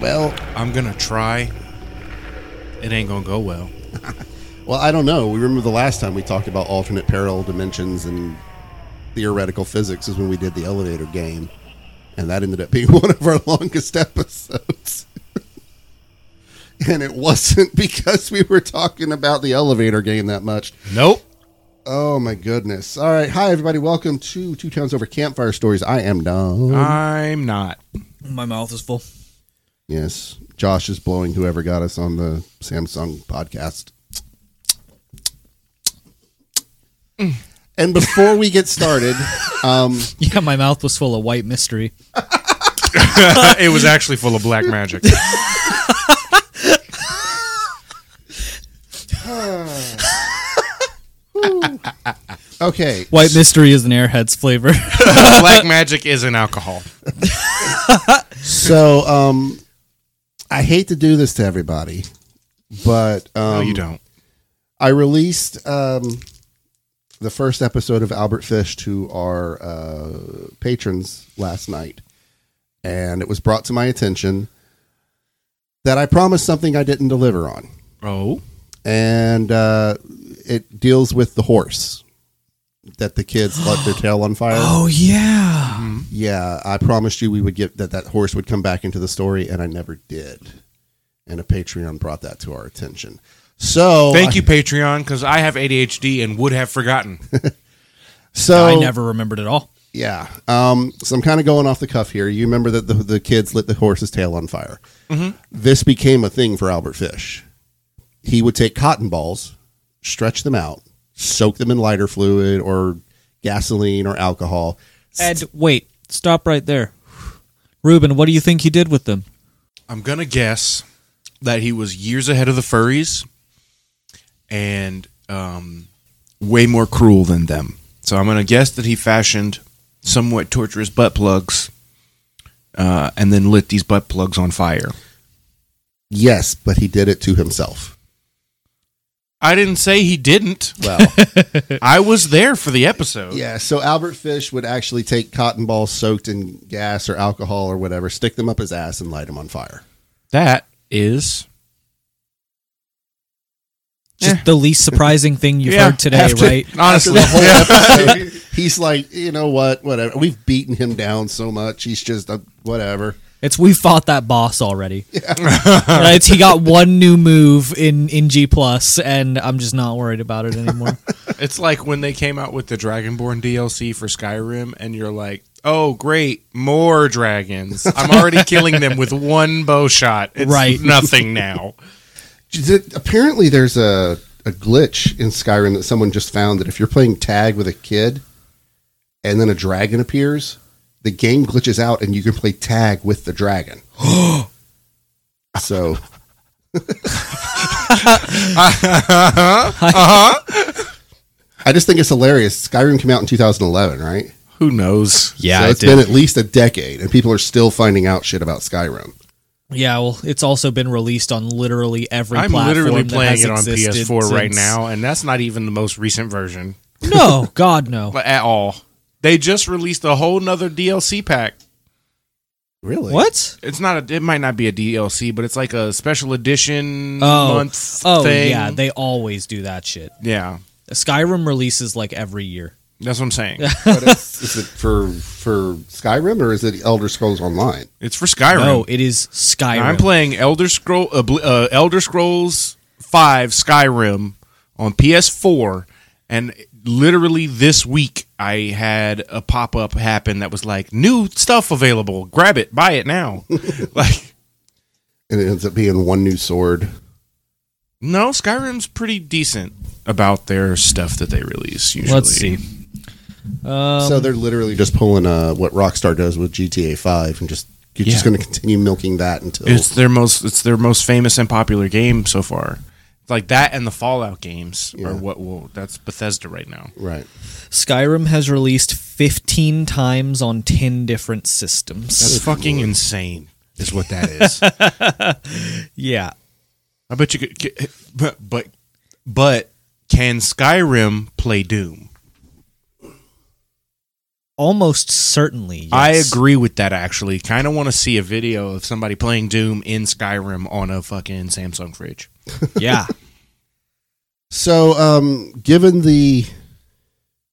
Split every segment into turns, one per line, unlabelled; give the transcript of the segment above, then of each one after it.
Well,
I'm gonna try. It ain't gonna go well.
well, I don't know. We remember the last time we talked about alternate parallel dimensions and theoretical physics is when we did the elevator game, and that ended up being one of our longest episodes. and it wasn't because we were talking about the elevator game that much.
Nope.
Oh my goodness! All right, hi everybody. Welcome to Two Towns Over Campfire Stories. I am Dom.
I'm not.
My mouth is full.
Yes, Josh is blowing whoever got us on the Samsung podcast. And before we get started, um,
Yeah, my mouth was full of white mystery.
it was actually full of black magic.
okay,
White mystery is an airhead's flavor.
black magic is an alcohol.
so um, I hate to do this to everybody, but um,
No, you don't.
I released um, the first episode of Albert Fish to our uh, patrons last night, and it was brought to my attention that I promised something I didn't deliver on,
Oh,
and uh, it deals with the horse that the kids let their tail on fire.
Oh. yeah.
Yeah, I promised you we would get that that horse would come back into the story, and I never did. And a Patreon brought that to our attention. So
thank you, Patreon, because I have ADHD and would have forgotten.
So
I never remembered it all.
Yeah. Um, so I'm kind of going off the cuff here. You remember that the, the kids lit the horse's tail on fire. This became a thing for Albert Fish. He would take cotton balls, stretch them out, soak them in lighter fluid or gasoline or alcohol.
And wait, stop right there. Ruben, what do you think he did with them?
I'm gonna guess that he was years ahead of the furries and um, way more cruel than them. So I'm gonna guess that he fashioned somewhat torturous butt plugs uh, and then lit these butt plugs on fire.
Yes, but he did it to himself.
I didn't say he didn't.
Well,
I was there for the episode.
yeah. So Albert Fish would actually take cotton balls soaked in gas or alcohol or whatever, stick them up his ass, and light them on fire.
That is
Just the least surprising thing you've
Yeah,
heard today,
after-
right?
honestly.
the whole episode. He's like, you know what, whatever. We've beaten him down so much. He's just uh, whatever.
It's we fought that boss already. Right? He got one new move in in G plus, and I'm just not worried about it anymore.
It's like when they came out with the Dragonborn DLC for Skyrim, and you're like, "Oh, great, more dragons! I'm already killing them with one bow shot. It's
Right.
nothing now."
Is it- Apparently, there's a a glitch in Skyrim that someone just found that if you're playing tag with a kid, and then a dragon appears, the game glitches out and you can play tag with the dragon. so I just think it's hilarious. Skyrim came out in 2011, right?
Who knows?
so it's been at least a decade, and people are still finding out shit about Skyrim.
yeah, well, it's also been released on literally every.
I'm
platform
literally
that
playing
has
it on
existed
PS4 right
since-
now, and that's not even the most recent version
No, God, no.
but at all. They just released a whole nother DLC pack.
Really?
What?
It's not. A, it might not be a DLC, but it's like a special edition
Oh,
month
oh
thing.
yeah, they always do that shit.
yeah.
Skyrim releases like every year.
That's what I'm saying.
But it's, is it for for Skyrim or is it Elder Scrolls Online?
It's for Skyrim.
No, it is Skyrim.
I'm playing Elder Scroll Obli- uh, Elder Scrolls 5 Skyrim on PS4 and literally this week I had a pop-up happen that was like new stuff available. Grab it, buy it now. like
And it ends up being one new sword.
no, Skyrim's pretty decent about their stuff that they release usually.
Let's see. Um,
so they're literally just pulling uh, what Rockstar does with GTA Five and just you're just
Yeah.
going to continue milking that until
It's their most it's their most famous and popular game so far. It's Like that and the Fallout games
Yeah.
are what will that's Bethesda right now.
right.
Skyrim has released 15 times on 10 different systems.
That's fucking insane, is what that is.
Yeah.
I bet you could, ca- but, but but can Skyrim play Doom?
almost certainly. Yes.
I agree with that. Actually, kind of want to see a video of somebody playing Doom in Skyrim on a fucking Samsung fridge.
Yeah.
So, um, given the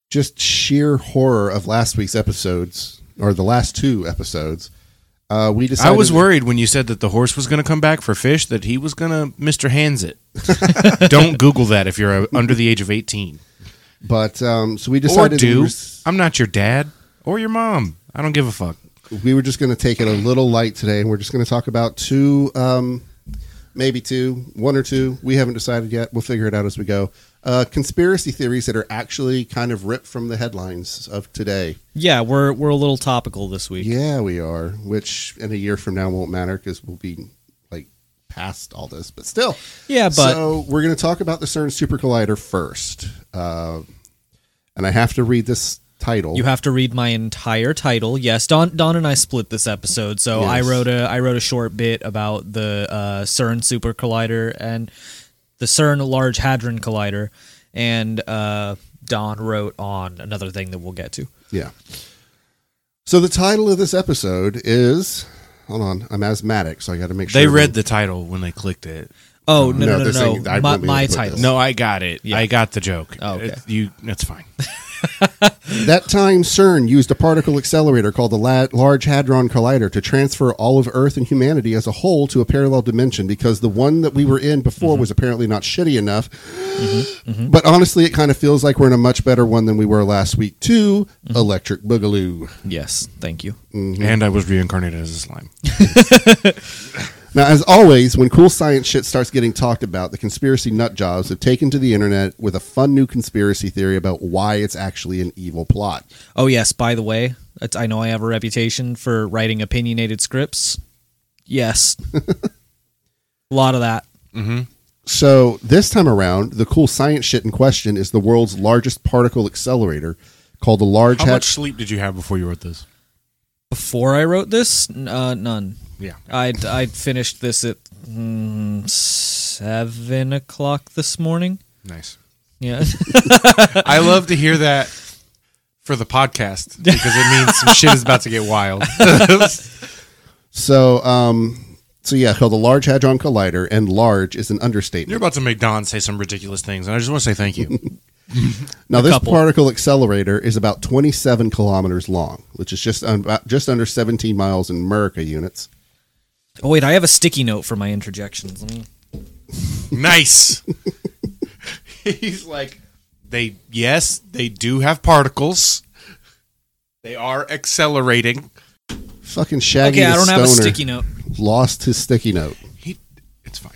just sheer horror of last week's episodes or the last two episodes, uh, we decided
I was worried when you said that the horse was going to come back for fish that he was going to Mr. Hands it. Don't Google that if you're uh, under the age of 18.
but um, so we
Or
decided we
do.
were s-
I'm not your dad or your mom. I don't give a fuck.
we were just going to take it a little light today, and we're just going to talk about two, um, maybe two, one or two. We haven't decided yet. We'll figure it out as we go. Uh, conspiracy theories that are actually kind of ripped from the headlines of today.
yeah, we're we're a little topical this week.
Yeah, we are. Which in a year from now won't matter because we'll be like past all this, but still.
Yeah, but
so we're going to talk about the CERN Super Collider first, uh, and I have to read this title.
you have to read my entire title. Yes, Don Don and I split this episode, so I
Yes.
wrote a I wrote a short bit about the uh, CERN Super Collider and the CERN Large Hadron Collider, and uh, Don wrote on another thing that we'll get to.
yeah. So the title of this episode is. Hold on, I'm asthmatic, so I got to make sure
They read the title when they clicked it.
Oh
no,
no no no
they're
no!
saying I
My,
wouldn't be able
my
to put
title.
this.
No, I got it. I got the joke.
Oh, okay.
It- you, that's fine.
That time, CERN used a particle accelerator called the La- Large Hadron Collider to transfer all of Earth and humanity as a whole to a parallel dimension because the one that we were in before
Mm-hmm.
was apparently not shitty enough. But honestly, it kind of feels like we're in a much better one than we were last week, too.
Mm-hmm.
Electric Boogaloo.
Yes, thank you.
And I was reincarnated as a slime.
Now, as always, when cool science shit starts getting talked about, the conspiracy nut jobs have taken to the internet with a fun new conspiracy theory about why it's actually an evil plot.
Oh yes, by the way, it's, I know I have a reputation for writing opinionated scripts. Yes, a lot of that.
So this time around, the cool science shit in question is the world's largest particle accelerator called the Large
How much
Hadron.
sleep did you have before you wrote this?
Before I wrote this, N- uh, none.
Yeah.
I I finished this at mm, seven o'clock this morning.
Nice.
Yeah,
I love to hear that for the podcast because it means some shit is about to get wild.
So, um, so yeah, called the Large Hadron Collider, and large is an
You're
understatement.
about to make Don say some ridiculous things, and I just want to say thank you.
Now, this
couple.
particle accelerator is about 27 kilometers long, which is just un- about- just under 17 miles in Merca units.
oh wait, I have a sticky note for my interjections. Let me-
nice. He's like, they yes, they do have particles. They are accelerating.
Fucking Shaggy
Okay, I
the
don't have a
Stoner
sticky note.
Lost his sticky note.
He, it's fine.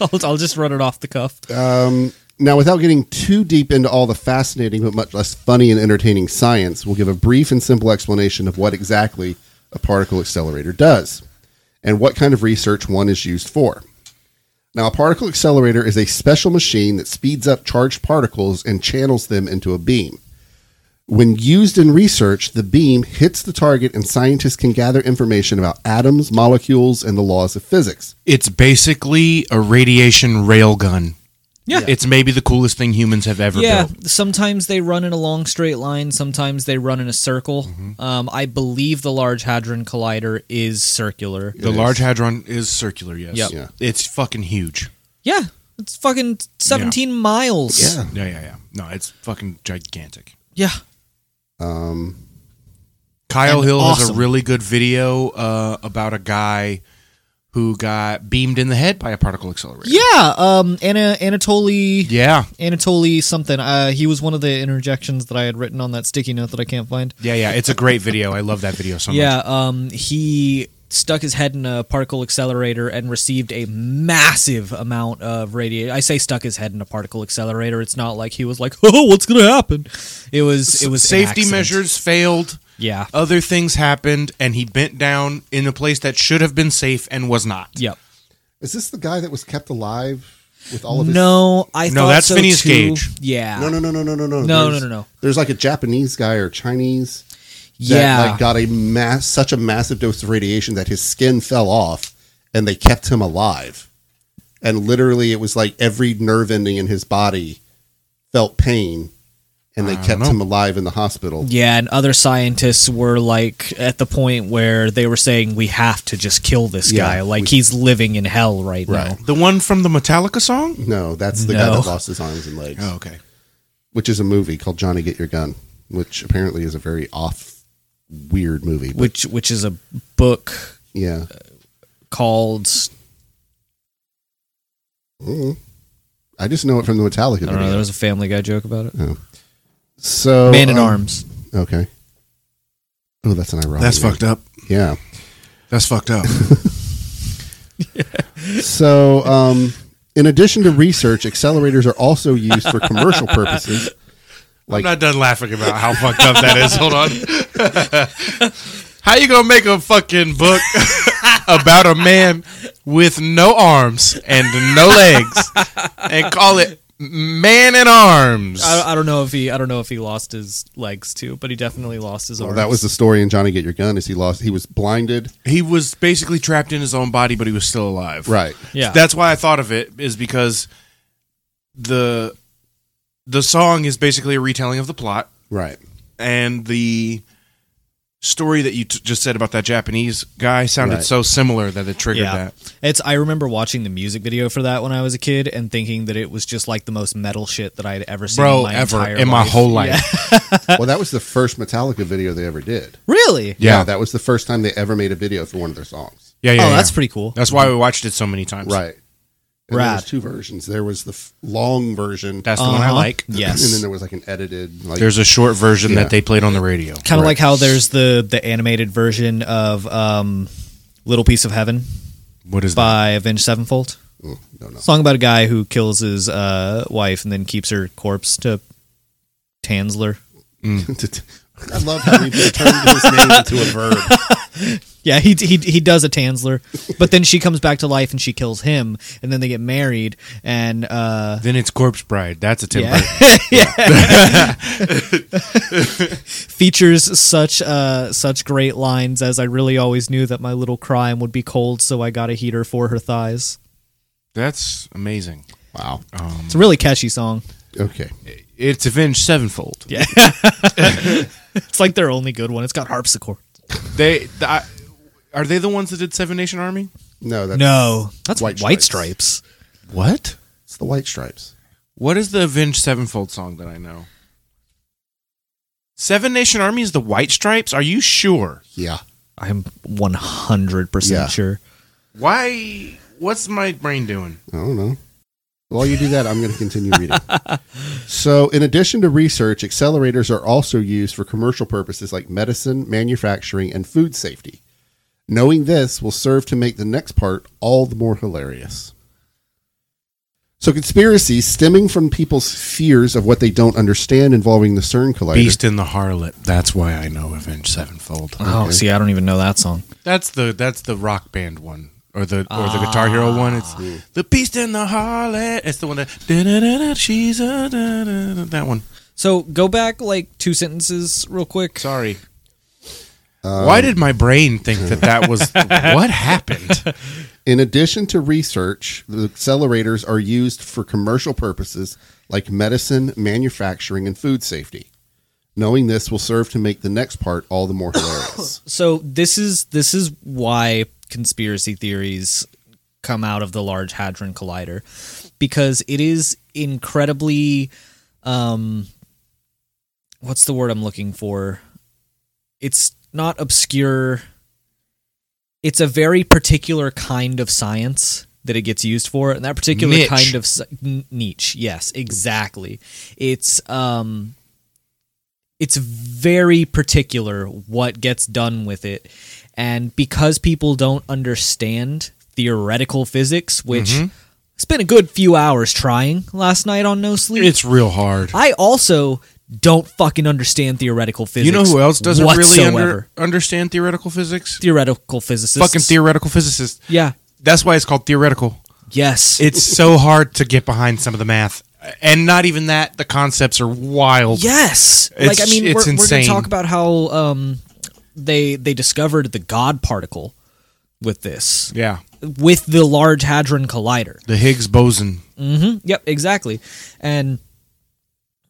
I'll, I'll just run it off the cuff.
Um, now, without getting too deep into all the fascinating but much less funny and entertaining science, we'll give a brief and simple explanation of what exactly a particle accelerator does and what kind of research one is used for. Now, a particle accelerator is a special machine that speeds up charged particles and channels them into a beam. When used in research, the beam hits the target and scientists can gather information about atoms, molecules, and the laws of physics.
It's basically a radiation railgun.
Yeah.
It's maybe the coolest thing humans have ever
Yeah,
built.
sometimes they run in a long straight line. Sometimes they run in a circle. Um, I believe the Large Hadron Collider is circular.
The Large Hadron is circular, yes.
Yep.
Yeah.
It's fucking huge.
Yeah, it's fucking seventeen miles.
Yeah.
Yeah, yeah, yeah. No, it's fucking gigantic.
yeah.
Um,
Kyle
And
Hill has a
awesome.
really good video uh, about a guy who got beamed in the head by a particle accelerator.
Yeah, um, Anna, Anatoly,
Yeah.
Anatoly something. Uh, he was one of the interjections that I had written on that sticky note that I can't find.
Yeah, yeah. It's a great video. I love that video so much.
Yeah, um, he stuck his head in a particle accelerator and received a massive amount of radiation. I say stuck his head in a particle accelerator. It's not like he was like, "Oh, what's gonna happen?" It was it was an
Safety
accident.
measures failed.
Yeah.
Other things happened, and he bent down in a place that should have been safe and was not.
Yep.
Is this the guy that was kept alive with all of his?
No, I
No,
thought
that's
so
Phineas
too.
Gage.
Yeah.
no, no, no, no, no, no, no,
No,
There's-
no, no, no.
There's like a Japanese guy or Chinese that
Yeah.
like got a mass, such a massive dose of radiation that his skin fell off, and they kept him alive. And literally, it was like every nerve ending in his body felt pain, and they
don't
kept
know.
him alive in the hospital.
Yeah, and other scientists were like at the point where they were saying we have to just kill this
Yeah,
guy, like
we-
he's living in hell right,
Right.
now.
The one from the Metallica song?
No, that's the guy
No.
that lost his arms and legs,
Oh, okay.
which is a movie called Johnny Get Your Gun, which apparently is a very off, weird movie. But
Which which is a book
yeah,
called
Mm-hmm. I just know it from the Metallica
I don't know. There
video.
was a Family Guy joke about it.
Oh,
so
Man in
um,
Arms.
Okay. Oh, that's an ironic.
That's
name.
fucked up.
Yeah.
That's fucked up.
So, um, in addition to research, accelerators are also used for commercial purposes.
I'm not done laughing about how fucked up that is. Hold on. how you gonna make a fucking book about a man with no arms and no legs and call it Man in Arms?
I, I don't know if he I don't know if he lost his legs too, but he definitely
Oh,
lost his
Well,
arms.
that was the story in Johnny Get Your Gun. Is he lost? He was blinded.
He was basically trapped in his own body, but he was still alive.
Right.
yeah.
That's why I thought of it is because the the song is basically a retelling of the plot.
Right.
and the story that you t- just said about that Japanese guy sounded
Right.
so similar that it triggered
yeah.
that.
It's I remember watching the music video for that when I was a kid and thinking that it was just like the most metal shit that I'd ever seen in
Bro,
my
ever
entire
in my
life.
whole life.
Well, that was the first Metallica video they ever did.
Really?
Yeah.
that was the first time they ever made a video for one of their songs.
Yeah, yeah.
oh,
yeah.
that's pretty cool.
That's why we watched it so many times.
Right. And There
Rad.
was two versions. There was the f- long version, Um,
That's the one I
Uh-huh.
like.
Yes.
and then there was like an edited. Like,
There's a short version
Yeah.
that they played on the radio.
kind of like how there's the the animated version of um, "Little Piece of Heaven"
What is that?
by Avenged Sevenfold.
Mm, no, no.
Song about a guy who kills his uh, wife and then keeps her corpse to Tansler.
Mm. I love how we turned his name into a verb.
Yeah, he, he he does a Tansler, but then she comes back to life and she kills him, and then they get married. And uh,
Then it's Corpse Bride. That's a Tim
yeah,
Burton.
Yeah. features such uh, such great lines as I really always knew that my little crime would be cold, so I got a heater for her thighs.
That's amazing.
Wow.
It's a really catchy song.
Okay.
It's Avenged Sevenfold. Yeah.
It's like their only good one. It's got harpsichord.
They th- I, are they the ones that did Seven Nation Army?
No, that's
No, that's
White
White,
Stripes.
Stripes.
What?
it's the White Stripes.
What is the Avenged Sevenfold song that I know? Seven Nation Army is the White Stripes? Are you sure?
Yeah.
I'm 100
Yeah.
percent sure.
Why? What's my brain doing?
I don't know. While you do that, I'm going to continue reading. so, in addition to research, accelerators are also used for commercial purposes like medicine, manufacturing, and food safety. Knowing this will serve to make the next part all the more hilarious. So, conspiracies stemming from people's fears of what they don't understand involving the CERN collider.
Beast in the Harlot. That's why I know Avenged Sevenfold.
Oh, see, I don't even know that song.
That's the that's the rock band one. Or the or the Guitar Hero one. It's the Beast in the Harlot. It's the one that da-da-da-da, she's a da-da-da, that one.
So go back like two sentences real quick.
Sorry. Why did my brain think that that was what happened?
In addition to research, the accelerators are used for commercial purposes like medicine, manufacturing, and food safety. Knowing this will serve to make the next part all the more hilarious.
So this is this is why conspiracy theories come out of the Large Hadron Collider because it is incredibly um what's the word I'm looking for? It's not obscure. It's a very particular kind of science that it gets used for, and that particular
Niche.
kind of sci- n- niche. Yes, exactly. It's um it's very particular what gets done with it. And because people don't understand theoretical physics, which
Mm-hmm.
spent a good few hours trying last night on No Sleep,
It's real hard.
I also don't fucking understand theoretical physics.
You know who else doesn't really
whatsoever.
under, understand theoretical physics?
theoretical physicists?
Fucking theoretical physicists.
Yeah.
That's why it's called theoretical.
Yes.
It's so hard to get behind some of the math, and not even that. The concepts are wild.
Yes.
It's-
like I mean,
it's
we're, we're going
insane.
to talk about how um, they they discovered the God particle with this,
Yeah.
with the Large Hadron Collider.
The Higgs boson.
Yep, exactly. And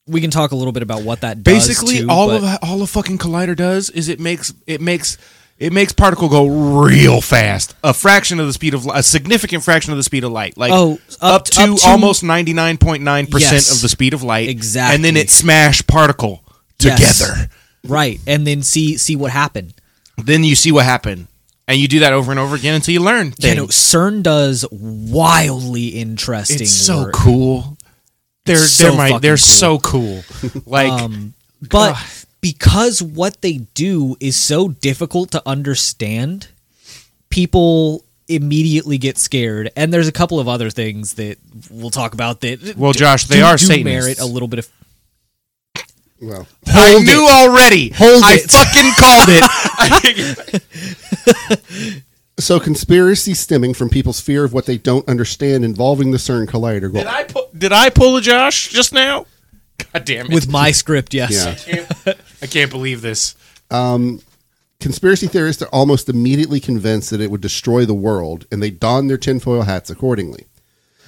we can talk a little bit about what that does.
Basically,
too,
all
but-
of all a fucking collider does is it makes it makes it makes particle go real fast, a fraction of the speed of li- a significant fraction of the speed of light, like
Oh,
up,
up
to
t- up to-
almost ninety nine point nine percent
Yes.
of the speed of light,
Exactly.
and then it smash particle
Yes.
together.
right, and then see see what happened.
Then you see what happened, and you do that over and over again until you learn. Things.
You know, CERN does wildly interesting.
it's so
work.
cool. They're
so
they're my,
fucking
they're
cool. Um,
so cool. Like
but because what they do is so difficult to understand, people immediately get scared. And there's a couple of other things that we'll talk about that.
Well,
do-
Josh, they
do-
are
do
Satanists.
merit a little bit of.
Well,
I
Hold
knew already.
Hold
I
it.
fucking called it.
so conspiracy stemming from people's fear of what they don't understand involving the CERN collider.
did
Well,
I pu- did I pull a Josh just now? God damn it!
With my script, yes.
yeah.
I can't believe this.
Conspiracy theorists are almost immediately convinced that it would destroy the world, and they don their tinfoil hats accordingly.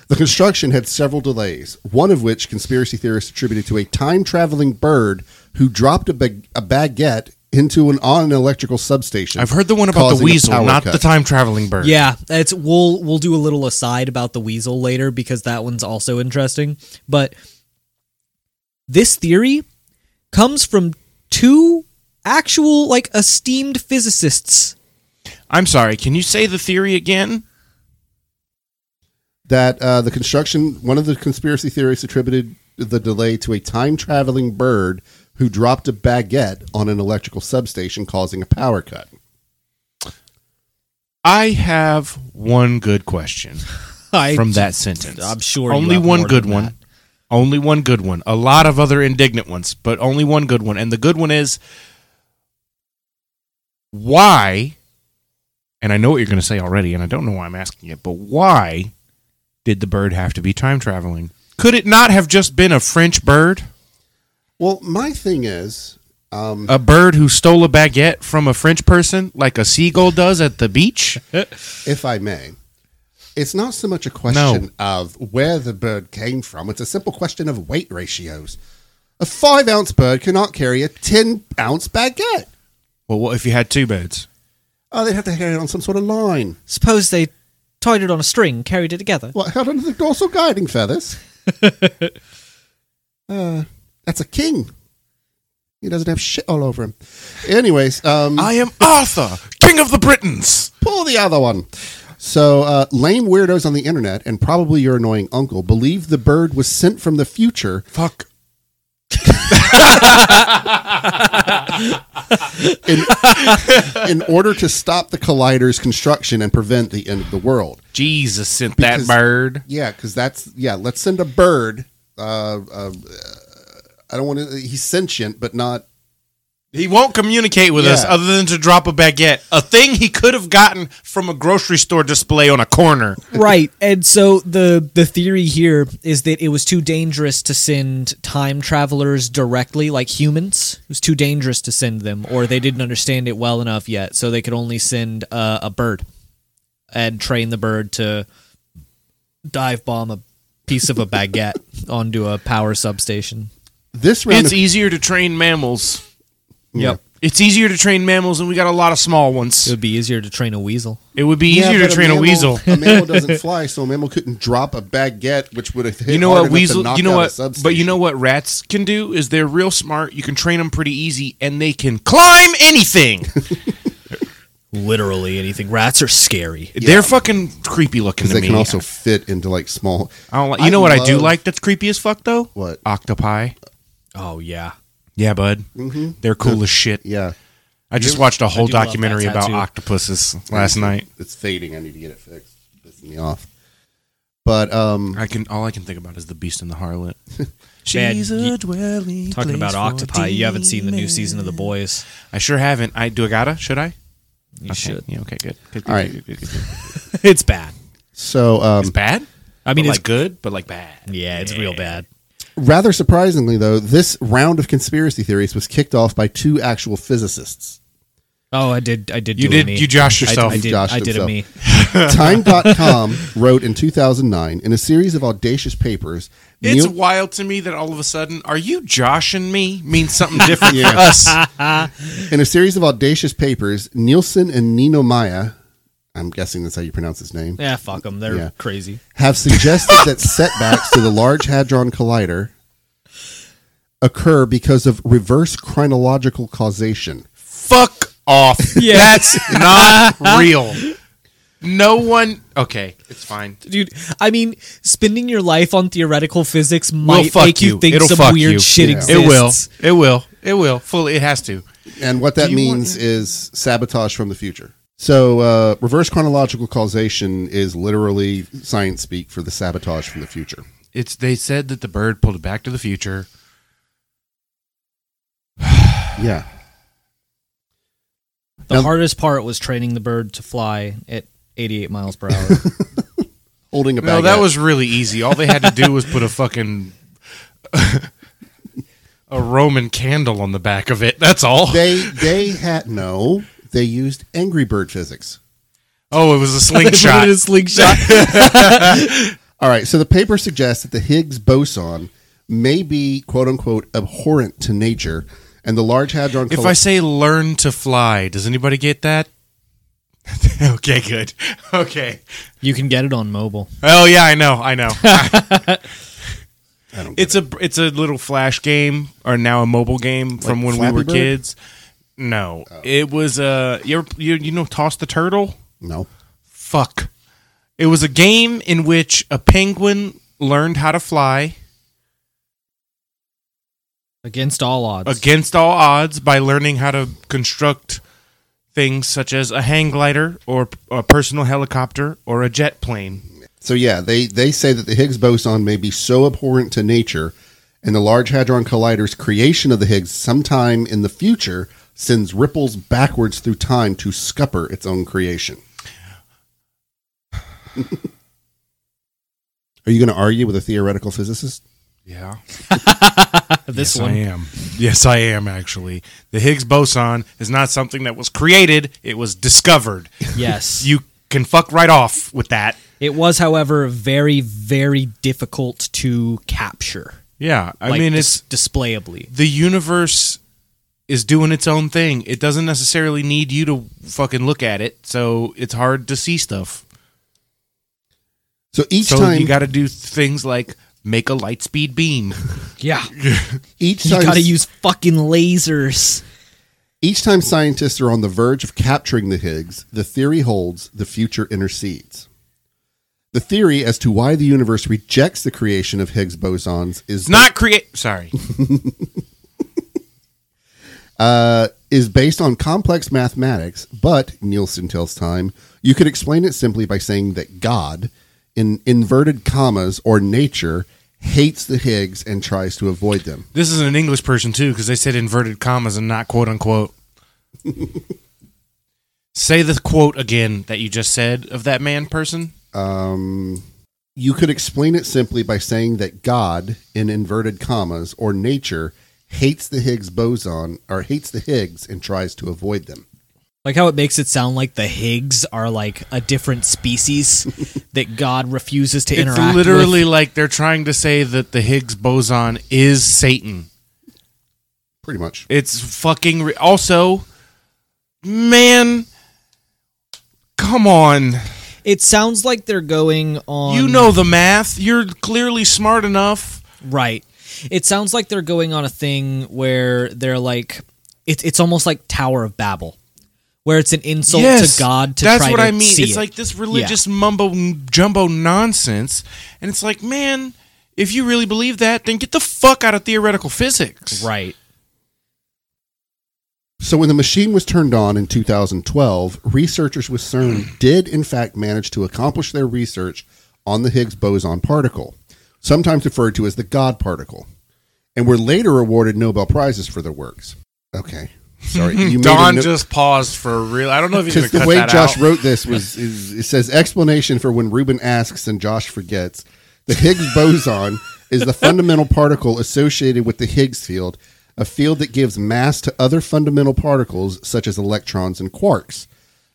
The construction had several delays, one of which conspiracy theorists attributed to a time traveling bird who dropped a, bag- a baguette into an on an electrical substation.
I've heard the one about the
causing a
weasel,
power
not
cut.
the time traveling bird.
Yeah, it's we'll we'll do a little aside about the weasel later because that one's also interesting. But this theory comes from two actual like esteemed physicists.
I'm sorry. Can you say the theory again?
that uh, the construction. One of the conspiracy theorists attributed the delay to a time traveling bird who dropped a baguette on an electrical substation, causing a power cut.
I have one good question
I,
from that sentence.
I'm sure you
only
have
one
more
good
than
one.
that.
Only one good one. A lot of other indignant ones, but only one good one. And the good one is why and I know what you're going to say already and I don't know why I'm asking it, but why did the bird have to be time traveling? Could it not have just been a French bird?
Well, my thing is, um,
A bird who stole a baguette from a French person like a seagull does at the beach?
if I may, it's not so much a
No.
question of where the bird came from, it's a simple question of weight ratios. A five ounce bird cannot carry a 10 ounce baguette.
Well, what if you had two birds?
Oh, they'd have to carry it on some sort of line.
Suppose they tied it on a string, carried it together.
What, held under the dorsal guiding feathers? uh, that's a king. He doesn't have shit all over him. Anyways, um,
I am Arthur, king of the Britons.
pull the other one. So, uh, lame weirdos on the internet, and probably your annoying uncle, believe the bird was sent from the future
Fuck.
in order to stop the collider's construction and prevent the end of the world.
Jesus sent
Because-
that bird.
Yeah, because that's yeah. Let's send a bird. Uh, uh, I don't want to. He's sentient, but not.
He won't communicate with us
Yeah.
other than to drop a baguette, a thing he could have gotten from a grocery store display on a corner.
right. And so the the theory here is that it was too dangerous to send time travelers directly like humans. It was too dangerous to send them or they didn't understand it well enough yet, so they could only send uh, a bird and train the bird to dive bomb a piece of a baguette onto a power substation.
This round.
it's e-,
of,
easier to train mammals.
Yep.
It's easier to train mammals, and we got a lot of small
It
ones.
would be easier to train a weasel.
It would be
Yeah,
easier
but
to train a,
mammal-
weasel.
A mammal doesn't fly, so a mammal couldn't drop a baguette, which would have hit
You know
hard
what
enough to
weasel?
knock
You know
out a
what? But you
substation.
know what rats can do is they're real smart. You can train them pretty easy, and they can climb anything.
Literally anything. Rats are scary.
They're fucking creepy looking to
they
me.
can also fit into like small.
I don't like. You know what I do
love-
like? That's creepy as fuck though.
What?
octopi?
Oh yeah.
Yeah, bud.
Mm-hmm.
They're cool as shit.
Yeah,
I just watched a whole
do love that
documentary about
tattoo.
octopuses last night.
it's fading. I need to get it fixed. It's pissing me off. But um,
I can all I can think about is the Beast and the Harlot.
Man, you-
dwelling
Talking
place
about
for
octopi, you haven't seen the new
demons.
season of The Boys.
I sure haven't. I do. I gotta. Should I?
You
Okay.
should.
Yeah. Okay. Good. Good, good,
All right.
good, good, good, good.
It's bad.
so um,
It's bad.
I mean,
But,
it's
like good, but like bad.
yeah, it's real bad.
Rather surprisingly, though, this round of conspiracy theories was kicked off by two actual physicists.
Oh, I did. I did.
You
do a
did.
me.
You joshed
I,
yourself.
I did.
Joshed
I did a
himself.
me.
Time.com wrote in 2009 in a series of audacious papers
It's
Neil-
wild to me that all of a sudden, are you joshing me? Means something different
Yeah.
for us.
In a series of audacious papers, Nielsen and Nino Maya, I'm guessing that's how you pronounce his name,
Yeah, fuck them. They're
Yeah.
crazy.
have suggested that setbacks to the Large Hadron Collider occur because of reverse chronological causation.
Fuck off.
Yeah.
That's not real. No one. Okay, it's fine.
Dude, I mean, spending your life on theoretical physics might
fuck
make you,
you.
think
It'll
some
fuck
weird
you.
shit
Yeah.
exists.
It will. It will. It will. Fully. It has to.
And what that means is sabotage from the future. So, uh, reverse chronological causation is literally science speak for the sabotage from the future.
It's. They said that the bird pulled it back to the future.
Yeah.
The
Now-
hardest part was training the bird to fly at 88 miles per hour.
Holding a
No,
baguette.
that was really easy. All they had to do was put a fucking a Roman candle on the back of it. That's all.
They, they had, no, they used Angry Bird physics.
Oh, it was a
Put it
slingshot.
in a slingshot.
All right, so the paper suggests that the Higgs boson may be "quote unquote" abhorrent to nature, and the Large Hadron
If
Colli-
I say learn to fly, does anybody get that? okay, good. Okay.
you can get it on mobile.
Oh yeah, I know. I know.
I don't get
it's a it's a little flash game or now a mobile game from when
Flappy
we were
Bird?
kids. No,
Oh.
it was uh you, ever, you you know toss the turtle.
no.
Fuck. It was a game in which a penguin learned how to fly
Against all odds.
against all odds by learning how to construct things such as a hang glider or a personal helicopter or a jet plane.
So yeah, they they say that the Higgs boson may be so abhorrent to nature, and the Large Hadron Collider's creation of the Higgs sometime in the future sends ripples backwards through time to scupper its own creation. Are you going to argue with a theoretical physicist?
Yeah.
this
yes, I
one.
am. Yes, I am actually. The Higgs boson is not something that was created, it was discovered.
Yes.
You can fuck right off with that.
it was, however, very, very difficult to capture.
Yeah. I
like,
mean, it's
dis- displayably.
the universe is doing its own thing. It doesn't necessarily need you to fucking look at it, so it's hard to see stuff.
So each
so
time
you got to do things like make a light speed beam.
Yeah.
each
You
time
gotta use fucking lasers.
Each time scientists are on the verge of capturing the Higgs, the theory holds the future intercedes. The theory as to why the universe rejects the creation of Higgs bosons is
It's not create. Sorry,
uh, is based on complex mathematics, but Nielsen tells Time you could explain it simply by saying that God, in inverted commas or nature, hates the Higgs and tries to avoid them.
this is an English person too because they said inverted commas and not quote unquote. Say the quote again that you just said of that man person.
um, you could explain it simply by saying that God, in inverted commas, or nature, hates the Higgs boson or hates the Higgs and tries to avoid them.
Like how it makes it sound like the Higgs are like a different species that God refuses to
It's
interact with.
literally like they're trying to say that the Higgs boson is Satan.
Pretty much.
It's fucking. Re- also, man, come on.
It sounds like they're going on.
You know the math. You're clearly smart enough.
Right. It sounds like they're going on a thing where they're like, it's it's almost like Tower of Babel, where it's an insult to God to
that's
try
what
to
I mean.
see
it's
it.
like this religious mumbo jumbo nonsense, and it's like, man, if you really believe that, then get the fuck out of theoretical physics.
right.
So, when the machine was turned on in 2012, researchers with CERN did, in fact, manage to accomplish their research on the Higgs boson particle, sometimes referred to as the God particle, and were later awarded Nobel Prizes for their works. Okay. Sorry. You made a
Don
no-
just paused for a real. I don't know if he's gonna
Because the
cut
way
that
Josh
out.
wrote this was is, it says explanation for when Ruben asks and Josh forgets. The Higgs boson is the fundamental particle associated with the Higgs field, a field that gives mass to other fundamental particles such as electrons and quarks.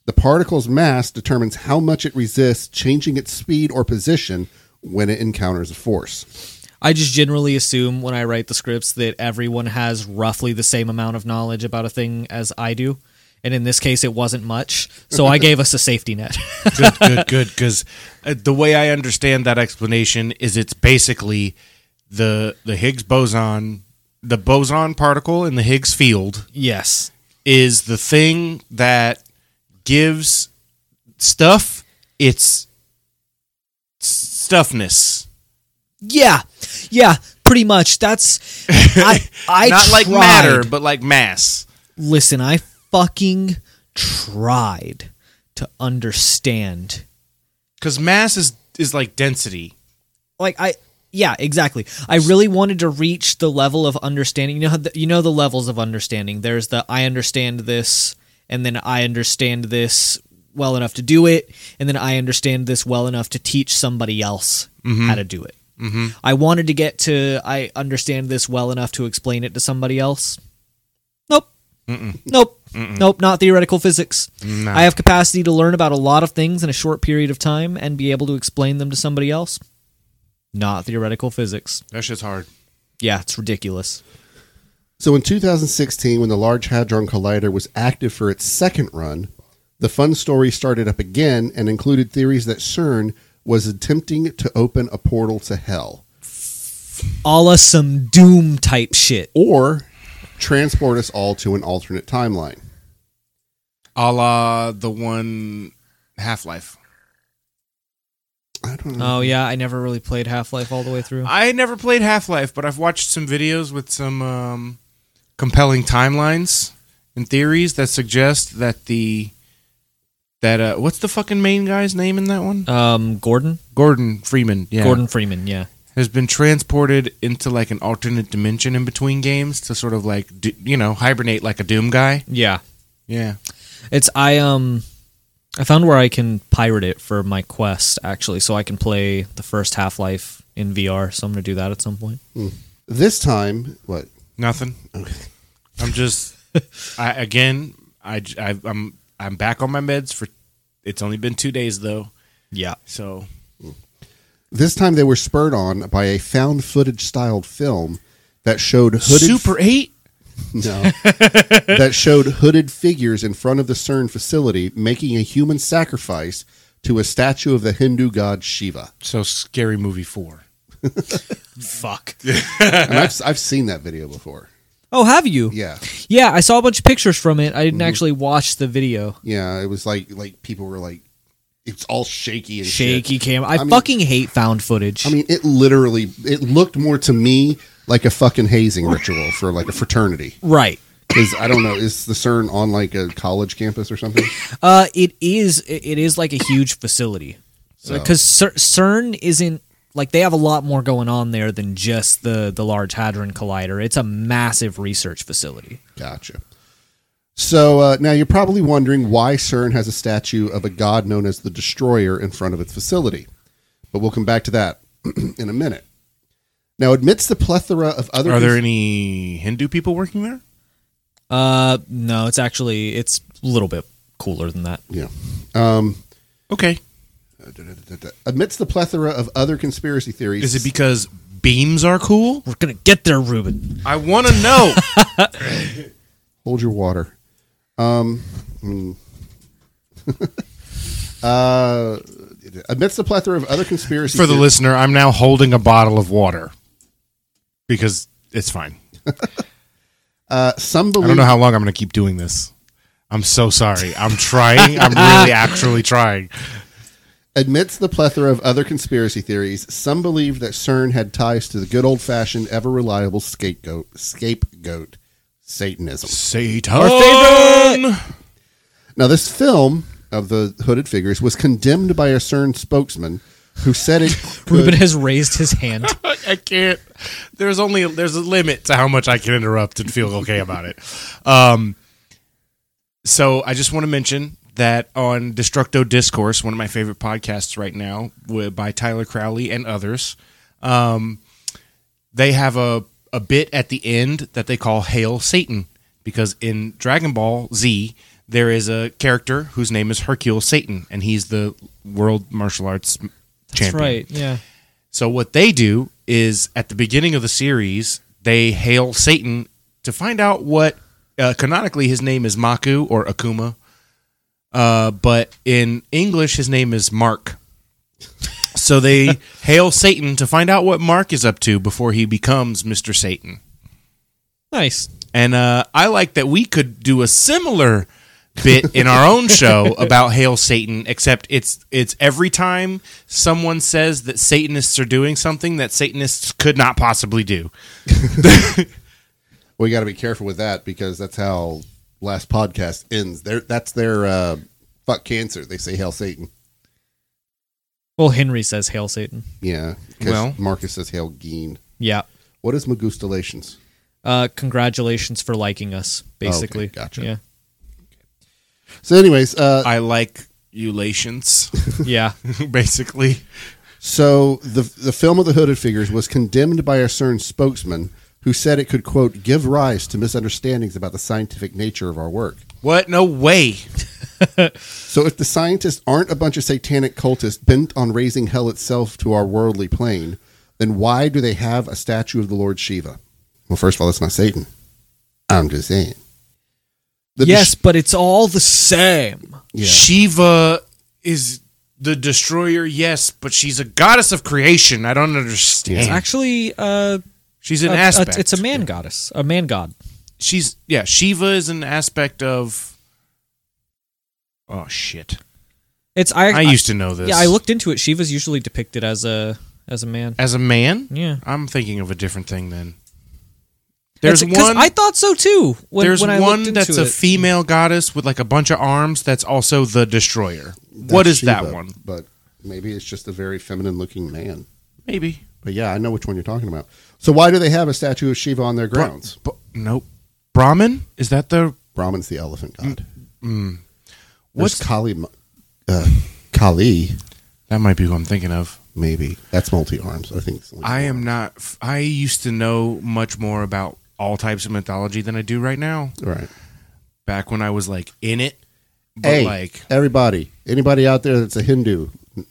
The particle's mass determines how much it resists changing its speed or position when it encounters a force.
I just generally assume when I write the scripts that everyone has roughly the same amount of knowledge about a thing as I do. And in this case, it wasn't much. So I gave us a safety net.
good, good, good. Because uh, the way I understand that explanation is it's basically the the Higgs boson, the boson particle in the Higgs field
yes.
is the thing that gives stuff its stuffness.
Yeah. Yeah. Pretty much. That's. I, I
Not like
tried.
matter, but like mass.
listen, I fucking tried to understand.
Because mass is is like density.
Like I yeah, exactly. I really wanted to reach the level of understanding. You know how the, you know the levels of understanding. There's the I understand this and then I understand this well enough to do it and then I understand this well enough to teach somebody else how to do it. I wanted to get to I understand this well enough to explain it to somebody else. Nope. Nope. Nope. Not theoretical physics. I have capacity to learn about a lot of things in a short period of time and be able to explain them to somebody else. Not theoretical physics.
That shit's hard.
Yeah, it's ridiculous.
So in 2016, when the Large Hadron Collider was active for its second run, the fun story started up again and included theories that CERN was attempting to open a portal to hell
All of some doom type shit.
or transport us all to an alternate timeline.
A la the one Half Life.
I don't know.
Oh yeah, I never really played Half Life all the way through.
I never played Half Life, but I've watched some videos with some um, compelling timelines and theories that suggest that the that uh, what's the fucking main guy's name in that one?
Um, Gordon,
Gordon Freeman. Yeah,
Gordon Freeman. Yeah,
has been transported into like an alternate dimension in between games to sort of like d- you know hibernate like a Doom guy.
yeah.
Yeah,
It's I um, I found where I can pirate it for my quest actually, so I can play the first Half Life in VR. So I'm gonna do that at some point.
This time, what?
nothing. I'm just I again I, j- I I'm I'm back on my meds for it's only been two days though,
Yeah.
so
This time they were spurred on by a found footage styled film that showed hooded
Super Eight.
No. that showed hooded figures in front of the CERN facility making a human sacrifice to a statue of the Hindu god Shiva.
So scary movie four.
Fuck.
And I've, I've seen that video before.
Oh, have you?
Yeah.
Yeah, I saw a bunch of pictures from it. I didn't actually watch the video.
Yeah. It was like, like people were like, it's all shaky and shit.
Shaky cam. I,
mean-
fucking hate found footage.
I mean, it literally, it looked more to me like a fucking hazing ritual for like a fraternity.
right.
Because I don't know, is the CERN on like a college campus or something?
Uh, it is. It is like a huge facility. Because CERN isn't like they have a lot more going on there than just the the Large Hadron Collider. It's a massive research facility.
Gotcha. So uh, now you're probably wondering why CERN has a statue of a god known as the Destroyer in front of its facility. But we'll come back to that in a minute. Now, amidst the plethora of other.
Are there any Hindu people working there?
Uh, no, it's actually it's a little bit cooler than that.
yeah. Um,
Okay.
amidst the plethora of other conspiracy theories.
Is it because beams are cool?
We're gonna get there, Ruben.
I want to know.
Hold your water. hmm. Um, mm. uh, amidst the plethora of other conspiracy
For the
theories-
listener, I'm now holding a bottle of water because it's fine.
uh, some
I
believe
don't know how long I'm going to keep doing this. I'm so sorry. I'm trying. I'm really actually trying.
Amidst the plethora of other conspiracy theories, some believe that CERN had ties to the good old fashioned, ever reliable scapegoat, scapegoat Satanism.
Satan.
Now, this film of the hooded figures was condemned by a CERN spokesman who said it
Ruben
could,
has raised his hand.
I can't. There's only there's a limit to how much I can interrupt and feel okay about it. Um, so I just want to mention that on Destructo Discourse, one of my favorite podcasts right now, wi- by Tyler Crowley and others, um, they have a a bit at the end that they call "Hail Satan" because in Dragon Ball Z. There is a character whose name is Hercule Satan, and he's the world martial arts champion.
That's right. Yeah.
So what they do is at the beginning of the series they hail Satan to find out what uh, canonically his name is Maku or Akuma, uh, but in English his name is Mark. So they hail Satan to find out what Mark is up to before he becomes Mister Satan.
Nice.
And uh, I like that we could do a similar bit in our own show about Hail Satan, except it's it's every time someone says that Satanists are doing something that Satanists could not possibly do.
We got to be careful with that because that's how last podcast ends. There, that's their uh, fuck cancer. They say hail Satan.
Well, Henry says hail Satan.
Yeah, 'cause
Well-
Marcus says hail Gene.
Yeah.
What is Magustalations?
Uh, congratulations for liking us, basically.
Oh, gotcha.
Yeah.
So, anyways, uh,
I like ulations,
Yeah.
basically.
So the the film of the hooded figures was condemned by a CERN spokesman who said it could quote give rise to misunderstandings about the scientific nature of our work.
What? No way.
So if the scientists aren't a bunch of satanic cultists bent on raising hell itself to our worldly plane, then why do they have a statue of the Lord Shiva? Well, first of all, that's not Satan. I'm just saying. The
yes, but it's all the same.
Yeah.
Shiva is the destroyer, yes, but she's a goddess of creation. I don't understand.
It's actually uh,
She's an
a- a-
aspect.
it's a man goddess, a man god.
she's yeah shiva is an aspect of oh shit
It's I,
i used to know this
Yeah, I looked into it. Shiva's usually depicted as a as a man.
as a man
Yeah.
i'm thinking of a different thing then there's
That's- 'cause
one
I thought so too. When,
there's
when I
one
looked
that's
into
a
it.
female goddess with like a bunch of arms that's also the destroyer
that's
what is that
Shiva,
one
But maybe it's just a very feminine looking man.
maybe
But yeah, I know which one you're talking about. So why do they have a statue of Shiva on their grounds?
but nope brahmin is that the
Brahman's the elephant god.
Mm, what's
What's Kali? mu- Uh, Kali,
that might be who i'm thinking of
maybe that's multi arms. I think. it's only-
i am not f- i used to know much more about all types of mythology than i do right now
right.
back when I was like in it. But
Hey,
like,
everybody, anybody out there that's a Hindu,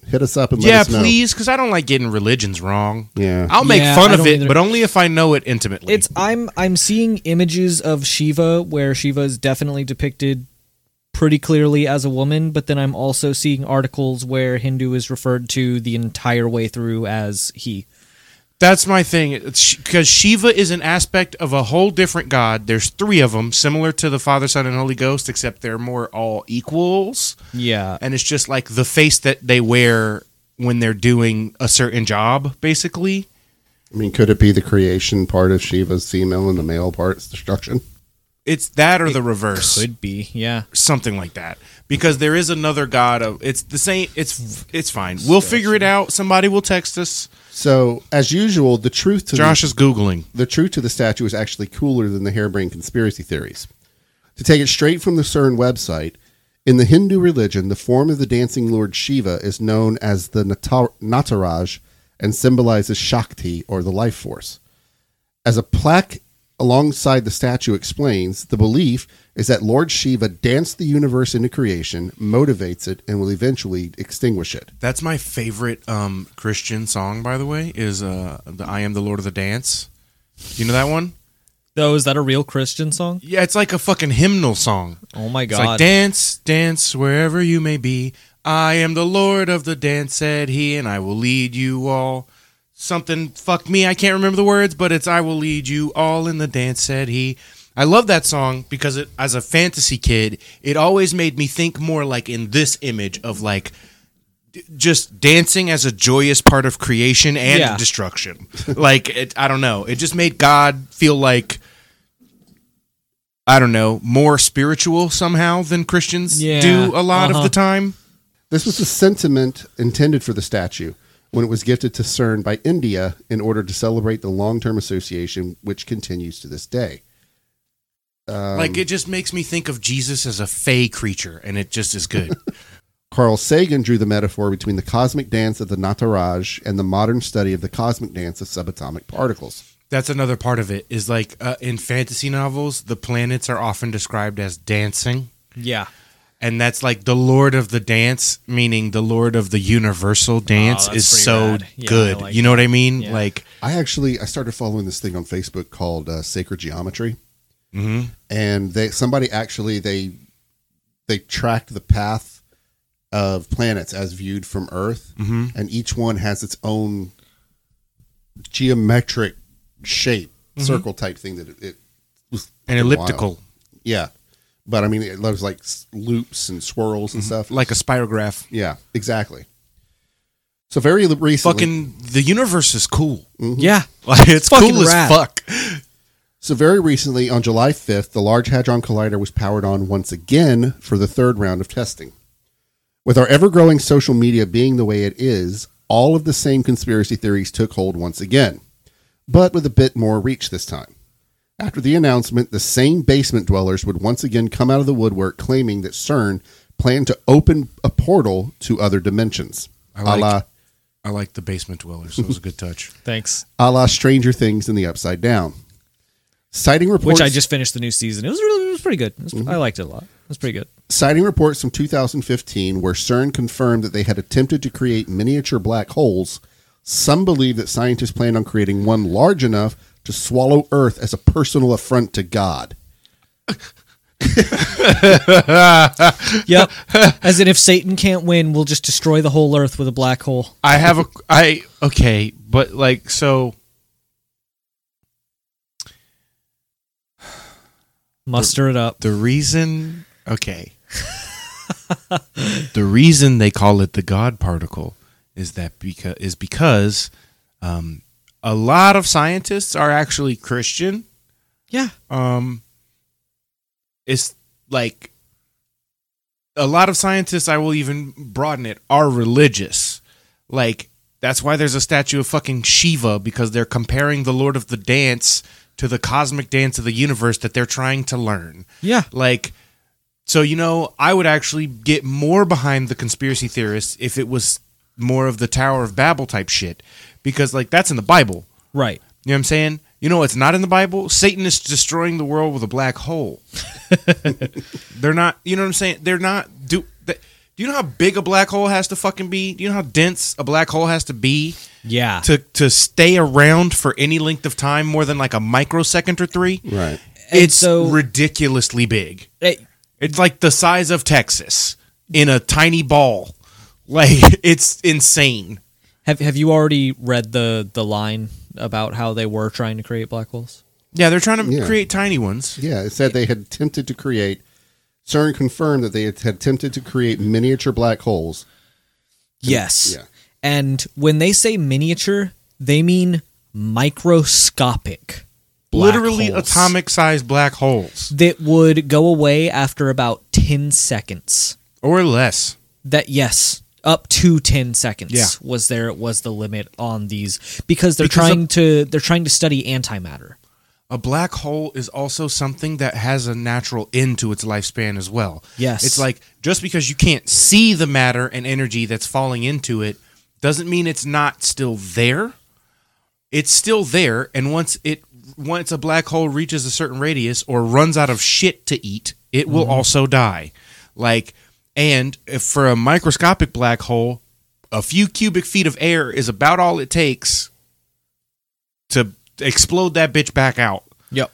hit us up and
yeah,
let us know.
please, because I don't like getting religions wrong.
Yeah.
I'll make
Yeah,
fun
I
of
don't
it,
either.
but only if I know it intimately.
It's I'm I'm seeing images of Shiva where Shiva is definitely depicted pretty clearly as a woman, but then I'm also seeing articles where Hindu is referred to the entire way through as he.
that's my thing because Shiva is an aspect of a whole different god. There's three of them, similar to the Father, Son, and Holy Ghost, except they're more all equals,
Yeah.
and it's just like the face that they wear when they're doing a certain job, basically.
I mean, could it be the creation part of Shiva's female and the male part's destruction?
It's that or the reverse.
Could be, yeah.
something like that because there is another god of it's the same it's it's fine we'll figure it out somebody will text us
So, as usual, the truth to
josh is googling
the, the truth to the statue is actually cooler than the harebrained conspiracy theories. To take it straight from the CERN website, in the Hindu religion, the form of the dancing lord Shiva is known as the Nata- Nataraj and symbolizes Shakti or the life force. As a plaque alongside the statue explains, the belief is that Lord Shiva danced the universe into creation, motivates it, and will eventually extinguish it.
that's my favorite um christian song by the way is uh the i am the lord of the dance you know that one
Though is that a real Christian song?
yeah it's like a fucking hymnal song
Oh my
it's like
god.
dance dance wherever you may be i am the lord of the dance said he and i will lead you all something fuck me i can't remember the words but it's i will lead you all in the dance said he i love that song because it, as a fantasy kid it always made me think more like in this image of like d- just dancing as a joyous part of creation and
Yeah.
destruction like it, i don't know it just made god feel like i don't know more spiritual somehow than christians
Yeah,
do a lot of
uh-huh.
the time
This was the sentiment intended for the statue when it was gifted to CERN by India in order to celebrate the long term association, which continues to this day.
like it just makes me think of jesus as a fey creature and it just is good
Carl Sagan drew the metaphor between the cosmic dance of the Nataraj and the modern study of the cosmic dance of subatomic particles.
That's another part of it is like uh, in fantasy novels, the planets are often described as dancing,
yeah.
and that's like the Lord of the Dance, meaning the Lord of the Universal Dance
Oh, that's
is
pretty
so
rad. Yeah, I
good.
like
you know what I mean?
Yeah.
Like
I actually I started following this thing on Facebook called uh, Sacred Geometry,
Mm-hmm.
and they somebody actually they they tracked the path of planets as viewed from Earth,
Mm-hmm.
and each one has its own geometric shape, circle type thing that it, it was
Mm-hmm. an
wild.
elliptical,
Yeah, but I mean it loves like s- loops and swirls and stuff.
Mm-hmm. like a spirograph.
Yeah, exactly. So very li- recently,
Fucking the universe is cool.
Yeah.
Like it's
Fucking
cool
rad.
as fuck.
So very recently, on July 5th, the Large Hadron Collider was powered on once again for the third round of testing. With our ever-growing social media being the way it is, all of the same conspiracy theories took hold once again, but with a bit more reach this time. After the announcement, the same basement dwellers would once again come out of the woodwork claiming that CERN planned to open a portal to other dimensions.
I like-
a la
I like the basement dwellers. So it was a good touch.
Thanks.
a la Stranger Things and the Upside Down. Citing reports
Which I just finished the new season. It was really, it was pretty good. It was- I liked it a lot. It was pretty good.
citing reports from 2015 where CERN confirmed that they had attempted to create miniature black holes, some believe that scientists planned on creating one large enough to swallow Earth as a personal affront to God.
Yep. As in, if Satan can't win, we'll just destroy the whole Earth with a black hole.
I have a I okay, but like so
Muster it up.
the reason okay. the reason they call it the God particle is that because is because um, a lot of scientists are actually Christian.
Yeah.
um it's like a lot of scientists i will even broaden it are religious like that's why there's a statue of fucking shiva because they're comparing the lord of the dance to the cosmic dance of the universe that they're trying to learn
Yeah.
like so you know i would actually get more behind the conspiracy theorists if it was more of the tower of babel type shit because like that's in the bible
Right.
you know what I'm saying? You know it's not in the Bible? Satan is destroying the world with a black hole. They're not, you know what I'm saying? They're not do that, Do you know how big a black hole has to fucking be? Do you know how dense a black hole has to be
Yeah.
to to stay around for any length of time more than like a microsecond or 3?
Right.
And
It's
so-
ridiculously big.
Hey,
It's like the size of Texas in a tiny ball. Like it's insane.
have Have you already read the the line about how they were trying to create black holes?
Yeah, they're trying to
Yeah.
create tiny ones.
Yeah, it said they had attempted to create. CERN confirmed that they had attempted to create miniature black holes.
Yes.
Yeah.
And when they say miniature, they mean microscopic. black
Literally
holes
atomic sized black holes.
that would go away after about 10 seconds.
or less.
That yes, up to 10 seconds
Yeah.
was there was the limit on these because they're
Because
trying to they're trying to study antimatter.
A black hole is also something that has a natural end to its lifespan as well.
Yes.
It's like just because you can't see the matter and energy that's falling into it doesn't mean it's not still there. It's still there and once it once a black hole reaches a certain radius or runs out of shit to eat, it will also die. Like and if for a microscopic black hole, a few cubic feet of air is about all it takes to explode that bitch back out.
Yep.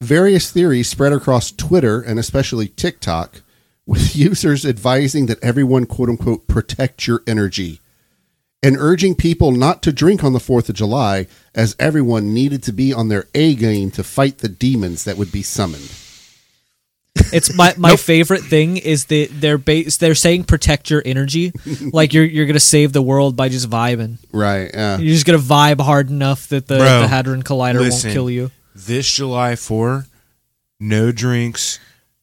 Various theories spread across Twitter and especially TikTok, with users advising that everyone, quote unquote, protect your energy and urging people not to drink on the 4th of July, as everyone needed to be on their A game to fight the demons that would be summoned.
It's my, my favorite thing is that they're base they're saying protect your energy, like you're you're gonna save the world by just vibing.
Right. Uh,
You're just gonna vibe hard enough that the,
Bro,
the hadron collider
listen.
won't kill you.
This July 4, no drinks,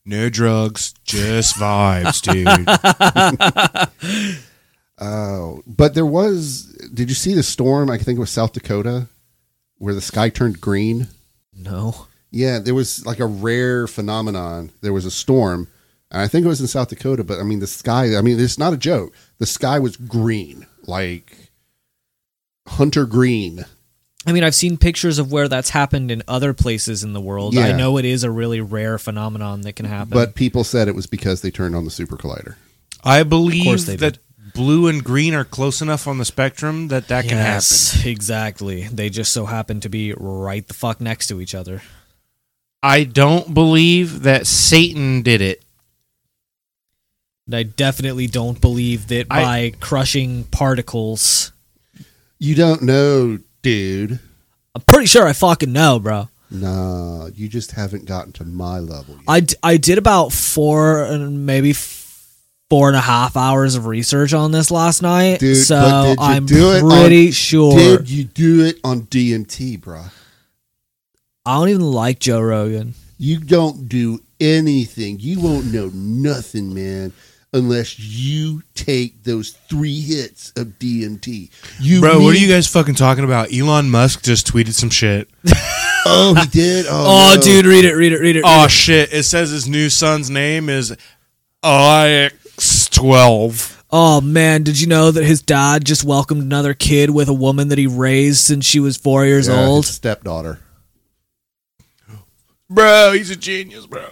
no drugs, just vibes, dude.
Oh, but there was, did you see the storm? I think it was South Dakota where the sky turned green.
No.
Yeah, there was like a rare phenomenon. There was a storm, and I think it was in South Dakota. But I mean, the sky. I mean, it's not a joke. The sky was green, like hunter green.
I mean, I've seen pictures of where that's happened in other places in the world. I
Yeah.
know it is a really rare phenomenon that can happen.
But people said it was because they turned on the super collider.
I
course
believe
they
that blue and green are close enough on the spectrum that that can happen.
yes, exactly. They just so happen to be right the fuck next to each other.
I don't believe that Satan did it.
And I definitely don't believe that
I-
by crushing particles.
You don't know, dude.
I'm pretty sure I fucking know, bro.
Nah, you just haven't gotten to my level yet.
I, d- I did about four and maybe f- four and a half hours of research on this last night.
Dude,
so
but did you
I'm
do it on-
pretty sure.
Did you do it on DMT, bruh?
I don't even like Joe Rogan.
You don't do anything. You won't know nothing, man, unless you take those three hits of DMT. You
Bro, what are
need-
you guys fucking talking about? Elon Musk just tweeted some shit.
Oh, he did. Oh,
Oh,
no.
dude, read it, read it, read it.
Oh shit! It says his new son's name is IX12.
Oh man, did you know that his dad just welcomed another kid with a woman that he raised since she was four years
Yeah, his
old?
stepdaughter.
Bro, he's a genius, bro.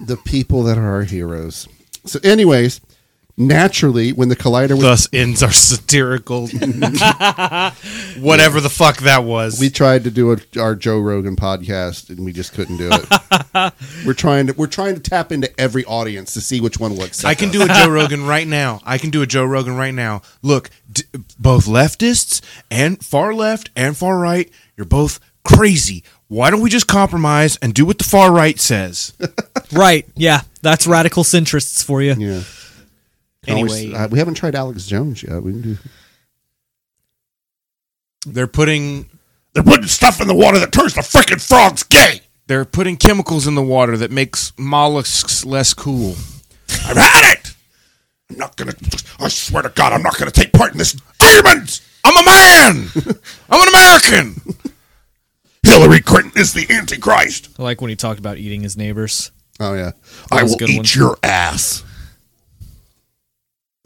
The people that are our heroes. So, anyways, naturally, when the collider was
Thus ends our satirical, whatever the fuck that was.
We tried to do a, our Joe Rogan podcast and we just couldn't do it. we're trying to we're trying to tap into every audience to see which one will accept.
I can do a Joe Rogan right now. I can do a Joe Rogan right now. Look, d- both leftists and far left and far right, you're both crazy. Why don't we just compromise and do what the far right says?
Right, yeah, that's radical centrists for you.
Yeah. Can always-
Anyway.
uh, we haven't tried Alex Jones yet. We can do.
They're putting
They're putting stuff in the water that turns the freaking frogs gay.
they're putting chemicals in the water that makes mollusks less cool.
I've had it. I'm not gonna. I swear to God, I'm not gonna take part in this. Demons! I'm a man.
I'm an American.
Hillary Clinton is the Antichrist.
I like when he talked about eating his neighbors.
Oh yeah.
I
was a
will
good
eat
one.
your ass.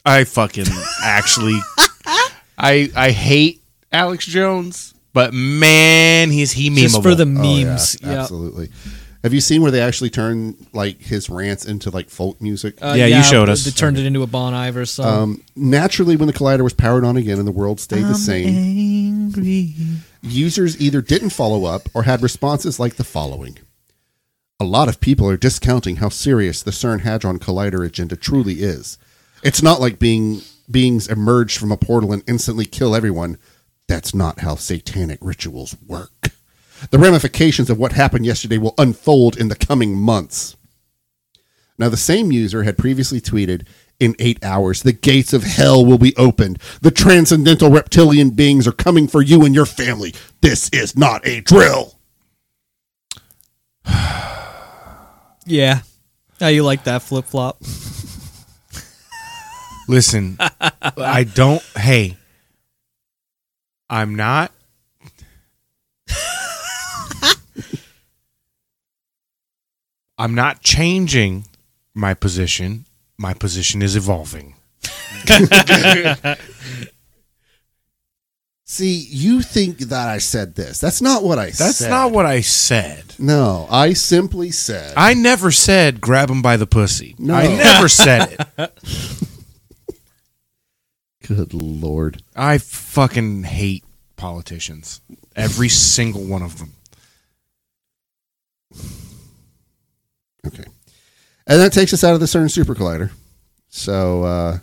I fucking actually I I hate Alex Jones, but man, he's he memeable.
Just for the
Oh, yeah,
memes. yeah.
Absolutely. Have you seen where they actually turn like his rants into like folk music?
Uh,
Yeah, you showed us.
They turned it into a Bon Iver song.
um, naturally, when the collider was powered on again and the world stayed
Um,
the same, users either didn't follow up or had responses like the following. A lot of people are discounting how serious the CERN Hadron Collider agenda truly is. It's not like being beings emerge from a portal and instantly kill everyone. That's not how satanic rituals work. The ramifications of what happened yesterday will unfold in the coming months. Now, the same user had previously tweeted, in eight hours, the gates of hell will be opened. The transcendental reptilian beings are coming for you and your family. This is not a drill.
yeah. How you like that flip flop?
Listen, I don't. Hey, I'm not. I'm not changing my position. My position is evolving.
See, you think that I said this. That's not what I
That's
said.
not what I said.
No, I simply said.
I never said grab him by the pussy.
No.
I never said it.
Good lord.
I fucking hate politicians. Every single one of them.
Okay. And that takes us out of the CERN Super Collider. So, uh,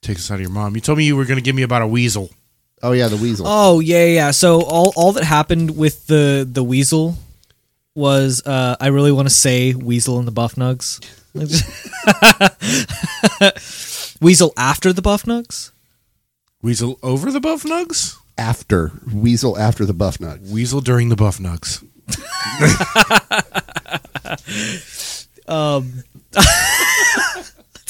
Take us out of your mom. You told me you were going to give me about a weasel.
oh yeah, the weasel.
Oh yeah, yeah. So all all that happened with the the weasel was uh, I really want to say weasel and the buff nugs. weasel after the buff nugs.
Weasel over the buff nugs?
After weasel after the buff nut.
Weasel during the buff nugs.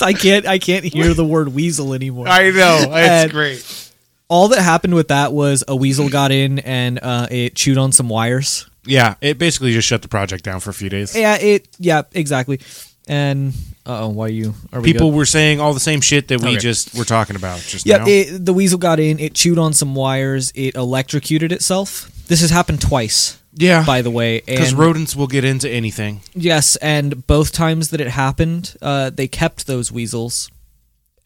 I can't I can't hear the word weasel anymore.
know. It's
And-
great.
all that happened with that was a weasel got in and uh, it chewed on some wires.
Yeah, it basically just shut the project down for a few days.
Yeah, it. Yeah, exactly. And uh oh, why are you? Are we
People
good?
were saying all the same shit that we
Okay.
just were talking about just
Yeah,
now.
it, the weasel got in. It chewed on some wires. It electrocuted itself. This has happened twice,
yeah,
by the way.
because
and-
rodents will get into anything.
Yes, and both times that it happened, uh, they kept those weasels,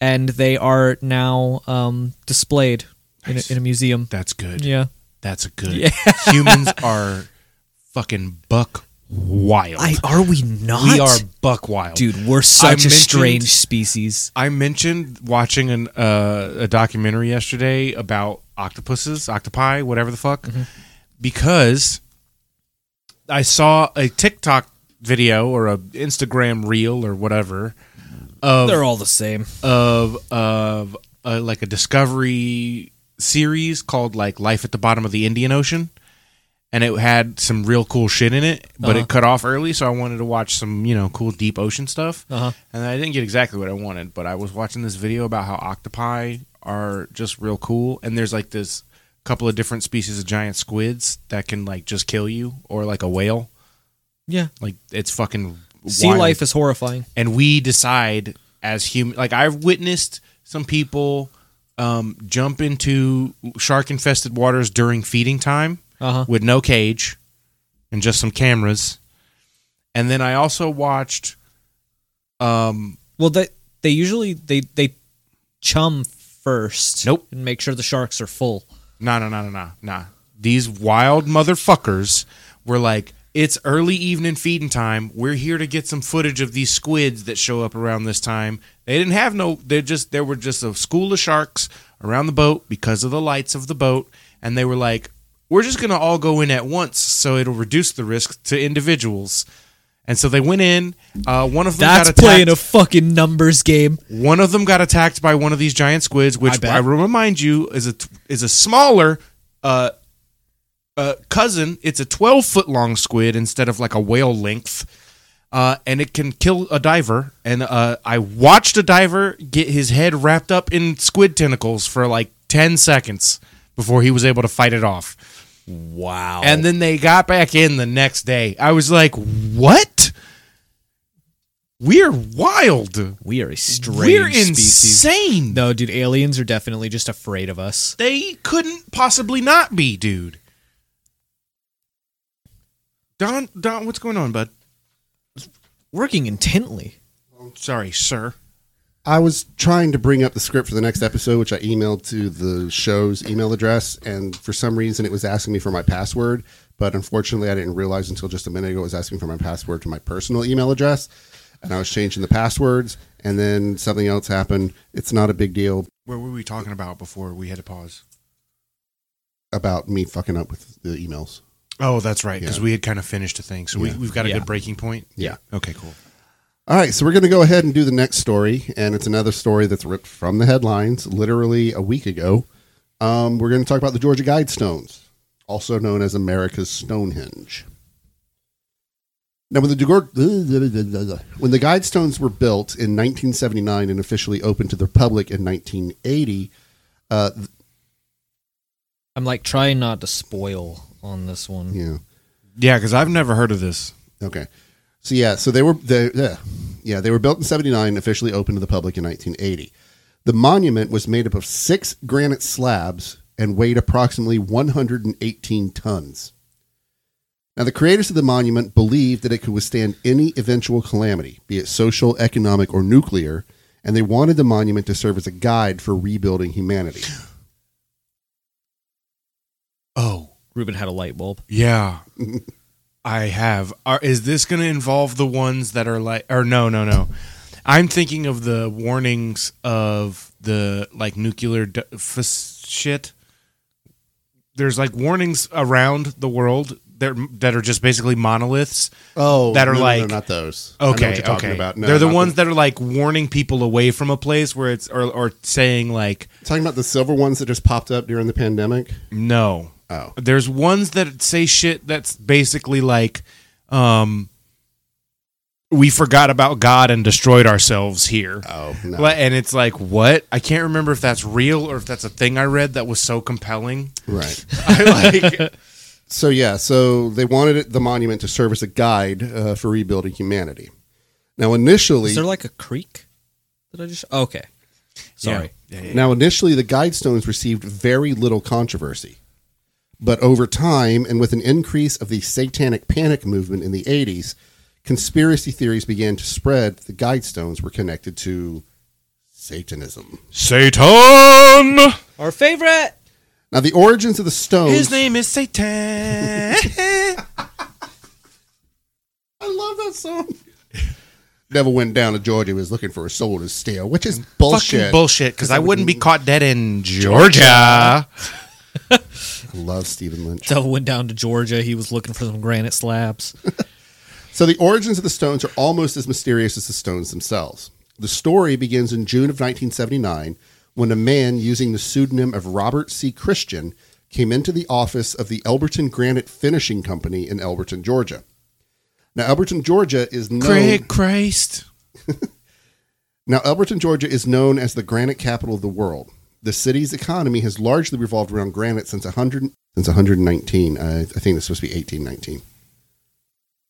and they are now um, displayed in a, in a museum.
That's good.
Yeah,
That's a good. Humans are fucking buck wild.
I, are we not?
we are buck wild,
dude. We're such a
mentioned-
strange species.
I mentioned watching an, uh, a documentary yesterday about octopuses, octopi, whatever the fuck, because I saw a TikTok video or a Instagram reel or whatever
They're all the same.
of of uh, like a discovery series called like Life at the Bottom of the Indian Ocean, and it had some real cool shit in it, but
Uh-huh.
it cut off early, so I wanted to watch some you know cool deep ocean stuff,
Uh-huh.
and I didn't get exactly what I wanted, but I was watching this video about how octopi are just real cool, and there's like this couple of different species of giant squids that can like just kill you or like a whale
Yeah,
like it's fucking
sea
wild
life is horrifying.
and we decide as human like i've witnessed some people um, jump into shark infested waters during feeding time
Uh huh.
with no cage and just some cameras and then i also watched um
Well, they they usually they they chum first.
Nope.
and make sure the sharks are full.
no no no no no no these wild motherfuckers were like it's early evening feeding time we're here to get some footage of these squids that show up around this time they didn't have no they just there were just a school of sharks around the boat because of the lights of the boat and they were like we're just going to all go in at once so it'll reduce the risk to individuals and so they went in uh, one of them
That's
got attacked.
playing a fucking numbers game.
One of them got attacked by one of these giant squids,
I
which
bet.
I, will remind you is a is a smaller uh, uh, cousin. It's a twelve foot long squid instead of like a whale length, uh, and it can kill a diver. And uh, I watched a diver get his head wrapped up in squid tentacles for like ten seconds before he was able to fight it off.
Wow.
And then they got back in the next day. I was like, "What? We're wild."
we are a strange
We're
species.
insane.
No, dude, aliens are definitely just afraid of us.
They couldn't possibly not be, dude. Don, Don, what's going on, bud?
Working intently.
Sorry, sir.
I was trying to bring up the script for the next episode, which I emailed to the show's email address, and for some reason it was asking me for my password. But unfortunately, I didn't realize until just a minute ago it was asking for my password to my personal email address, and I was changing the passwords, and then something else happened. It's not a big deal
What were we talking about before we had to pause?
about me fucking up with the emails.
Oh, that's right, because
Yeah.
we had kind of finished a thing, so we,
Yeah.
we've got a
Yeah.
good breaking point.
Yeah.
Okay, cool.
All right, so we're going to go ahead and do the next story, and it's another story that's ripped from the headlines literally a week ago. Um, we're going to talk about the Georgia Guidestones, also known as America's Stonehenge. Now, when the, Degor- when the Guidestones were built in 1979 and officially opened to the public in 1980, uh,
I'm like trying not to spoil on this one.
yeah,
Yeah, because I've never heard of this.
Okay. So yeah, so they were they yeah, yeah, they were built in 79 officially opened to the public in 1980. The monument was made up of 6 granite slabs and weighed approximately 118 tons. Now the creators of the monument believed that it could withstand any eventual calamity, be it social, economic, or nuclear, and they wanted the monument to serve as a guide for rebuilding humanity.
Oh,
Ruben had a light bulb.
yeah. I have. Are, is this going to involve the ones that are like, or no, no, no. I'm thinking of the warnings of the like nuclear d- f- shit. There's like warnings around the world that that are just basically monoliths.
Oh,
That are
no, no, no,
like-
not those. I know what
Okay,
you're talking
okay.
about. No,
They're the
not
ones that are like warning people away from a place where it's or or saying like
talking about the silver ones that just popped up during the pandemic.
no.
Oh.
There's ones that say shit that's basically like, um, we forgot about God and destroyed ourselves here.
Oh, no.
Like- And it's like, what? I can't remember if that's real or if that's a thing I read that was so compelling.
Right.
I like,
So yeah, so they wanted it, the monument to serve as a guide uh, for rebuilding humanity. Now, initially,
Is there like a creek? Did I just? Okay. Sorry.
Yeah. Yeah, yeah.
Now, initially, the Guidestones received very little controversy. But over time, and with an increase of the satanic panic movement in the 80s, conspiracy theories began to spread that the Guidestones were connected to Satanism.
Satan.
Our favorite.
Now, the origins of the stones.
His name is Satan.
I love that song. Devil went down to Georgia, and was looking for a soul to steal, which is bullshit.
Fucking bullshit. Because I wouldn't be caught dead in Georgia.
I love Stephen Lynch.
Devil went down to Georgia. He was looking for some granite slabs.
So the origins of the stones are almost as mysterious as the stones themselves. The story begins in June of 1979 when a man using the pseudonym of Robert C. Christian came into the office of the Elberton Granite Finishing Company in Elberton, Georgia. Now Elberton, Georgia is known
Craig Christ.
Now Elberton, Georgia is known as the granite capital of the world. The city's economy has largely revolved around granite since 100 since 119. I, I think it's supposed to be 1819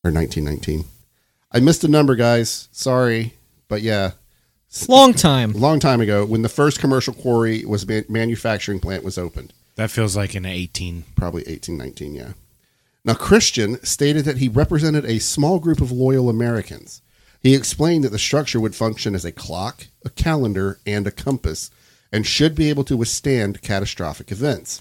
or 1919. I missed a number, guys. Sorry, but yeah,
Long time.
a long time ago when the first commercial quarry was man- manufacturing plant was opened
That feels like an 18.
probably 1819 yeah now christian stated that he represented a small group of loyal americans he explained that the structure would function as a clock a calendar and a compass and should be able to withstand catastrophic events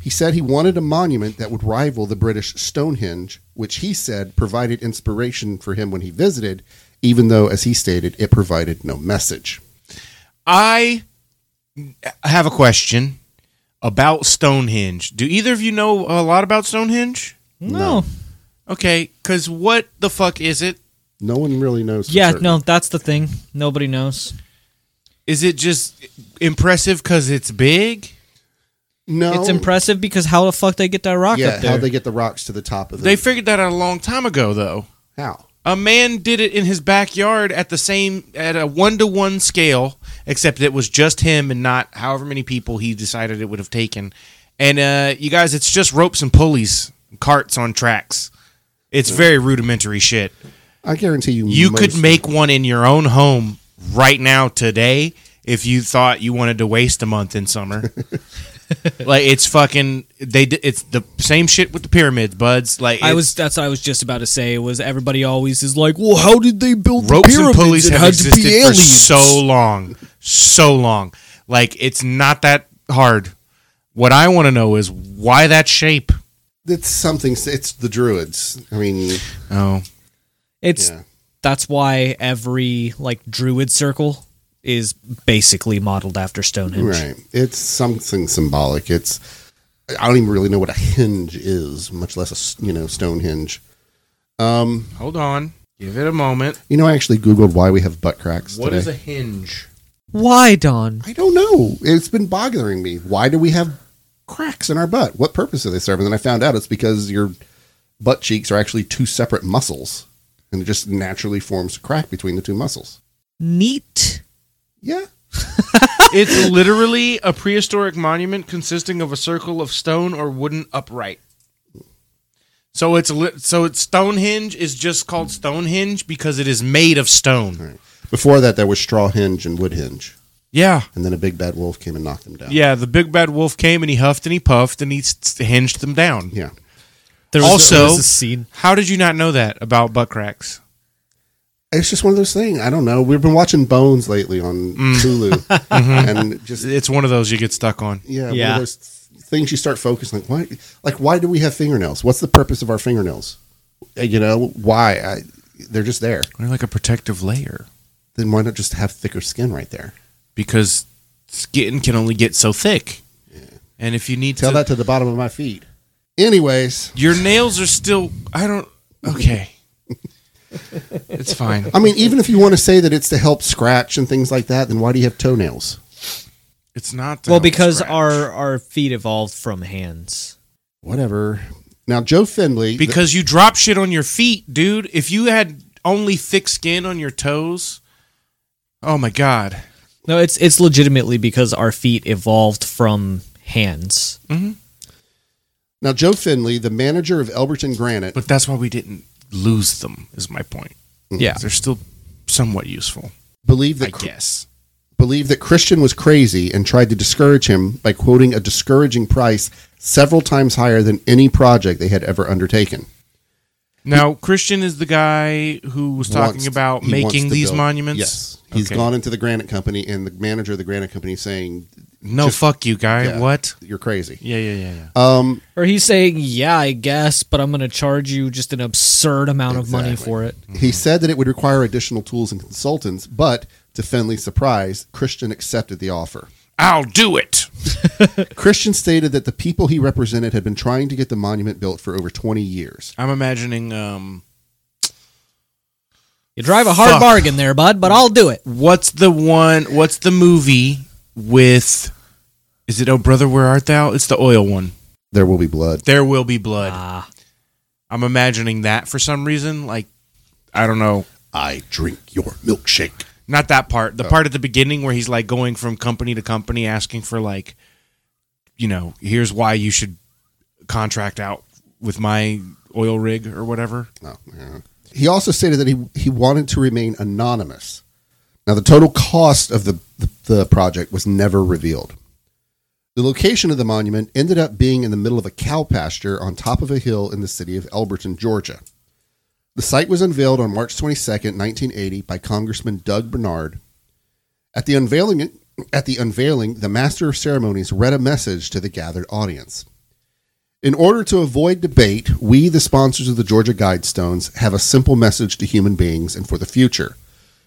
he said he wanted a monument that would rival the british stonehenge which he said provided inspiration for him when he visited even though as he stated it provided no message
I have a question about Stonehenge. Do either of you know a lot about Stonehenge?
No.
Okay, because what the fuck is it?
no one really knows for
Yeah.
certain.
No, that's the thing. Nobody knows.
Is it just impressive because it's big?
no
It's impressive because how the fuck they get that rock
yeah,
up there?
how they get the rocks to the top of the
They figured that out a long time ago, though.
how?
A man did it in his backyard at the same at a one to one scale, except it was just him and not however many people he decided it would have taken. And uh, you guys, it's just ropes and pulleys, carts on tracks. It's very rudimentary shit.
I guarantee you,
You
most-
could make one in your own home right now today if you thought you wanted to waste a month in summer. like it's fucking they di- it's the same shit with the pyramids, buds. Like
I
it's-
was. That's what I was just about to say. Was everybody always is like, well, how did they build the
ropes and
pyramids?
pulleys
It
have
had to be
existed for
aliens."
so long, so long. Like it's not that hard. What I want to know is why that shape.
It's something. It's the druids. I mean,
Oh,
It's
Yeah.
that's why every like druid circle is basically modeled after Stonehenge.
right? It's something symbolic. It's I don't even really know what a hinge is, much less a s- you know Stonehenge.
hold on, give it a moment.
You know, I actually googled why we have butt cracks
What
today.
is a hinge?
Why, Don?
I don't know. It's been bothering me. Why do we have cracks in our butt? What purpose are they serving? And I found out it's because your butt cheeks are actually two separate muscles, and it just naturally forms a crack between the two muscles.
Neat.
Yeah.
It's literally a prehistoric monument consisting of a circle of stone or wooden upright. So it's li- so it's Stonehenge is just called Stonehenge because it is made of stone.
Before that, there was straw hinge and wood hinge,
Yeah.
and then a big bad wolf came and knocked them down.
Yeah, the big bad wolf came and he huffed and he puffed and he s- hinged them down.
yeah.
There
Also-
there was a scene.
How did you not know that about butt cracks?
It's just one of those things. I don't know. We've been watching Bones lately on Hulu, and just
It's one of those you get stuck on.
yeah, one
Yeah.
of those things you start focusing. Like why? Like why do we have fingernails? What's the purpose of our fingernails? Uh, You know why? I, they're just there.
They're like a protective layer
Then why not just have thicker skin right there?
because skin can only get so thick. And if you need
Tell
to,
that to the bottom of my feet. Anyways,
your nails are still. I don't. Okay, it's fine.
I mean, even if you want to say that it's to help scratch and things like that, then why do you have toenails?
It's not. the
Well,
help
because
scratch.
our our feet evolved from hands.
Whatever. Now, Joe Finley.
because you drop shit on your feet, dude. If you had only thick skin on your toes, oh my god.
No, it's it's legitimately because our feet evolved from hands.
now, Joe Finley, the manager of Elberton Granite.
But that's why we didn't lose them. Is my point.
Yeah.
They're still somewhat useful,
Believe
I
that cr-
guess.
believe that Christian was crazy and tried to discourage him by quoting a discouraging price several times higher than any project they had ever undertaken.
Now, Christian is the guy who was talking
wants-
about
he wants
making
to
these
build-
monuments.
Yes, he's
Okay.
gone into the granite company, and the manager of the granite company saying,
No,
Just-
fuck you, guy.
yeah,
What?
"You're crazy."
Yeah, yeah, yeah, yeah.
Um,
Or he's saying, yeah, I guess, but I'm going to charge you just an absurd amount of money
Exactly.
for it.
Mm-hmm.
he said that it would require additional tools and consultants, but to Finley's surprise, Christian accepted the offer.
I'll do it.
Christian stated that the people he represented had been trying to get the monument built for over 20 years.
I'm imagining um
You drive a hard
Fuck.
bargain there, bud, but I'll do it.
what's the one what's the movie with is it Oh Brother Where Art Thou? It's the oil one.
There will be blood.
There will be blood.
Ah.
I'm imagining that for some reason. Like I don't know.
I drink your milkshake.
Not that part.
Oh.
The part at the beginning where he's like going from company to company asking for like you know, here's why you should contract out with my oil rig or whatever.
Oh, yeah. He also stated that he, he wanted to remain anonymous. Now, the total cost of the, the, the project was never revealed. The location of the monument ended up being in the middle of a cow pasture on top of a hill in the city of Elberton, Georgia. The site was unveiled on March 22nd, 1980, by Congressman Doug Bernard. At the unveiling, at the unveiling, the master of ceremonies read a message to the gathered audience. In order to avoid debate, we, the sponsors of the Georgia Guidestones, have a simple message to human beings and for the future.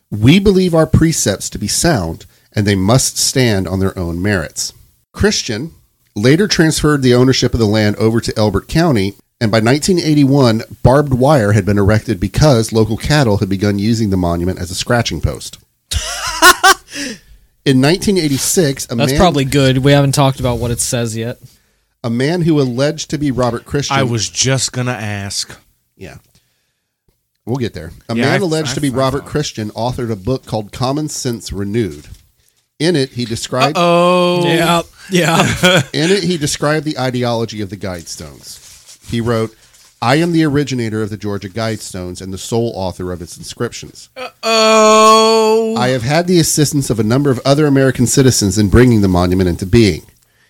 We believe our precepts to be sound, and they must stand on their own merits. Christian later transferred the ownership of the land over to Elbert County, and by 1981, barbed wire had been erected because local cattle had begun using the monument as a scratching post. In 1986, a
That's
man,
probably good. We haven't talked about what it says yet.
a man who alleged to be Robert Christian.
I was just gonna ask.
Yeah. We'll get there. A
Yeah,
man
I-
alleged
I-
to be
I
Robert
thought-
Christian authored a book called Common Sense Renewed. In it, he described
Oh
Yeah. Yeah.
in it he described the ideology of the Guidestones. He wrote, "I am the originator of the Georgia Guidestones and the sole author of its inscriptions.
Oh
I have had the assistance of a number of other American citizens in bringing the monument into being.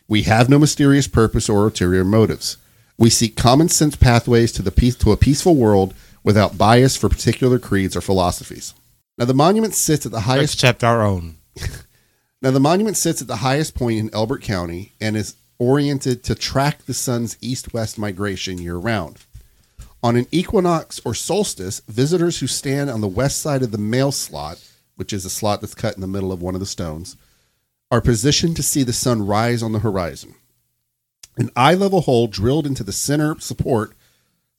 We have no mysterious purpose or ulterior motives. We seek common sense pathways to the peace, to a peaceful world without bias for particular creeds or philosophies. Now the monument sits at the highest
except our own.
now, the monument sits at the highest point in Elbert County and is oriented to track the sun's east west migration year round. On an equinox or solstice, visitors who stand on the west side of the mail slot, which is a slot that's cut in the middle of one of the stones, are positioned to see the sun rise on the horizon. An eye level hole drilled into the center support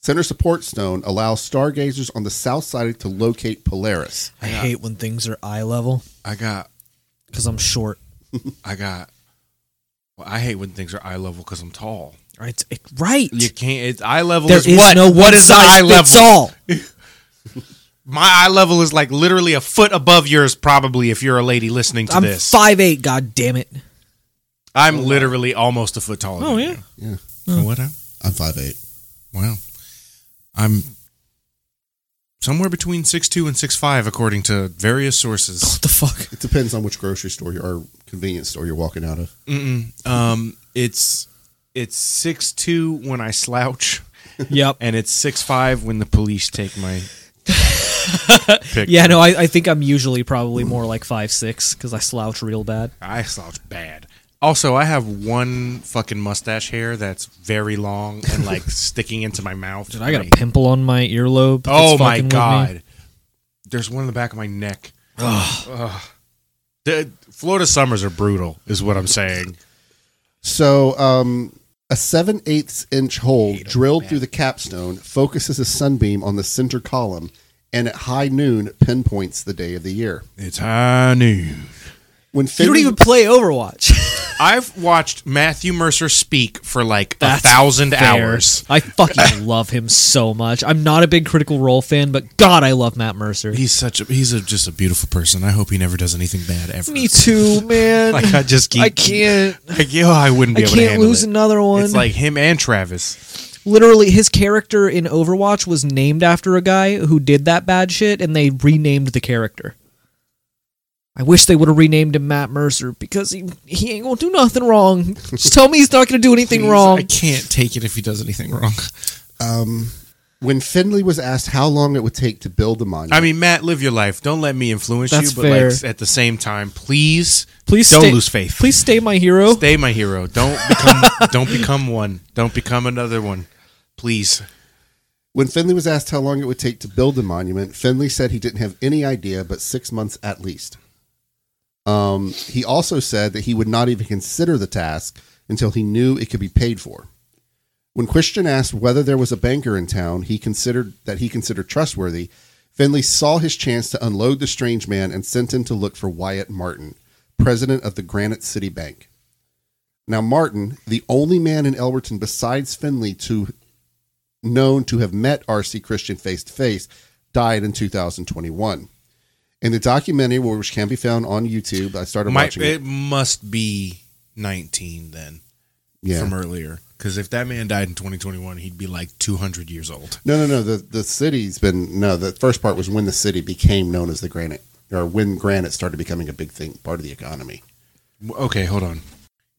center support stone allows stargazers on the south side to locate Polaris.
I hate when things are eye level
I got,
because I'm short.
I got. Well, I hate when things are eye level because I'm tall.
Right. It- Right.
You can't. It's eye level
There
is what?
no one
what is
size
eye
fits
level?
all.
My eye level is like literally a foot above yours, probably. If you're a lady listening to
I'm
this,
five eight. God damn it.
I'm literally almost a foot
Oh,
taller. than you.
Yeah.
So what? I'm,
I'm five eight.
wow, I'm somewhere between six two and six five, according to various sources.
What the fuck?
It depends on which grocery store you- or convenience store you're walking out of.
Mm-mm. Um, it's it's six two when I slouch.
Yep.
and it's six five when the police take my picture.
Yeah. No. I, I think I'm usually probably more like five six because I slouch real bad.
I slouch bad. Also, I have one fucking mustache hair that's very long and like sticking into my mouth.
Dude, I got a pimple on my earlobe. that's
oh my
fucking with me.
god! There's one in the back of my neck. Ugh. The Florida summers are brutal, is what I'm saying.
So, um, a seven eighths inch hole drilled through the capstone focuses a sunbeam on the center column, and at high noon pinpoints the day of the year.
It's high noon.
When
You don't
Finley,
even play Overwatch.
I've watched Matthew Mercer speak for like
That's
a thousand
fair.
hours.
I fucking love him so much. I'm not a big Critical Role fan, but God, I love Matt Mercer.
He's such a he's a, just a beautiful person. I hope he never does anything bad ever.
Me too, man.
Like I just keep
I can't.
Like, yo, I wouldn't be
I
able to
can't
handle
lose
it.
another one.
It's like him and Travis.
literally his character in Overwatch was named after a guy who did that bad shit, and they renamed the character. I wish they would have renamed him Matt Mercer because he, he ain't gonna do nothing wrong. Just tell me he's not gonna do anything
I
wrong.
can't take it if he does anything wrong.
um, When Finley was asked how long it would take to build the monument,
I mean, Matt, live your life. Don't let me influence
That's
you, but
fair.
like at the same time, please,
Please
don't
stay-
lose faith.
Please stay my hero.
stay my hero. Don't become don't become one. Don't become another one. Please.
When Finley was asked how long it would take to build the monument, Finley said he didn't have any idea, but six months at least. Um, he also said that he would not even consider the task until he knew it could be paid for. When Christian asked whether there was a banker in town, he considered that he considered trustworthy. Finley saw his chance to unload the strange man and sent him to look for Wyatt Martin, president of the Granite City Bank. Now, Martin, the only man in Elberton besides Finley to known to have met R.C. Christian face to face, died in 2021. In the documentary, which can be found on YouTube, I started
My,
watching it.
it must be 19 then
Yeah.
from earlier. Because if that man died in 2021, he'd be like 200 years old.
No, no, no. The the city's been no. The first part was when the city became known as the Granite, or when granite started becoming a big thing, part of the economy.
W- Okay, hold on.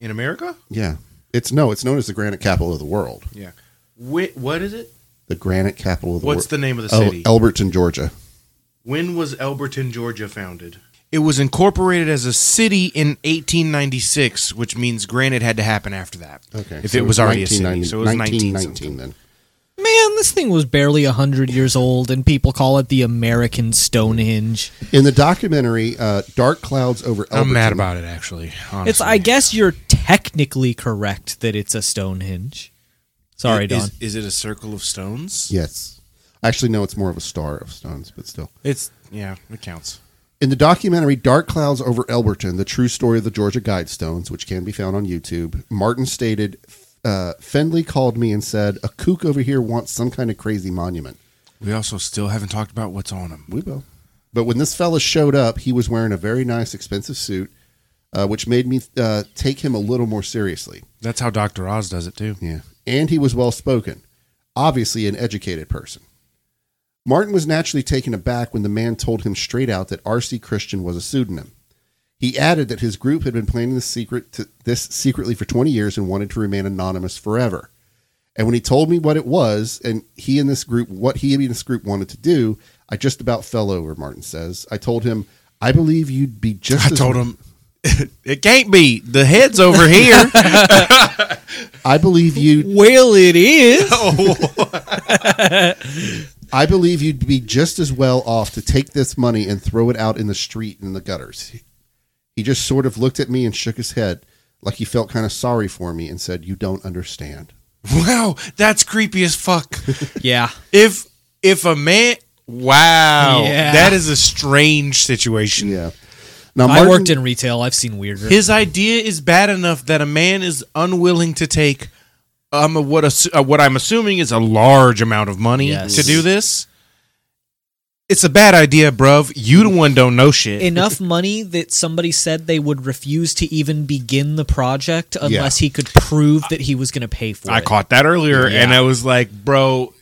In America?
Yeah, it's no. It's known as the Granite Capital of the world.
Yeah. Wh- what is it?
The Granite Capital of the
What's
world.
the name of the
oh,
city?
Elberton, Georgia.
When was Elberton, Georgia founded? It was incorporated as a city in 1896, which means Granite had to happen after that. If
so
it was already a city.
1990
So it was 19.
1919 then.
Man, this thing was barely 100 years old, and people call it the American Stonehenge.
In the documentary, uh, dark clouds over. Elberton,
I'm mad about it, actually. Honestly.
It's, I guess you're technically correct that it's a Stonehenge. Sorry, Don.
Is, is it a circle of stones?
Yes, actually, no. It's more of a star of stones, but still.
It's yeah, it counts.
In the documentary Dark Clouds Over Elberton, the true story of the Georgia Guidestones, which can be found on YouTube, Martin stated, uh, Fendley called me and said, A kook over here wants some kind of crazy monument.
We also still haven't talked about what's on them.
We will. But when this fella showed up, he was wearing a very nice, expensive suit, uh, which made me uh, take him a little more seriously.
That's how Dr. Oz does it too.
Yeah. And he was well spoken, obviously an educated person. Martin was naturally taken aback when the man told him straight out that R.C. Christian was a pseudonym. He added that his group had been planning the secret to this secretly for 20 years and wanted to remain anonymous forever. And when he told me what it was and he and this group what he and this group wanted to do, I just about fell over, Martin says. I told him, I believe you'd be just
I
as
told him it can't be. The head's over here.
I believe you'd
well, it is.
Oh.
I believe you'd be just as well off to take this money and throw it out in the street in the gutters. He just sort of looked at me and shook his head, like he felt kind of sorry for me, and said, "You don't understand."
wow, that's creepy as fuck.
Yeah.
If if a man wow,
Yeah.
that is a strange situation.
Yeah. Now
I worked in retail. I've seen weirder.
Uh, His idea is bad enough that a man is unwilling to take um what assu- uh, what I'm assuming is a large amount of money
Yes.
to do this. It's a bad idea, bruv. You the one don't know shit.
Enough money that somebody said they would refuse to even begin the project unless he could prove that he was going to pay for
I
it.
caught that earlier,
Yeah.
and I was like, bro.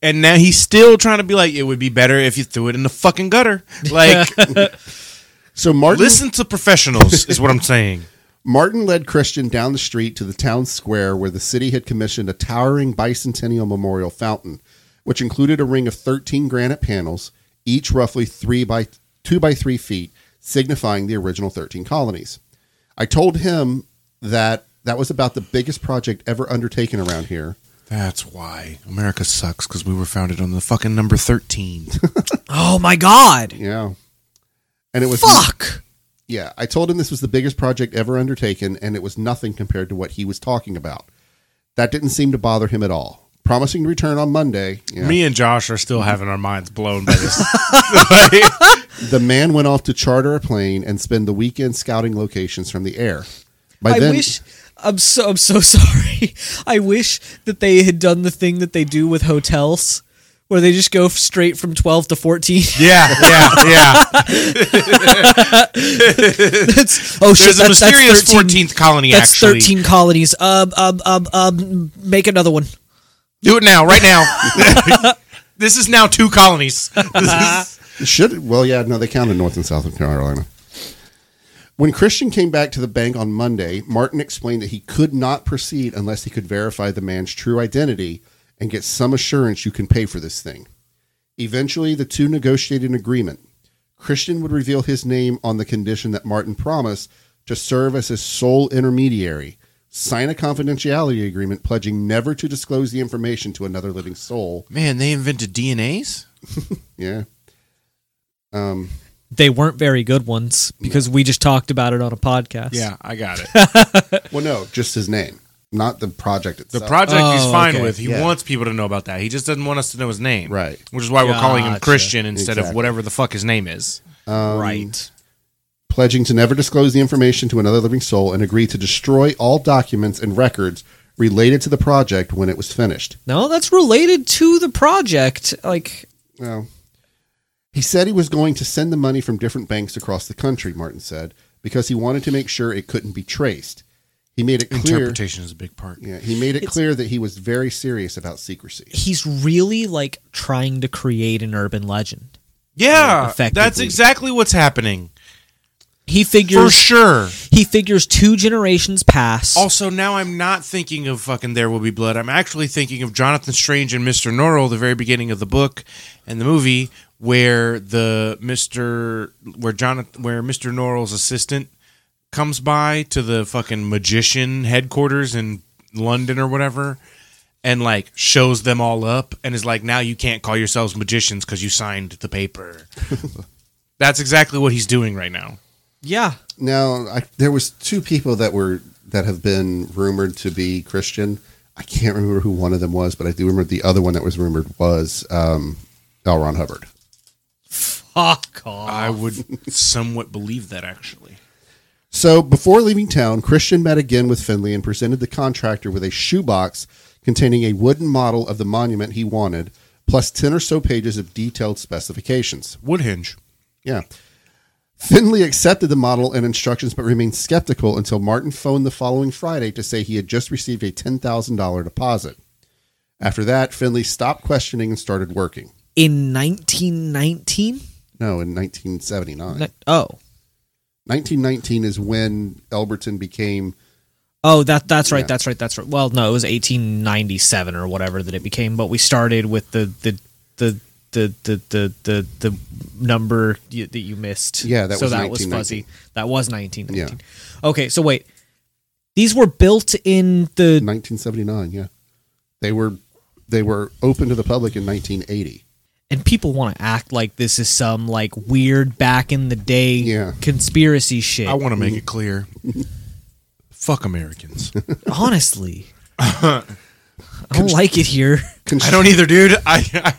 And now he's still trying to be like, it would be better if you threw it in the fucking gutter. Like,
so Martin
listen to professionals, is what I'm saying.
Martin led Christian down the street to the town square where the city had commissioned a towering bicentennial memorial fountain, which included a ring of 13 granite panels, each roughly 3 by 2 by 3 feet, signifying the original 13 colonies. I told him that that was about the biggest project ever undertaken around here.
That's why America sucks because we were founded on the fucking number 13.
Oh my god!
Yeah. And it was
Fuck!
Yeah, I told him this was the biggest project ever undertaken, and it was nothing compared to what he was talking about. That didn't seem to bother him at all. Promising to return on Monday, yeah,
Me and Josh are still having our minds blown by this.
the man went off to charter a plane and spend the weekend scouting locations from the air. By
I
then,
wish. I'm so I'm so sorry. I wish that they had done the thing that they do with hotels, where they just go straight from 12 to 14.
yeah, yeah, yeah.
That's- oh shit!
There's a
That's, that's
mysterious
13.
14th colony,
That's
actually.
13 colonies. Um, um, um, um. Make another one.
Do it now, right now. this is now two colonies.
Should well, yeah, no, they counted North and South Carolina. When Christian came back to the bank on Monday, Martin explained that he could not proceed unless he could verify the man's true identity and get some assurance you can pay for this thing. Eventually, the two negotiated an agreement. Christian would reveal his name on the condition that Martin promised to serve as his sole intermediary, sign a confidentiality agreement pledging never to disclose the information to another living soul.
Man, they invented DNAs?
Yeah.
They weren't very good ones because we just talked about it on a podcast.
I got it.
Well, no, just his name, not the project
The
itself.
project he's
Oh,
fine
okay,
with. He
yeah.
wants people to know about that. He just doesn't want us to know his name.
Right.
Which is why we're calling him
Gotcha.
Christian instead of
Exactly.
whatever the fuck his name is.
Um, right.
pledging to never disclose the information to another living soul and agree to destroy all documents and records related to the project when it was finished.
No, that's related to the project. Like,
Well, he said he was going to send the money from different banks across the country, Martin said, because he wanted to make sure it couldn't be traced. He made it clear
Interpretation is a big part.
yeah, he made it clear that he was very serious about secrecy.
he's really like trying to create an urban legend.
Yeah, that's
effectively.
exactly what's happening.
He
For
figures
sure.
he figures two generations pass.
Also, now I'm not thinking of fucking There Will Be Blood. I'm actually thinking of Jonathan Strange and Mr. Norrell, the very beginning of the book and the movie, where the Mr. where Jonathan where Mr. Norrell's assistant comes by to the fucking magician headquarters in London or whatever, and like shows them all up and is like, now you can't call yourselves magicians because you signed the paper. That's exactly what he's doing right now.
yeah.
Now, I, there was two people that were that have been rumored to be Christian. I can't remember who one of them was, but I do remember the other one that was rumored was um, L. Ron Hubbard.
Fuck off.
I would somewhat believe that actually.
So before leaving town, Christian met again with Finley and presented the contractor with a shoebox containing a wooden model of the monument he wanted, plus ten or so pages of detailed specifications.
Woodhinge.
Yeah. Finley accepted the model and instructions, but remained skeptical until Martin phoned the following Friday to say he had just received a $10,000 deposit. After that, Finley stopped questioning and started working.
In 1919?
No, in 1979.
Ni- Oh.
1919 is when Elberton became.
Oh, that that's right. That's right. That's right. Well, no, it was 1897 or whatever that it became, but we started with the the the the the the the, the number you, that you missed.
Yeah, that
so
was
that was
1919.
fuzzy. That was 1919. Okay, so wait. These were built in the
1979, yeah. They were they were open to the public in 1980.
and people want to act like this is some like weird back in the day
Yeah.
conspiracy shit.
I want to make it clear. Fuck Americans.
Honestly. I don't like it here.
I don't either, dude. I, I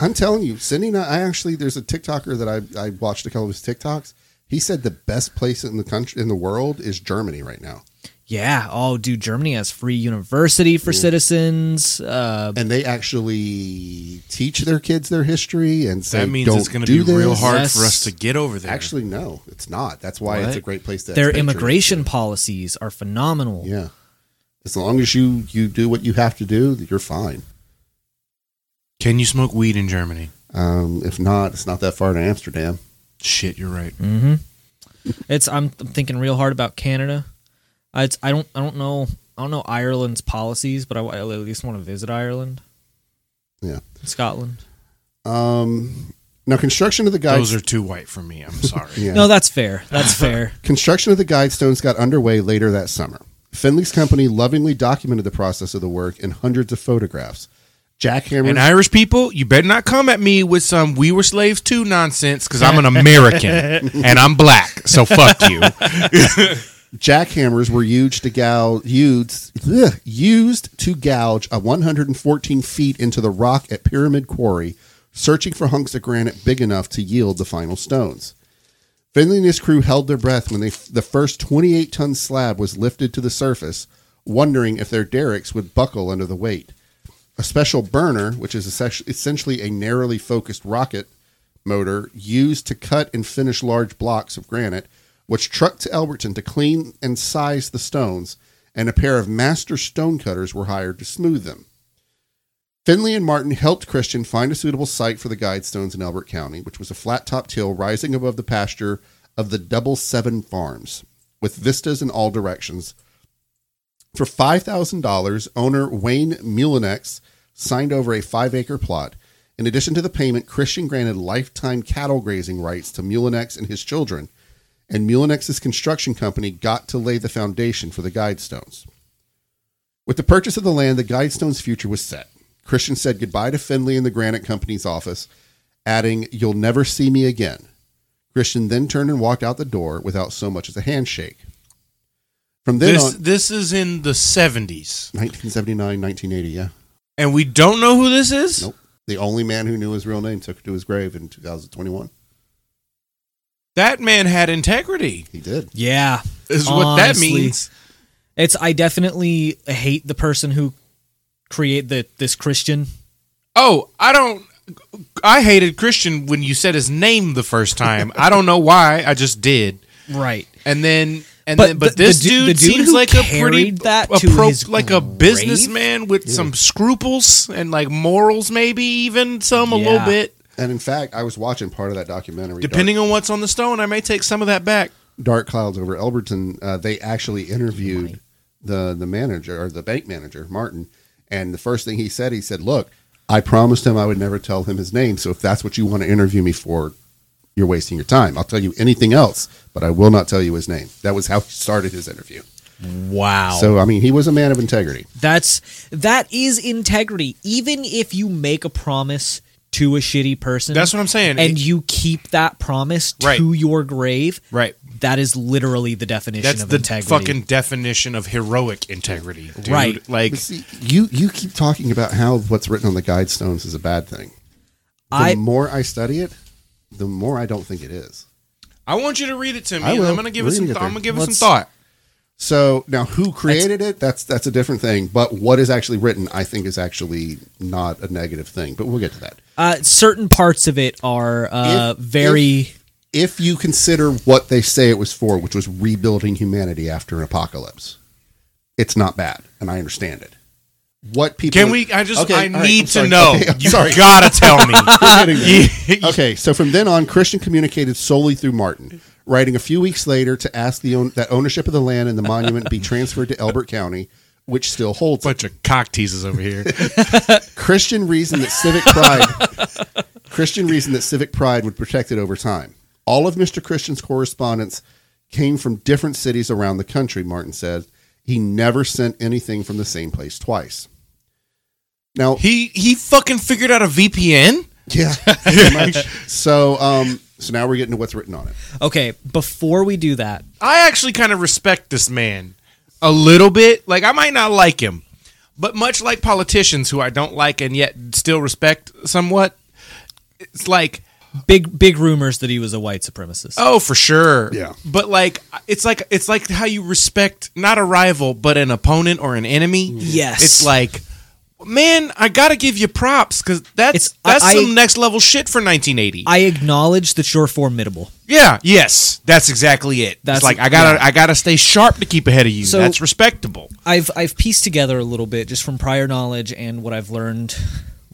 I'm telling you, Cindy and I, I actually there's a TikToker that I, I watched a couple of his TikToks. He said the best place in the country in the world is Germany right now.
Yeah. Oh, dude, Germany has free university for citizens. Uh,
And they actually teach their kids their history and say
that means
don't
it's going to
do
be real
this."
hard
Yes.
for us to get over there.
Actually, no, it's not. That's why it's
What?
a great place to
their
expatriate.
immigration policies are phenomenal.
Yeah. As long as you you do what you have to do, you're fine.
can you smoke weed in Germany?
Um, if not, it's not that far to Amsterdam.
Shit, you're right.
It's I'm, I'm thinking real hard about Canada. I, it's, I don't I don't know I don't know Ireland's policies, but I, I at least want to visit Ireland,
Yeah.
Scotland.
Um, now construction of the guide.
Those are too white for me. I'm sorry.
Yeah.
No, that's fair. That's fair.
Construction of the Guidestones got underway later that summer. Finley's company lovingly documented the process of the work in hundreds of photographs. Jackhammers.
And Irish people, you better not come at me with some "we were slaves too" nonsense because I'm an American and I'm black. So fuck you.
jackhammers were used to gouge used, ugh, used to gouge a 114 feet into the rock at Pyramid Quarry, searching for hunks of granite big enough to yield the final stones. Finley and his crew held their breath when they, the first 28 ton slab was lifted to the surface, wondering if their derricks would buckle under the weight. A special burner, which is essentia- essentially a narrowly focused rocket motor used to cut and finish large blocks of granite, was trucked to Elberton to clean and size the stones, and a pair of master stone cutters were hired to smooth them. Finley and Martin helped Christian find a suitable site for the guidestones in Albert County, which was a flat topped hill rising above the pasture of the Double Seven Farms with vistas in all directions. For $5,000, owner Wayne Mulinex signed over a five acre plot. In addition to the payment, Christian granted lifetime cattle grazing rights to Mulinex and his children, and Mulinex's construction company got to lay the foundation for the Guidestones. With the purchase of the land, the Guidestones' future was set. Christian said goodbye to Finley in the Granite Company's office, adding, You'll never see me again. Christian then turned and walked out the door without so much as a handshake. From then
This
on,
this is in the seventies,
1979, 1980, yeah.
and we don't know who this is.
Nope. The only man who knew his real name took it to his grave in 2021.
That man had integrity.
He did.
Yeah.
Is what that
Honestly.
means.
It's I definitely hate the person who create the this Christian.
Oh, I don't. I hated Christian when you said his name the first time. I don't know why. I just did.
Right.
And then and
But
then but
the-
this
the du-
dude,
the dude
seems
who
like a pretty
carried that
a
to his
like a
grave?
businessman with some scruples and like morals maybe even some a little
Yeah.
bit.
And in fact, I was watching part of that documentary.
Depending on what's on the stone, I may take some of that back.
Dark, Dark Clouds over Elberton, uh, they actually interviewed the the manager or the bank manager, Martin. And the first thing he said, he said, "Look, I promised him I would never tell him his name. So if that's what you want to interview me for, you're wasting your time. I'll tell you anything else, but I will not tell you his name." That was how he started his interview.
Wow.
So I mean, he was a man of integrity.
That's that is integrity. Even if you make a promise to a shitty person,
That's what I'm saying.
and you keep that promise to
Right.
your grave,
Right.
That is literally the definition
That's
of
the
integrity.
fucking definition of heroic integrity, dude.
Right.
Like
But see, you you keep talking about how what's written on the guidestones is a bad thing. The
I
more I study it, the more I don't think it is.
I want you to read it to me.
I
and
will.
I'm gonna give it
Read
some.
it
Th- I'm
there.
gonna give it some
Let's-
thought.
So now, who created it? That's that's a different thing. But what is actually written, I think, is actually not a negative thing. But we'll get to that.
uh, certain parts of it are uh,
If-
very.
If you consider what they say it was for, which was rebuilding humanity after an apocalypse, it's not bad, and I understand it. What people
Can we? I just.
Okay,
I
all right,
need
I'm
to
sorry.
know.
Okay, I'm
you
sorry.
gotta tell me.
We're getting there. okay, so from then on, Christian communicated solely through Martin, writing a few weeks later to ask the own, that ownership of the land and the monument be transferred to Elbert County, which still holds. it.
Bunch of cock teasers over here.
Christian reasoned that civic pride. Christian reasoned that civic pride would protect it over time. All of Mr. Christian's correspondence came from different cities around the country. Martin said he never sent anything from the same place twice. Now
He he fucking figured out a VPN.
Yeah. pretty much. So um so now we're getting to what's written on it.
Okay, before we do that,
I actually kind of respect this man a little bit. Like I might not like him, but much like politicians who I don't like and yet still respect somewhat, it's like
big big rumors that he was a white supremacist.
oh for sure.
Yeah.
But like it's like it's like how you respect not a rival but an opponent or an enemy.
Yes.
It's like man, I gotta give you props because that's
It's- I-
that's some
I-
next level shit for 1980.
I acknowledge that you're formidable.
Yeah. Yes. That's exactly it.
That's-
That's like I gotta I gotta stay sharp to keep ahead of you.
So-
that's respectable.
I've I've pieced together a little bit just from prior knowledge and what I've learned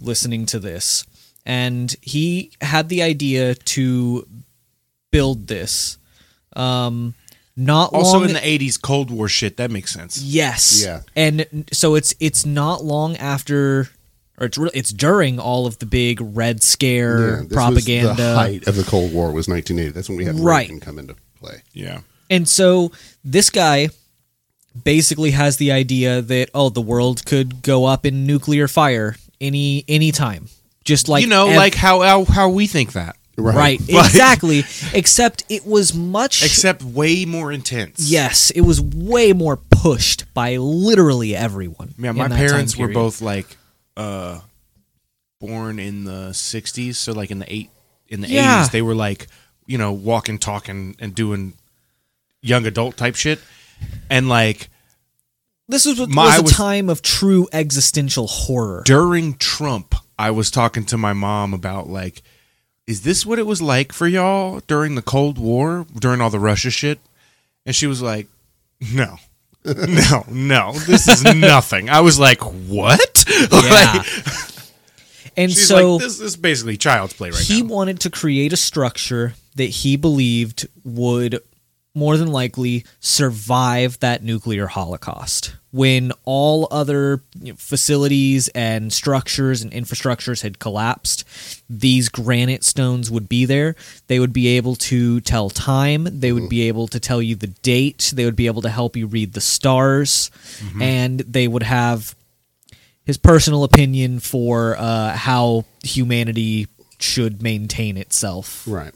listening to this. And he had the idea to build this. Um not
Also
long
in the eighties Cold War shit. That makes sense.
Yes.
Yeah.
And so it's it's not long after or it's re- it's during all of the big red scare
Yeah, this
propaganda
Was the height of the Cold War was 1980. That's when we had
Right.
Reagan come into play.
Yeah.
And so this guy basically has the idea that oh the world could go up in nuclear fire any any time. Just like
you know,
ev-
like how, how how we think that,
right, exactly. Except it was much
except way more intense.
yes, it was way more pushed by literally everyone.
Yeah.
in
My
that time
parents were
period.
both like, uh, born in the sixties, so like in the eight in the eighties,
Yeah.
they were like, you know, walking, talking, and doing young adult type shit, and like
This was,
My-
was
I
a
was-
time of true existential horror.
during Trump, I was talking to my mom about like, is this what it was like for y'all during the Cold War, during all the Russia shit? And she was like, no. no, no, this is nothing. I was like, "What?"
Yeah.
Like,
And
She's
so
like, this, this is basically child's play right
he
now.
wanted to create a structure that he believed would more than likely survive that nuclear holocaust when all other you know, facilities and structures and infrastructures had collapsed these granite stones would be there they would be able to tell time they would be able to tell you the date they would be able to help you read the stars
Mm-hmm.
and they would have his personal opinion for uh, how humanity should maintain itself.
Right.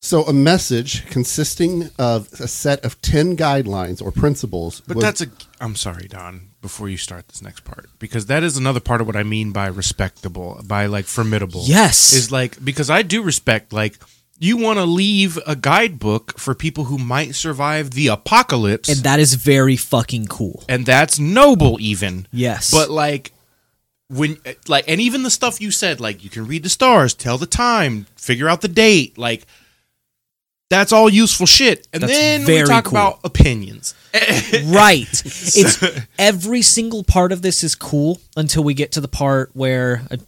So a message consisting of a set of 10 guidelines or principles.
But
was-
that's a. I'm sorry, Don. Before you start this next part, because that is another part of what I mean by respectable, by like formidable.
Yes.
is like because I do respect like you want to leave a guidebook for people who might survive the apocalypse,
And
and,
that is very fucking cool.
that's noble even.
Yes.
but like when like and even the stuff you said like you can read the stars tell the time figure out the date like that's all useful shit and
That's
then we
very
talk
cool.
about opinions
right. It's every single part of this is cool until we get to the part where uh,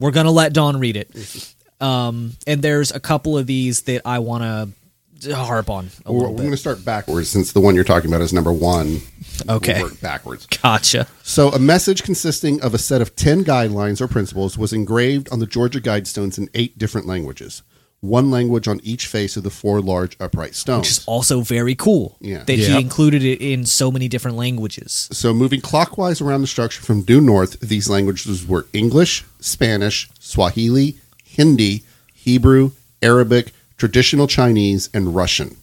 we're going to let Don read it.
Mm-hmm.
Um, and there's a couple of these that I want to harp on a
We're,
little
we're
bit.
going to start backwards since the one you're talking about is number one.
Okay.
We'll work backwards.
Gotcha.
So, a message consisting of a set of 10 guidelines or principles was engraved on the Georgia Guidestones in eight different languages, one language on each face of the four large upright stones.
Which is also very cool
Yeah.
that
Yeah.
he included it in so many different languages.
so, moving clockwise around the structure from due north, these languages were English, Spanish, Swahili, Hindi, Hebrew, Arabic, traditional Chinese, and Russian.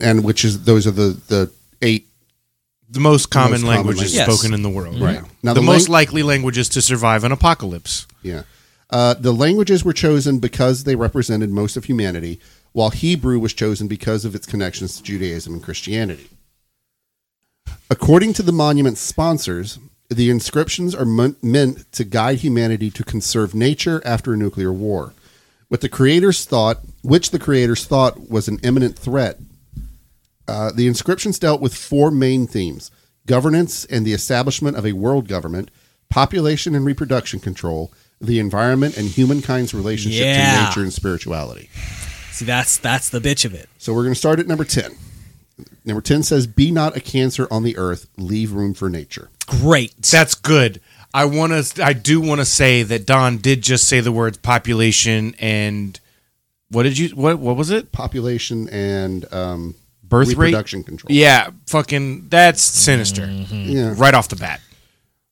And which is those are the, the eight
the most common
common
languages
language.
spoken in the world
Right. Now,
now
the
the,
lang-
most likely languages to survive an apocalypse
Yeah. Uh, the languages were chosen because they represented most of humanity, while Hebrew was chosen because of its connections to Judaism and Christianity. According to the monument's sponsors, the inscriptions are mon- meant to guide humanity to conserve nature after a nuclear war, with the creators thought, which the creators thought was an imminent threat. Uh, the inscriptions dealt with four main themes: governance and the establishment of a world government, population and reproduction control, the environment, and humankind's relationship
Yeah.
to nature and spirituality.
See, that's that's the bitch of it.
So we're going to start at number ten. Number ten says, "Be not a cancer on the earth; leave room for nature."
Great.
that's good i want to i do want to say that don did just say the words population and what did you what what was it
population and um,
birth rate
reproduction control.
yeah fucking that's sinister
Mm-hmm.
Yeah.
right off the bat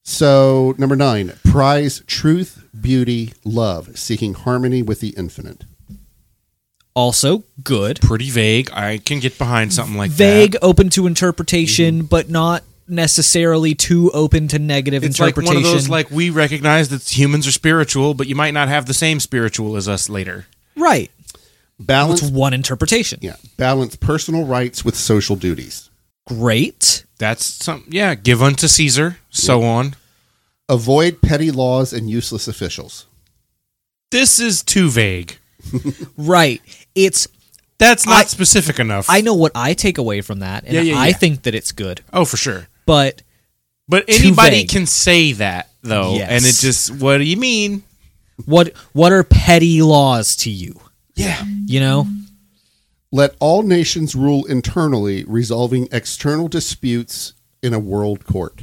So number nine, prize truth, beauty, love, seeking harmony with the infinite.
also good.
pretty vague. I can get behind something like
vague,
that.
open to interpretation,
Mm-hmm.
but not necessarily too open to negative
It's like
interpretation.
one of those like we recognize that humans are spiritual, but you might not have the same spiritual as us later.
right. It's
Balance,
one interpretation.
yeah, balance personal rights with social duties.
Great.
That's some yeah. Give unto Caesar, so on.
Avoid petty laws and useless officials.
This is too vague.
Right. It's
That's not
I-
specific enough.
I know what I take away from that and
Yeah, yeah,
I
yeah.
think that it's good.
oh, for sure.
But
But anybody
vague.
can say that though,
Yes.
and it just what do you mean?
what what are petty laws to you?
Yeah,
You know?
Let all nations rule internally, resolving external disputes in a world court.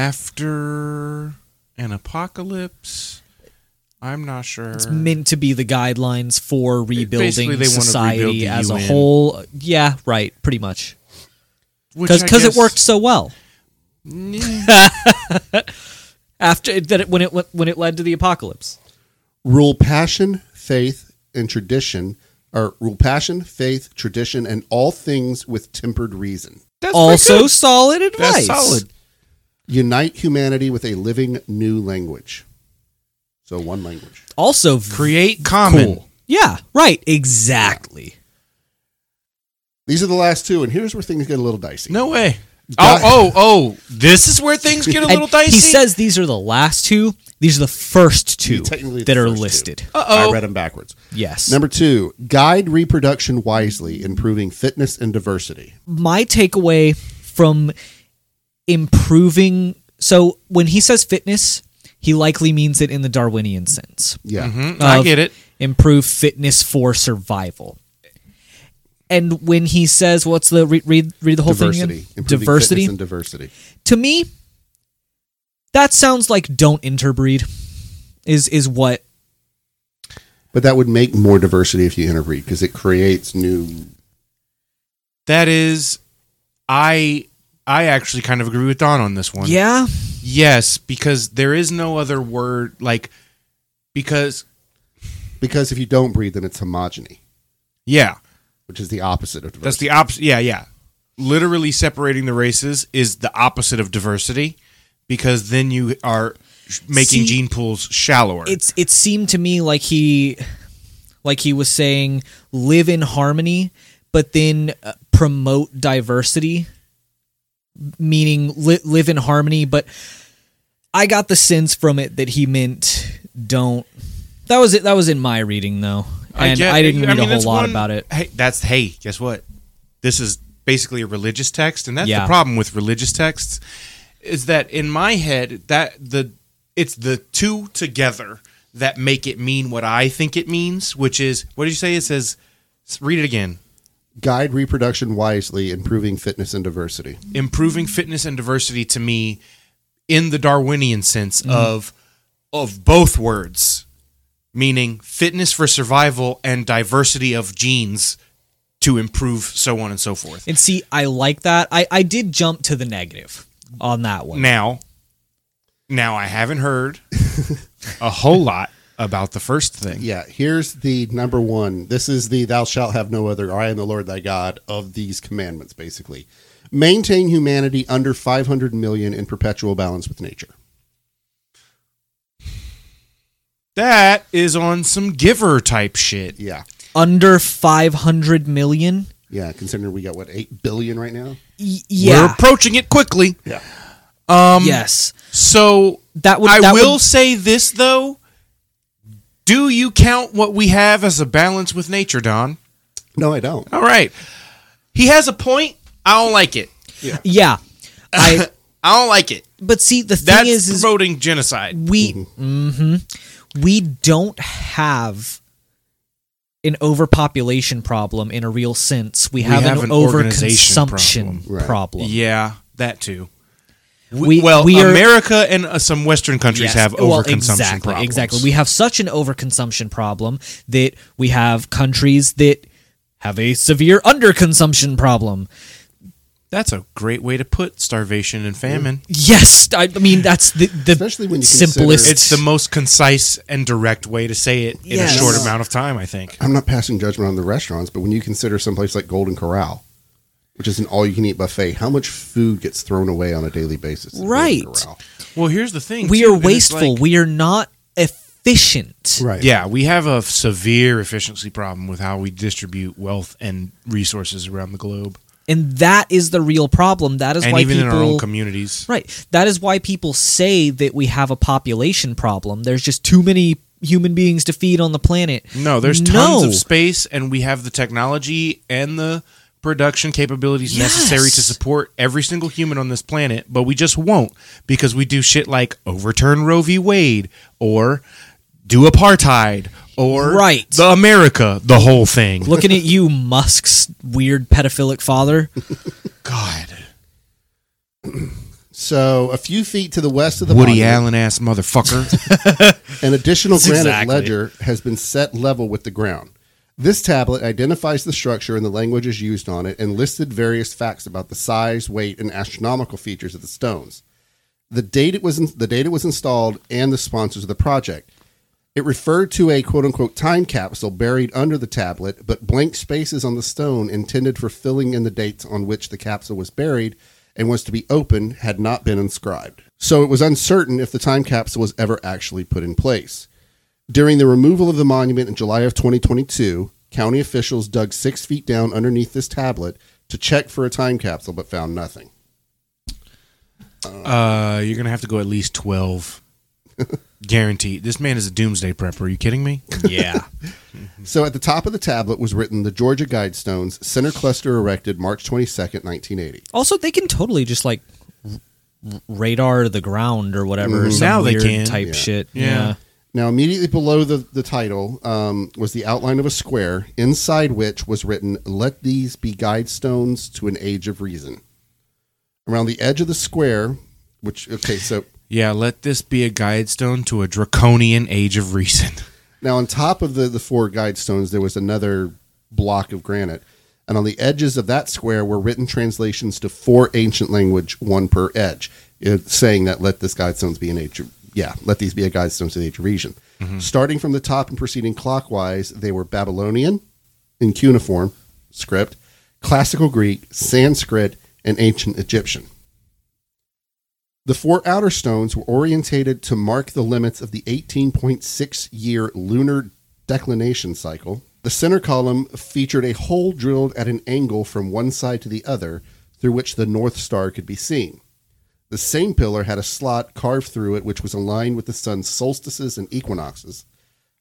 after an apocalypse. I'm not sure.
It's meant to be the guidelines for rebuilding
they wanna rebuild
society
the
as a
UN.
whole. Yeah, right, pretty much.
Which I
Because it
guess-
worked so well. After that, it, when it when it led to the apocalypse.
Rule passion, faith, and tradition, or rule passion, faith, tradition, and all things with tempered reason.
That's pretty
also
good.
solid advice.
That's solid.
Unite humanity with a living new language. So one language.
Also v-
Create common.
cool. Yeah, right. Exactly.
These are the last two, and here's where things get a little dicey.
No way.
Got-
Oh, oh, oh. This is where things get a little
And
dicey.
He says these are the last two. These are the first two
Technically the
that are
first two.
listed.
I read them backwards.
Yes.
Number two, guide reproduction wisely, improving fitness and diversity.
My takeaway from improving So when he says fitness, he likely means it in the Darwinian sense.
Yeah.
Mm-hmm. I
of
get it.
Improve fitness for survival. And when he says, "What's the read read, read the whole
Diversity.
thing?" again?
Improving
Diversity.
fitness and diversity.
to me, that sounds like don't interbreed. Is is what
But that would make more diversity if you interbreed because it creates new.
That is, I I actually kind of agree with Don on this one.
yeah
Yes, because there is no other word like because
Because if you don't breed, then it's homogeny,
yeah,
which is the opposite of diversity.
that's the opposite. Yeah, yeah. Literally separating the races is the opposite of diversity because then you are sh- making
See,
gene pools shallower.
it's it seemed to me like he like he was saying live in harmony but then uh, promote diversity meaning li- live in harmony but i got the sense from it that he meant don't that was it that was in my reading though and i,
get-
didn't read
mean,
a whole
that's
lot
one-
about it
Hey, that's hey, guess what? This is basically a religious text, and that's
Yeah.
the problem with religious texts is that in my head that the it's the two together that make it mean what I think it means, which is what did you say? It says, read it again.
Guide reproduction wisely, improving fitness and diversity.
improving fitness and diversity to me in the Darwinian sense of of both words, meaning fitness for survival and diversity of genes to improve so on and so forth.
and see i like that i i did jump to the negative on that one
Now, now I haven't heard a whole lot about the first thing.
Yeah, here's the number one. This is the thou shalt have no other. I am the Lord thy God of these commandments, basically. Maintain humanity under 500 million in perpetual balance with nature.
That is on some giver type shit.
Yeah.
under 500 million
Yeah. Considering we got, what, 8 billion right now?
Y-
We're
yeah
approaching it quickly.
Yeah.
yes
So
That would-
I
that
will
would-
say this though. Do you count what we have as a balance with nature, Don?
No, I don't.
All right. He has a point. I don't like it.
Yeah. I
I don't like it.
but see the thing
That's
is is
promoting genocide.
we
Mm-hmm.
mhm. we don't have an overpopulation problem in a real sense. We have,
have
an,
an organization
overconsumption problem.
Right.
Yeah, that too. We,
We-
well,
we are-
America and uh, some Western countries
Yes.
have overconsumption
Well, exactly,
problems.
Exactly. We have such an overconsumption problem that we have countries that have a severe underconsumption problem.
That's a great way to put starvation and famine.
Yes, I, I mean that's the, the
Especially when you consider-
simplest.
It's the most concise and direct way to say it in
Yes.
a short amount of time. I think.
I'm not passing judgment on the restaurants, but when you consider someplace like Golden Corral, which is an all you can eat buffet, how much food gets thrown away on a daily basis? at Golden
Right.
Corral?
Well, here's the thing.
we
too,
are
and it's
wasteful.
like-
we are not efficient.
Right.
Yeah, we have a severe efficiency problem with how we distribute wealth and resources around the globe,
and that is the real problem. That is
and
why
even
people
in our own communities.
right. That is why people say that we have a population problem. There's just too many human beings to feed on the planet.
No, there's tons
No.
of space, and we have the technology and the production capabilities necessary
Yes.
to support every single human on this planet, but we just won't because we do shit like overturn Roe v. Wade or do apartheid or
Right.
the America, the whole thing.
Looking at you, Musk's weird pedophilic father.
God,
So a few feet to the west of the
Woody
monument,
Allen ass motherfucker.
An additional granite
Exactly.
ledger has been set level with the ground. This tablet identifies the structure and the languages used on it and listed various facts about the size, weight, and astronomical features of the stones. The date it was in, the date it was installed and the sponsors of the project. It referred to a quote unquote time capsule buried under the tablet, but blank spaces on the stone intended for filling in the dates on which the capsule was buried and was to be opened had not been inscribed. So it was uncertain if the time capsule was ever actually put in place. During the removal of the monument in July of 2022, county officials dug six feet down underneath this tablet to check for a time capsule, but found nothing.
Uh, you're gonna have to go at least twelve. Guaranteed. This man is a doomsday prepper. Are you kidding me?
Yeah.
So at the top of the tablet was written the Georgia Guidestones, center cluster erected March 22nd, 1980.
also, they can totally just like radar to the ground or whatever. some
Mm-hmm. Now they
weird
can.
type
Yeah.
shit.
Yeah.
Now, immediately below the, the title um, was the outline of a square, inside which was written, Let these be guide stones to an age of reason. Around the edge of the square, which, okay, so
Yeah, let this be a guidestone to a draconian age of reason.
now on top of the, the four guide stones, there was another block of granite. And on the edges of that square were written translations to four ancient language, one per edge, it, saying that let this guide stones be an age of, yeah, let these be a guide stones to the age of reason. Starting from the top and proceeding clockwise, they were Babylonian, in cuneiform script, classical Greek, Sanskrit, and ancient Egyptian. The four outer stones were orientated to mark the limits of the 18.6 year lunar declination cycle. The center column featured a hole drilled at an angle from one side to the other through which the North Star could be seen. The same pillar had a slot carved through it which was aligned with the sun's solstices and equinoxes.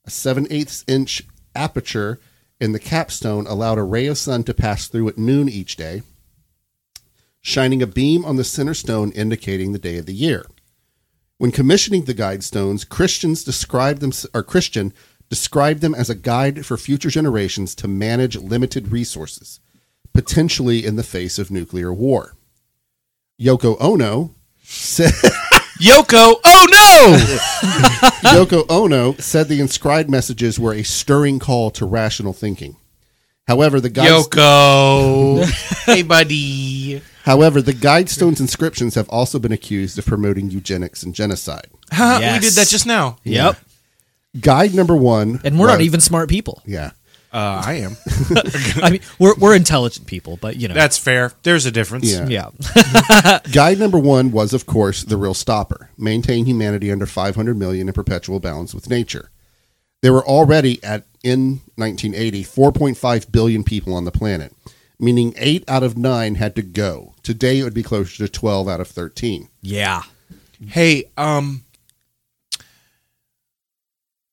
A 7 8 inch aperture in the capstone allowed a ray of sun to pass through at noon each day, shining a beam on the center stone indicating the day of the year. When commissioning the guide stones, Christians described them or Christian described them as a guide for future generations to manage limited resources, potentially in the face of nuclear war. Yoko Ono said
Yoko, oh no!
Yoko Ono said the inscribed messages were a stirring call to rational thinking. However, the guide
Yoko. hey, buddy.
however the guidestones inscriptions have also been accused of promoting eugenics and genocide.
Huh,
Yes.
We did that just now.
Yep.
Guide number one,
And we're not
was-
even smart people.
yeah.
Uh, I am.
I mean, we're we're intelligent people, but you know,
That's fair. There's a difference.
Yeah.
yeah.
Guide number one was, of course, the real stopper: maintain humanity under 500 million in perpetual balance with nature. There were already at in 1980 4.5 billion people on the planet, meaning eight out of nine had to go. Today it would be closer to 12 out of 13.
yeah.
Hey, um,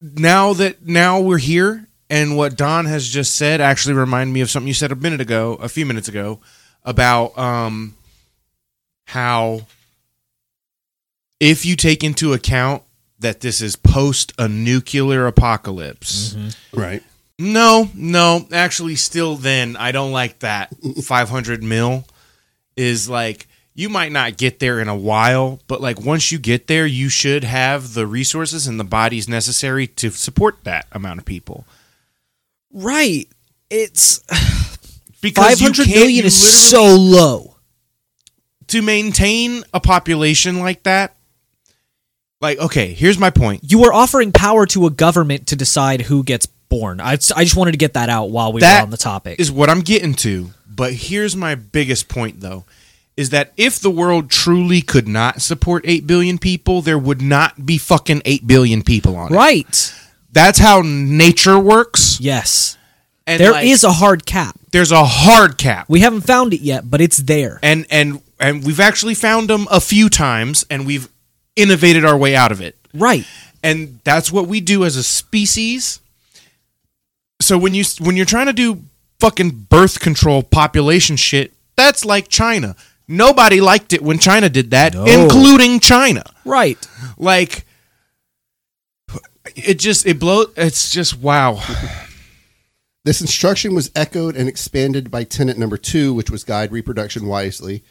now that now we're here, and what Don has just said actually reminded me of something you said a minute ago, a few minutes ago, about um, how if you take into account that this is post a nuclear apocalypse.
Right.
No, no. Actually, still then, I don't like that. 500 mil is like, you might not get there in a while, but like once you get there, you should have the resources and the bodies necessary to support that amount of people.
Right. It's
Because
five
you
hundred
can't-
million
you
is
literally-
so low.
To maintain a population like that, like, okay, here's my point.
You are offering power to a government to decide who gets born. I, I just wanted to get that out while we
That
were on the topic.
is what I'm getting to. But here's my biggest point, though, is that if the world truly could not support 8 billion people, there would not be fucking 8 billion people on it.
right.
That's how nature works.
Yes.
And
There is
like,
a hard cap.
there's a hard cap.
We haven't found it yet, but it's there.
and and and we've actually found them a few times and we've innovated our way out of it.
Right.
and that's what we do as a species. So when you when you're trying to do fucking birth control population shit, that's like China. Nobody liked it when China did that, including China.
Right.
Like it just it blows it's just wow.
This instruction was echoed and expanded by tenet number two, which was guide reproduction wisely.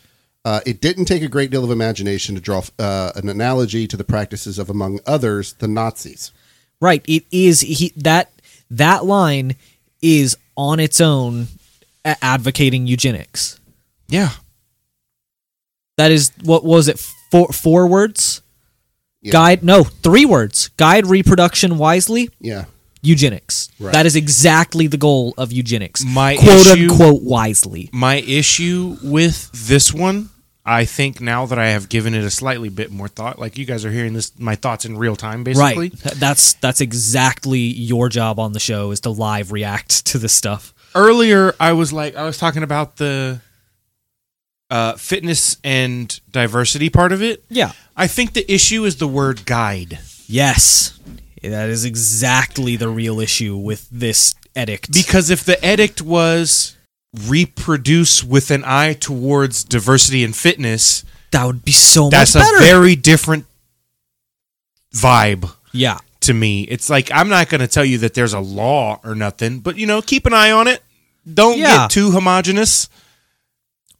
Uh, it didn't take a great deal of imagination to draw uh, an analogy to the practices of, among others, the Nazis.
Right. It is he that that line is on its own a- advocating eugenics.
Yeah.
That is what was it four four words?
Yeah.
Guide no, three words. Guide reproduction wisely,
Yeah.
eugenics.
Right.
That is exactly the goal of eugenics.
My
quote
issue-
unquote wisely.
My issue with this one, I think now that I have given it a slightly bit more thought, like you guys are hearing this my thoughts in real time basically.
Right. Th- That's that's exactly your job on the show is to live react to this stuff.
earlier I was like I was talking about the uh, fitness and diversity part of it.
Yeah.
I think the issue is the word guide
Yes. That is exactly the real issue with this edict.
because if the edict was reproduce with an eye towards diversity and fitness,
That would be so
That's
much
a
better.
very different vibe
yeah.
to me. It's like I'm not going to tell you that there's a law or nothing, but you know, keep an eye on it. Don't
Yeah.
get too homogenous.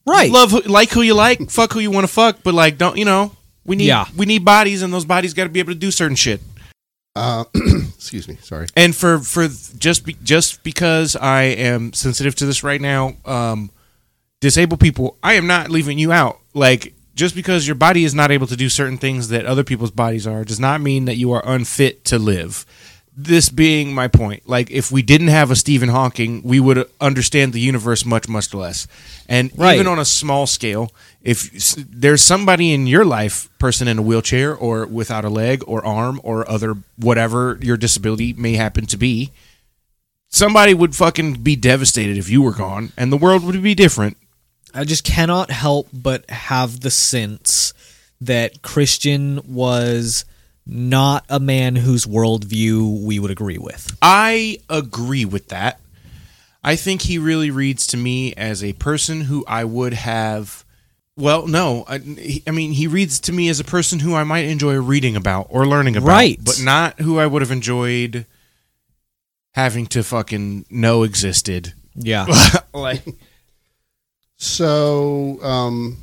Right.
Love who, like who you like, fuck who you want to fuck, but like don't, you know, we need
Yeah.
we need bodies and those bodies got to be able to do certain shit.
Uh, excuse me. Sorry.
And for for just be, just because I am sensitive to this right now, um, disabled people, I am not leaving you out. Like just because your body is not able to do certain things that other people's bodies are, does not mean that you are unfit to live. This being my point, like if we didn't have a Stephen Hawking, we would understand the universe much much less. And
Right.
even on a small scale, if s- there's somebody in your life, person in a wheelchair or without a leg or arm or other whatever your disability may happen to be, somebody would fucking be devastated if you were gone and the world would be different.
I just cannot help but have the sense that Christian was not a man whose worldview we would agree with.
I agree with that. I think he really reads to me as a person who I would have. Well, no, I, he- I mean he reads to me as a person who I might enjoy reading about or learning about,
Right.
But not who I would have enjoyed having to fucking know existed.
Yeah.
like,
So, um,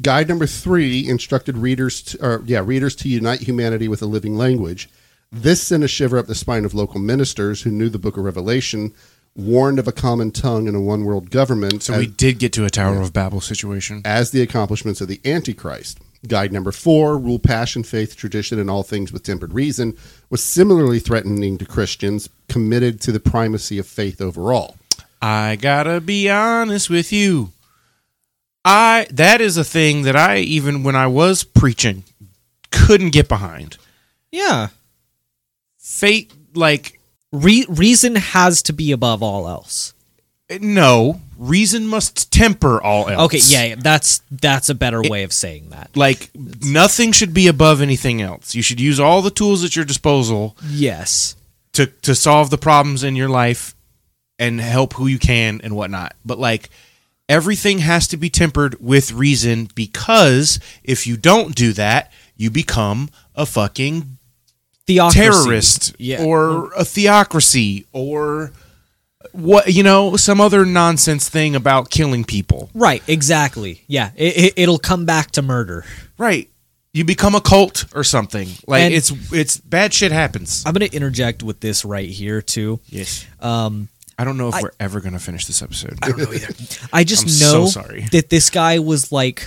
guide number three instructed readers, to, or yeah, readers to unite humanity with a living language. This sent a shiver up the spine of local ministers who knew the Book of Revelation, warned of a common tongue and a one world government.
so we did get to a Tower of Babel situation.
as the accomplishments of the Antichrist. Guide number four, rule passion, faith, tradition, and all things with tempered reason, was similarly threatening to Christians committed to the primacy of faith overall.
I gotta be honest with you. I that is a thing that I even when I was preaching couldn't get behind.
yeah.
Fate like
Re- reason has to be above all else.
no, reason must temper all else.
Okay, yeah, yeah, that's that's a better way of saying that.
Like nothing should be above anything else. You should use all the tools at your disposal
Yes.
to to solve the problems in your life and help who you can and whatnot. But like everything has to be tempered with reason because if you don't do that, you become a fucking
Theocracy.
terrorist
Yeah.
or a theocracy or what you know some other nonsense thing about killing people.
right, exactly. Yeah, it, it, it'll come back to murder.
Right. You become a cult or something. Like
And-
it's it's bad shit happens.
I'm going to interject with this right here too.
Yes.
Um
I don't know if we're ever going to finish this episode.
I just
Oh, I'm so
know
sorry.
that this guy was like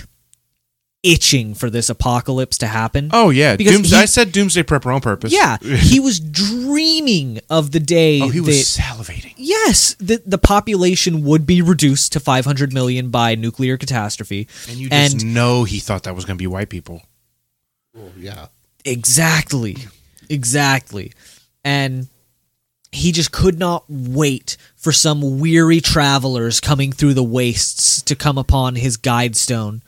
itching for this apocalypse to happen.
Oh yeah,
Because
Dooms-
he-
I said Doomsday Prepper on purpose.
Yeah, he was dreaming of the day
Oh, he was
that
salivating.
yes, that the population would be reduced to 500 million by nuclear catastrophe.
And you just know he thought that was going to be white people. Oh,
Yeah.
Exactly. Exactly. And he just could not wait for some weary travelers coming through the wastes to come upon his guide stone.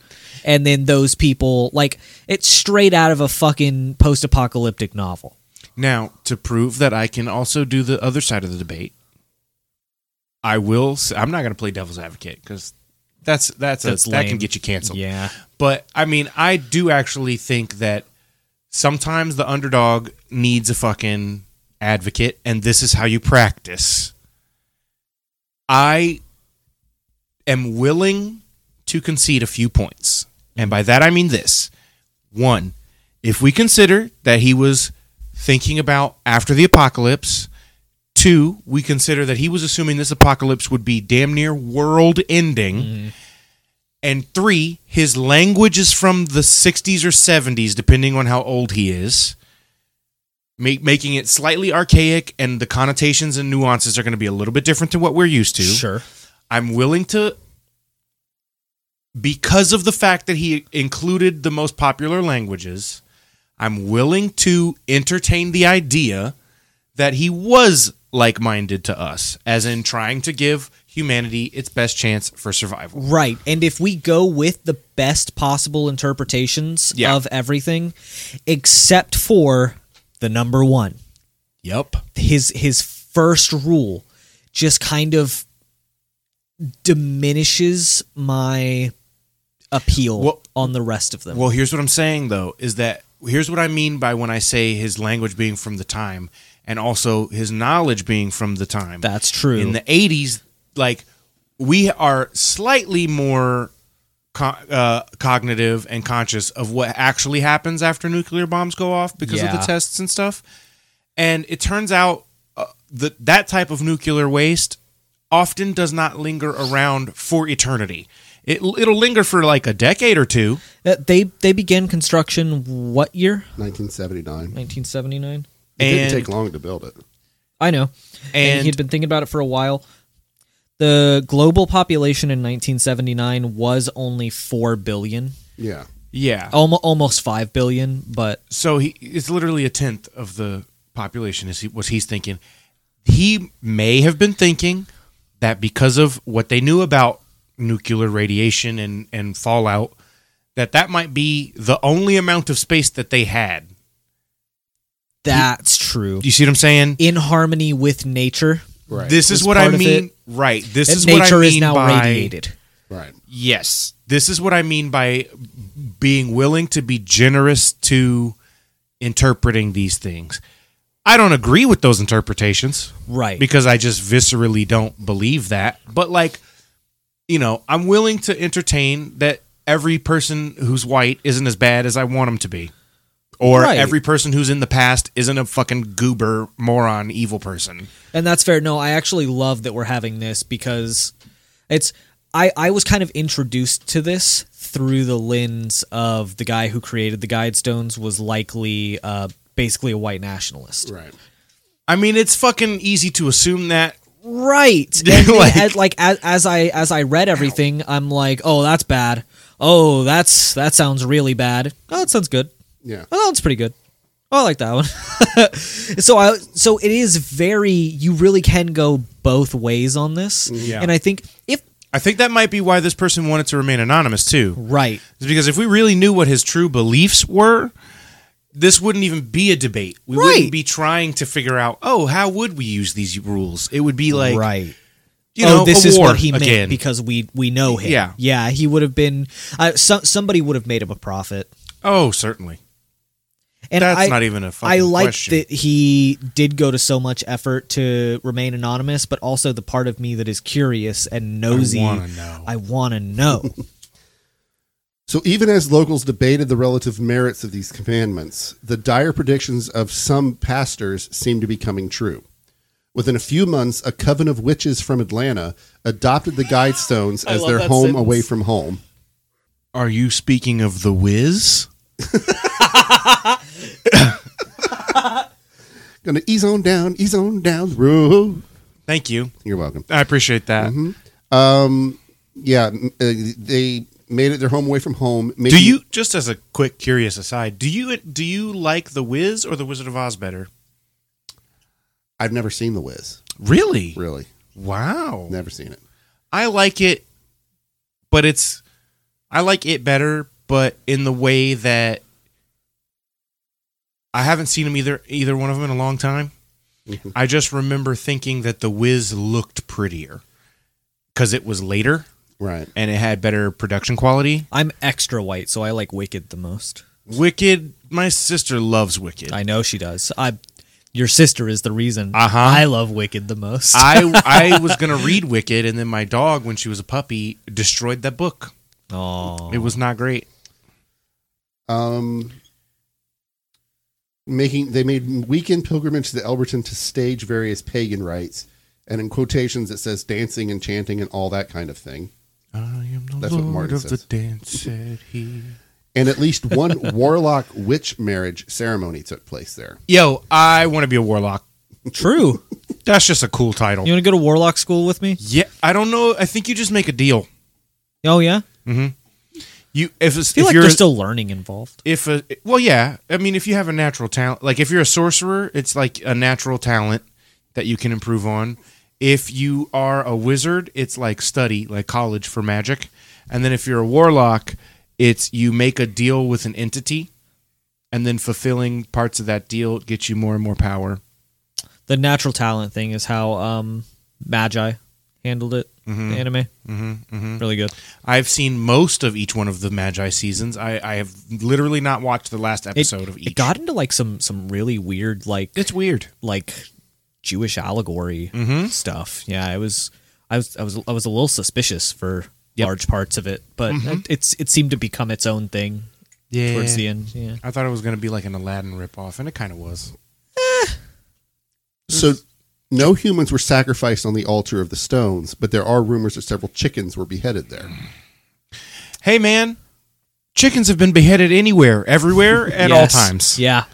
And then those people, like, it's straight out of a fucking post apocalyptic novel.
Now, to prove that I can also do the other side of the debate, I will. s- I'm not going to play devil's advocate because that's that's,
That's
a, that
lame.
can get you canceled.
Yeah.
But I mean, I do actually think that sometimes the underdog needs a fucking advocate, and this is how you practice. I am willing to concede a few points. And by that I mean this. One, if we consider that he was thinking about after the apocalypse, two, we consider that he was assuming this apocalypse would be damn near world ending. And three, his language is from the 60s or 70s, depending on how old he is, make, making it slightly archaic, and the connotations and nuances are going to be a little bit different to what we're used to.
Sure.
I'm willing to because of the fact that he included the most popular languages, I'm willing to entertain the idea that he was like-minded to us, as in trying to give humanity its best chance for survival.
Right. And if we go with the best possible interpretations
Yeah.
of everything, except for the number one.
Yep.
his his first rule just kind of diminishes my appeal
Well,
on the rest of them.
Well, here's what I'm saying though is that here's what I mean by when I say his language being from the time and also his knowledge being from the time.
That's true.
In the 80s, like we are slightly more co- uh, cognitive and conscious of what actually happens after nuclear bombs go off because of
Yeah.
the tests and stuff. And it turns out uh, that that type of nuclear waste often does not linger around for eternity. It, it'll linger for like a decade or two.
Uh, they they began construction what year?
1979.
1979.
It didn't
And-
take long to build it.
I know. And,
And-
he'd been thinking about it for a while. The global population in 1979 was only 4 billion,
Yeah.
Yeah.
almo- almost 5 billion, but
So he it's literally a tenth of the population is he, what he's thinking. He may have been thinking that because of what they knew about nuclear radiation and and fallout that that might be the only amount of space that they had.
that's true.
You see what I'm saying?
In harmony with nature.
Right.
This is
was
what I
part of
mean.
it.
Right. This
and
is
nature
what I mean
is now
by
radiated.
Right.
Yes. This is what I mean by being willing to be generous to interpreting these things. I don't agree with those interpretations
Right.
because I just viscerally don't believe that. But like, you know, I'm willing to entertain that every person who's white isn't as bad as I want them to be. Or
Right.
every person who's in the past isn't a fucking goober, moron, evil person.
And that's fair. No, I actually love that we're having this because it's I I was kind of introduced to this through the lens of the guy who created the Guidestones was likely uh basically a white nationalist.
Right.
I mean, it's fucking easy to assume that
Right. And then
Like-
as, like as, as I as I read everything, I'm like, "Oh, that's bad. Oh, that's that sounds really bad. Oh, that sounds good.
Yeah.
Oh, that one's pretty good. Oh, I like that one. so I so it is very you really can go both ways on this.
Yeah.
And I think if
I think that might be why this person wanted to remain anonymous too.
right
Is because if we really knew what his true beliefs were, this wouldn't even be a debate. We
Right.
wouldn't be trying to figure out, oh, how would we use these rules? It would be like,
right
you know,
oh this
a
is
war
what he meant
again.
because we we know him
Yeah.
yeah he would have been uh, so, somebody would have made him a prophet
oh, certainly.
and
That's
I,
not even a fucking
I like
question.
that he did go to so much effort to remain anonymous, but also the part of me that is curious and nosy.
wanna know.
I want to know.
So even as locals debated the relative merits of these commandments, the dire predictions of some pastors seemed to be coming true. Within a few months, a coven of witches from Atlanta adopted the Guidestones as
love
their
that
home
sentence.
away from home.
Are you speaking of the whiz?
Gonna ease on down, ease on down the road.
Thank you.
You're welcome.
I appreciate that.
Mm-hmm.
Yeah, m- uh, they made it their home away from home. Making,
Do you just as a quick curious aside, do you do you like the whiz or the Wizard of Oz better?
I've never seen The Wiz.
Really?
Really,
Wow.
never seen it.
I like it, but it's I like it better, but in the way that I haven't seen them either either one of them in a long time.
Mhm.
I just remember thinking that the Wiz looked prettier because it was later
Right.
and it had better production quality.
I'm extra white, so I like Wicked the most.
Wicked, my sister loves Wicked.
I know she does. I, your sister is the reason
Uh-huh.
I love Wicked the most.
I I was gonna read Wicked, and then my dog, when she was a puppy, destroyed that book.
Aw.
It was not great.
um, making they made weekend pilgrimage to the Elberton to stage various pagan rites, and in quotations it says dancing and chanting and all that kind of thing.
I am the
That's what
lord
Martin
of
says.
the dance, said he.
And at least one warlock witch marriage ceremony took place there.
Yo, I want to be a warlock.
True.
That's just a cool title.
You want to go to Warlock School with me?
yeah, I don't know. I think you just make a deal.
Oh yeah. I
You if it's,
feel
if
like
you're
there's still learning involved.
if a well yeah. I mean, if you have a natural talent, like if you're a sorcerer, it's like a natural talent that you can improve on. If you are a wizard, it's like study, like college for magic. And then if you're a warlock, it's you make a deal with an entity, and then fulfilling parts of that deal gets you more and more power.
The natural talent thing is how um, Magi handled it. the anime. Mm-hmm, Really good.
I've seen most of each one of the Magi seasons. I, I have literally not watched the last
It,
episode of each.
it got into like some some really weird like
it's weird.
like Jewish allegory
Mm-hmm.
stuff. Yeah, I was I was I was I was a little suspicious for large parts of it, but
Mm-hmm.
it- it's it seemed to become its own thing
Yeah.
towards the end. Yeah.
I thought it was going to be like an Aladdin ripoff, and it kind of was.
So no humans were sacrificed on the altar of the stones, but there are rumors that several chickens were beheaded there.
Hey, man, chickens have been beheaded anywhere, everywhere, at all
Yes.
times.
Yeah.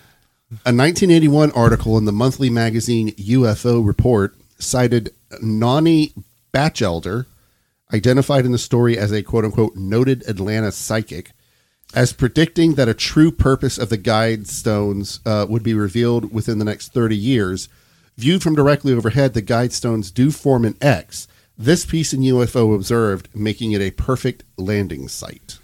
A 1981 article in the monthly magazine UFO Report cited Nani Batchelder, identified in the story as a quote unquote noted Atlanta psychic, as predicting that a true purpose of the guide stones uh, would be revealed within the next 30 years. Viewed from directly overhead, the guide stones do form an X. This piece in UFO observed, making it a perfect landing site.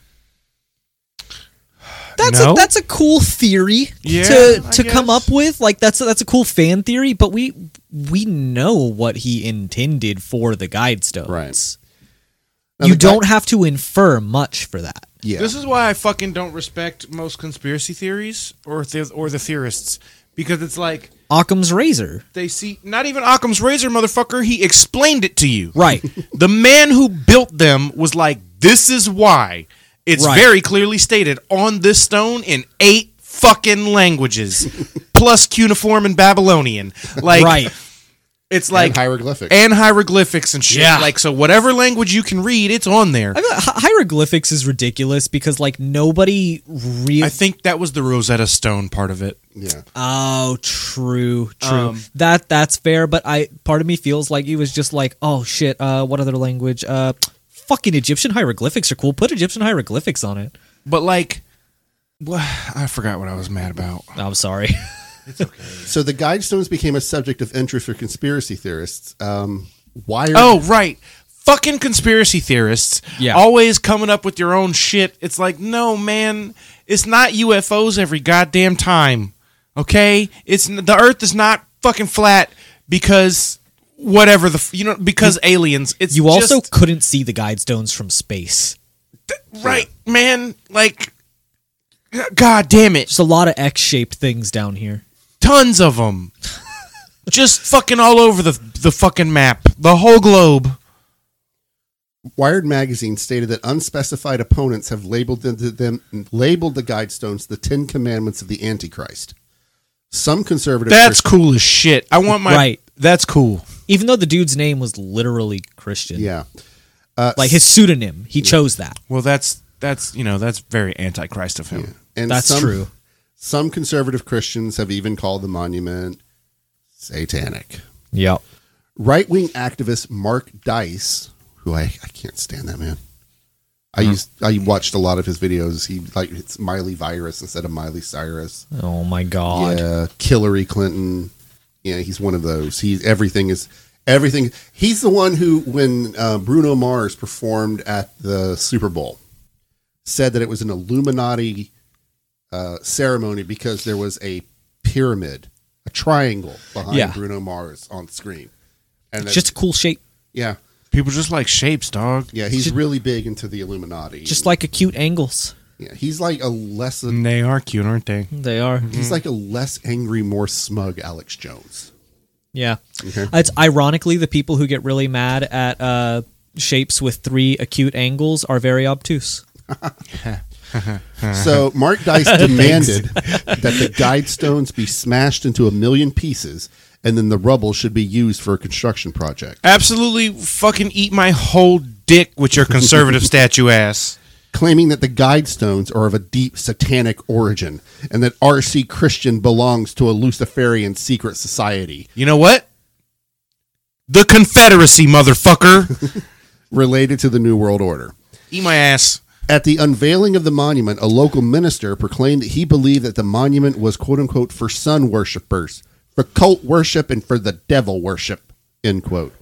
That's
No?
a that's a cool theory
Yeah,
to
I
to come
guess.
up with. Like that's a, that's a cool fan theory, but we we know what he intended for the guide stones.
Right. Now,
You
the guy-
don't have to infer much for that.
Yeah.
This is why I fucking don't respect most conspiracy theories or the, or the theorists because it's like
Occam's razor.
they see not even Occam's razor, motherfucker. He explained it to you.
Right.
the man who built them was like, "This is why." It's
Right.
very clearly stated on this stone in eight fucking languages, plus cuneiform and Babylonian. Like,
right.
it's like
And hieroglyphics.
and hieroglyphics and shit.
Yeah.
Like, so whatever language you can read, it's on there.
I feel like hi- hieroglyphics is ridiculous because like nobody real.
I think that was the Rosetta Stone part of it.
yeah.
oh, true, true. that that's fair, but I part of me feels like he was just like, oh shit. Uh, what other language? Uh, fucking Egyptian hieroglyphics are cool. Put Egyptian hieroglyphics on it.
But like, wha- I forgot what I was mad about.
I'm sorry.
So the Guidestones became a subject of interest for conspiracy theorists. Um, why are
Oh, right. Fucking conspiracy theorists.
Yeah.
Always coming up with your own shit. It's like, no, man, it's not UFOs every goddamn time. Okay? It's n- the earth is not fucking flat because whatever the f- you know because aliens. It's
You
just-
also couldn't see the guide stones from space.
right, man, like g- god damn it.
There's a lot of X-shaped things down here.
Tons of them. just fucking all over the the fucking map. The whole globe.
Wired magazine stated that unspecified opponents have labeled them, them labeled the Guidestones the Ten Commandments of the Antichrist. Some conservative
That's
Christ-
cool as shit. I want my
Right.
That's cool.
Even though the dude's name was literally Christian,
yeah.
like his pseudonym, he chose that.
Well, that's that's you know that's very antichrist of him.
And
That's
some-
true.
Some conservative Christians have even called the monument satanic.
Yep.
Right wing activist Mark Dice, who I, I can't stand that man. I
Hmm.
used I watched a lot of his videos. He like it's Miley Virus instead of Miley Cyrus.
Oh my god.
Yeah, Hillary Clinton. Yeah, he's one of those. He's everything is everything. He's the one who, when uh, Bruno Mars performed at the Super Bowl, said that it was an Illuminati uh, ceremony because there was a pyramid, a triangle behind
Yeah.
Bruno Mars on screen. And
It's
that-
just a cool shape.
yeah,
People just like shapes, dog.
yeah, he's really big into the Illuminati.
just like Mm-hmm. acute angles.
yeah, he's like a less
And they are cute, aren't they?
They are.
he's like a less angry, more smug Alex Jones.
Yeah. It's ironically the people who get really mad at uh, shapes with three acute angles are very obtuse. Uh-huh.
So Mark Dice demanded that the guide stones be smashed into a million pieces, and then the rubble should be used for a construction project.
Absolutely, fucking eat my whole dick with your conservative statue ass.
Claiming that the guide stones are of a deep satanic origin and that R.C. Christian belongs to a Luciferian secret society
You know what? The Confederacy, motherfucker.
related to the New World Order.
eat my ass.
At the unveiling of the monument, a local minister proclaimed that he believed that the monument was quote unquote for sun worshippers, for cult worship, and for the devil worship, end quote.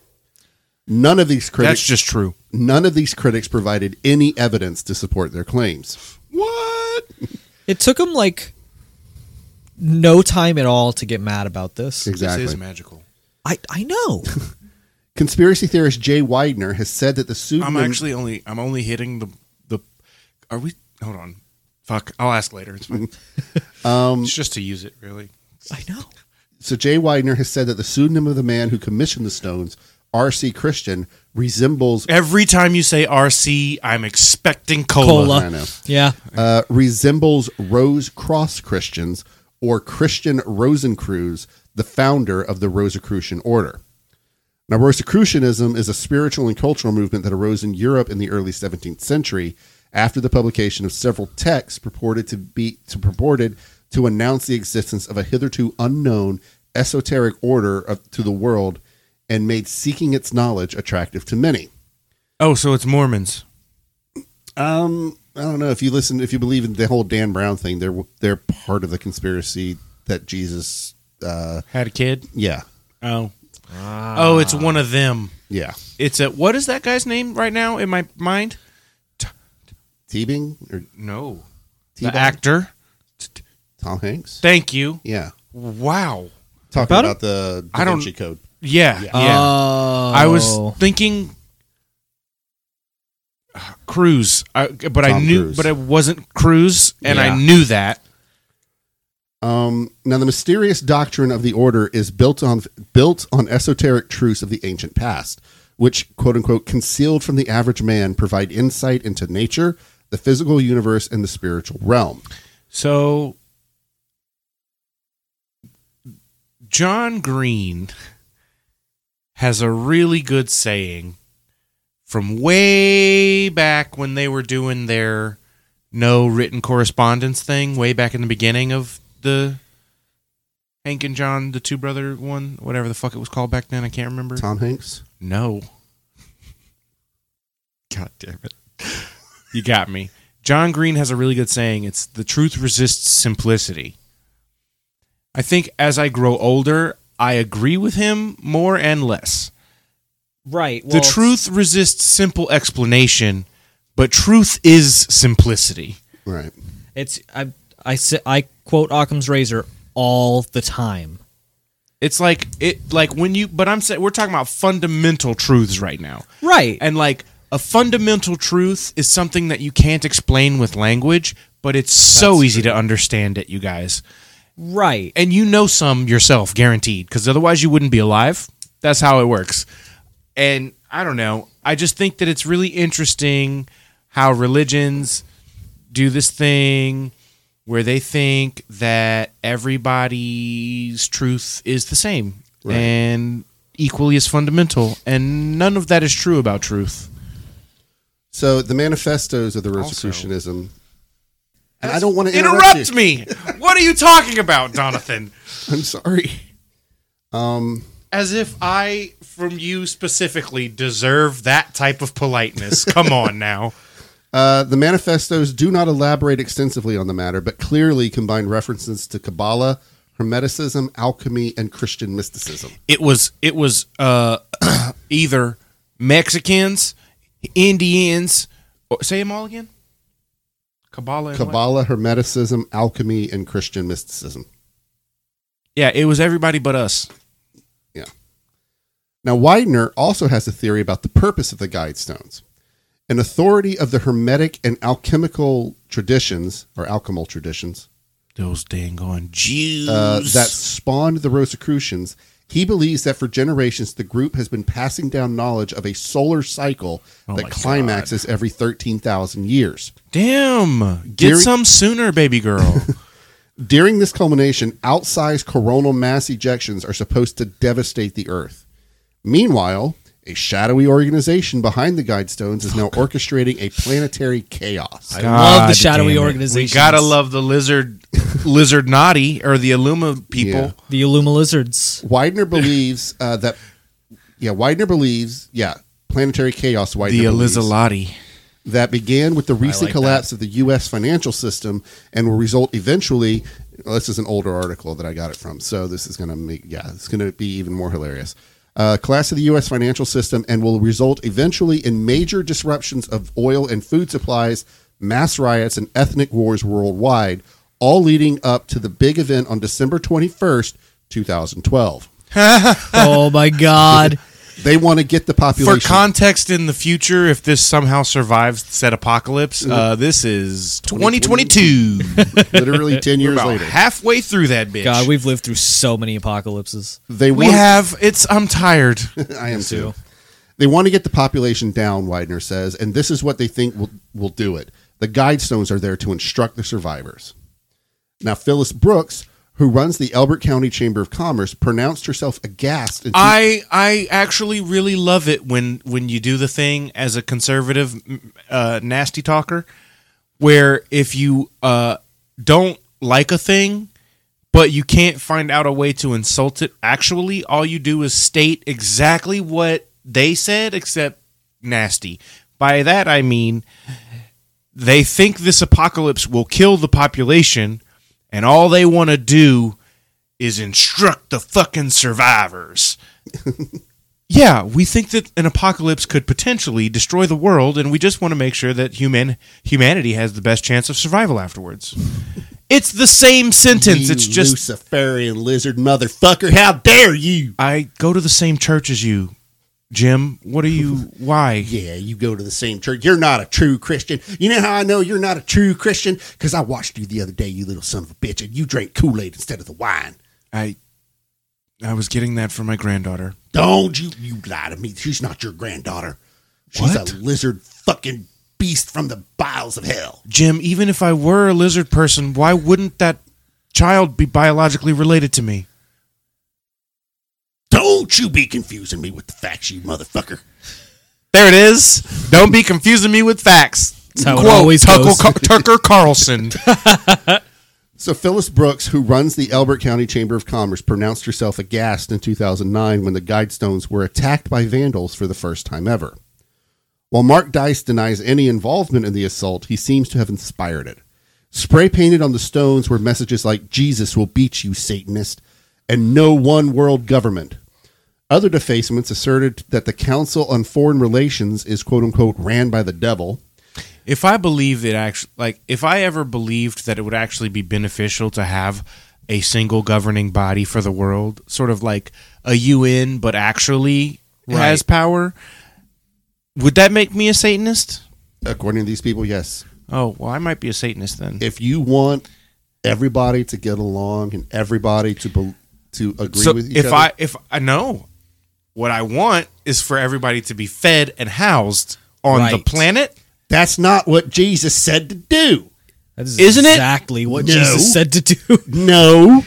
None of these critics.
That's just true.
None of these critics provided any evidence to support their claims.
What?
It took them like no time at all to get mad about this.
Exactly.
This is magical.
I I know.
Conspiracy theorist Jay Widener has said that the pseudonym.
I'm actually only I'm only hitting the the. Are we? Hold on. Fuck. I'll ask later. It's fine. um, it's just to use it, really.
I know.
So Jay Widener has said that the pseudonym of the man who commissioned the stones, R.C. Christian, resembles
Every time you say RC, I'm expecting cola.
Cola.
I know.
Yeah.
uh, resembles Rose Cross Christians or Christian Rosencrews, the founder of the Rosicrucian order. Now, Rosicrucianism is a spiritual and cultural movement that arose in Europe in the early 17th century after the publication of several texts purported to be to purported to announce the existence of a hitherto unknown esoteric order of, to the world and made seeking its knowledge attractive to many.
Oh, so it's Mormons.
Um, I don't know if you listen, if you believe in the whole Dan Brown thing, they're they're part of the conspiracy that Jesus. Uh,
Had a kid.
yeah,
Oh. Oh, it's one of them.
yeah,
It's a what is that guy's name right now in my mind?
Teabing or
No.
T-Bone?
The actor.
Tom Hanks.
Thank you.
Yeah,
Wow.
talking
About
about, the Da
I don't-
Vinci Code.
Yeah. Yeah.
Oh.
I was thinking Cruise, I, but I
Tom
knew,
Cruise.
but it wasn't Cruise, and
Yeah.
I knew that.
Um, now the mysterious doctrine of the order is built on built on esoteric truths of the ancient past, which quote unquote concealed from the average man provide insight into nature, the physical universe, and the spiritual realm.
So, John Green has a really good saying from way back when they were doing their no written correspondence thing, way back in the beginning of the Hank and John, the two brother one, whatever the fuck it was called back then. I can't remember.
Tom Hanks.
No. God damn it. You got me. John Green has a really good saying it's the truth resists simplicity. I think as I grow older, I agree with him more and less.
right.
the truth resists simple explanation, but truth is simplicity.
Right.
It's I I s- I quote Occam's Razor all the time.
It's like it like when you but I'm saying we're talking about fundamental truths right now.
Right.
And like a fundamental truth is something that you can't explain with language, but it's so easy to understand it, you guys.
right.
And you know some yourself, guaranteed, because otherwise you wouldn't be alive. That's how it works. And I don't know. I just think that it's really interesting how religions do this thing where they think that everybody's truth is the same and equally as fundamental. And none of that is true about truth.
So the manifestos of the Rosicrucianism. and I don't want to interrupt,
interrupt,
you.
me. What are you talking about, Jonathan?
I'm sorry. Um,
As if I, from you specifically, deserve that type of politeness. Come on now.
uh, the manifestos do not elaborate extensively on the matter, but clearly combine references to Kabbalah, Hermeticism, alchemy, and Christian mysticism.
It was it was uh, either Mexicans, Indians. Or, say them all again. Kabbalah. and what?
Kabbalah, Hermeticism, alchemy, and Christian mysticism.
Yeah, it was everybody but us.
Now, Widener also has a theory about the purpose of the guide stones. An authority of the Hermetic and alchemical traditions, or alchemal traditions,
Those dang on Jews.
uh, that spawned the Rosicrucians, he believes that for generations the group has been passing down knowledge of a solar cycle that climaxes every 13,000 years.
Damn. Get
Gary-
some sooner, baby girl.
During this culmination, outsized coronal mass ejections are supposed to devastate the Earth. Meanwhile, a shadowy organization behind the Guidestones is now orchestrating a planetary chaos.
love the
God
shadowy
Ah, damn it.
organization.
We gotta love the lizard, lizard naughty or the Illuma people.
Yeah.
the Illuma lizards.
Widener believes uh, that, yeah, Widener believes, yeah, planetary chaos. Widener
The
believes.
Elizalotti.
that began with the recent collapse of the U.S. financial system and will result eventually. well, this is an older article that I got it from, so this is going to make yeah, it's going to be even more hilarious. Uh, collapse of the U.S. financial system and will result eventually in major disruptions of oil and food supplies, mass riots, and ethnic wars worldwide, all leading up to the big event on December twenty first, two thousand twelve.
oh my god.
They want to get the
For
population.
context in the future, if this somehow survives said apocalypse, uh, this is 2022.
literally 10 years
About
later.
halfway through that bitch.
God, we've lived through so many apocalypses.
They
we
want,
have it's I'm tired.
I am too. They want to get the population down, Widener says, and this is what they think will, will do it. The guidestones are there to instruct the survivors. Now, Phyllis Brooks, who runs the Elbert County Chamber of Commerce, pronounced herself aghast. And
I I actually really love it when when you do the thing as a conservative m- uh, nasty talker, where if you uh, don't like a thing, but you can't find out a way to insult it, actually, all you do is state exactly what they said, except nasty. By that I mean they think this apocalypse will kill the population, and all they want to do is instruct the fucking survivors. yeah, we think that an apocalypse could potentially destroy the world, and we just want to make sure that human humanity has the best chance of survival afterwards. it's the same sentence.
you
it's just
Luciferian lizard motherfucker. How dare you?
I go to the same church as you, Jim. What are you? Why?
Yeah, you go to the same church. You're not a true Christian. You know how I know you're not a true Christian? Because I watched you the other day, you little son of a bitch, and you drank Kool Aid instead of the wine.
I I was getting that for my granddaughter.
Don't you you lie to me. She's not your granddaughter. She's
What?
a lizard fucking beast from the bowels of hell.
Jim, even if I were a lizard person, why wouldn't that child be biologically related to me?
Don't you be confusing me with the facts, you motherfucker.
There it is. Don't be confusing me with facts.
That's how it always goes.
Tucker Carlson.
So Phyllis Brooks, who runs the Elbert County Chamber of Commerce, pronounced herself aghast in 2009 when the Guidestones were attacked by vandals for the first time ever. While Mark Dice denies any involvement in the assault, he seems to have inspired it. Spray painted on the stones were messages like Jesus will beat you, Satanist, and no one world government. Other defacements asserted that the Council on Foreign Relations is quote unquote ran by the devil.
if I believe it actually, like, if I ever believed that it would actually be beneficial to have a single governing body for the world, sort of like a UN, but actually has power, would that make me a Satanist?
According to these people, yes.
Oh, well, I might be a Satanist then.
if you want everybody to get along and everybody to be, to agree
so
with each
if
other,
I if I know what I want is for everybody to be fed and housed on the
Right.
planet.
that's not what Jesus said to do.
That is
Isn't it?
exactly what
No.
Jesus said to do.
No,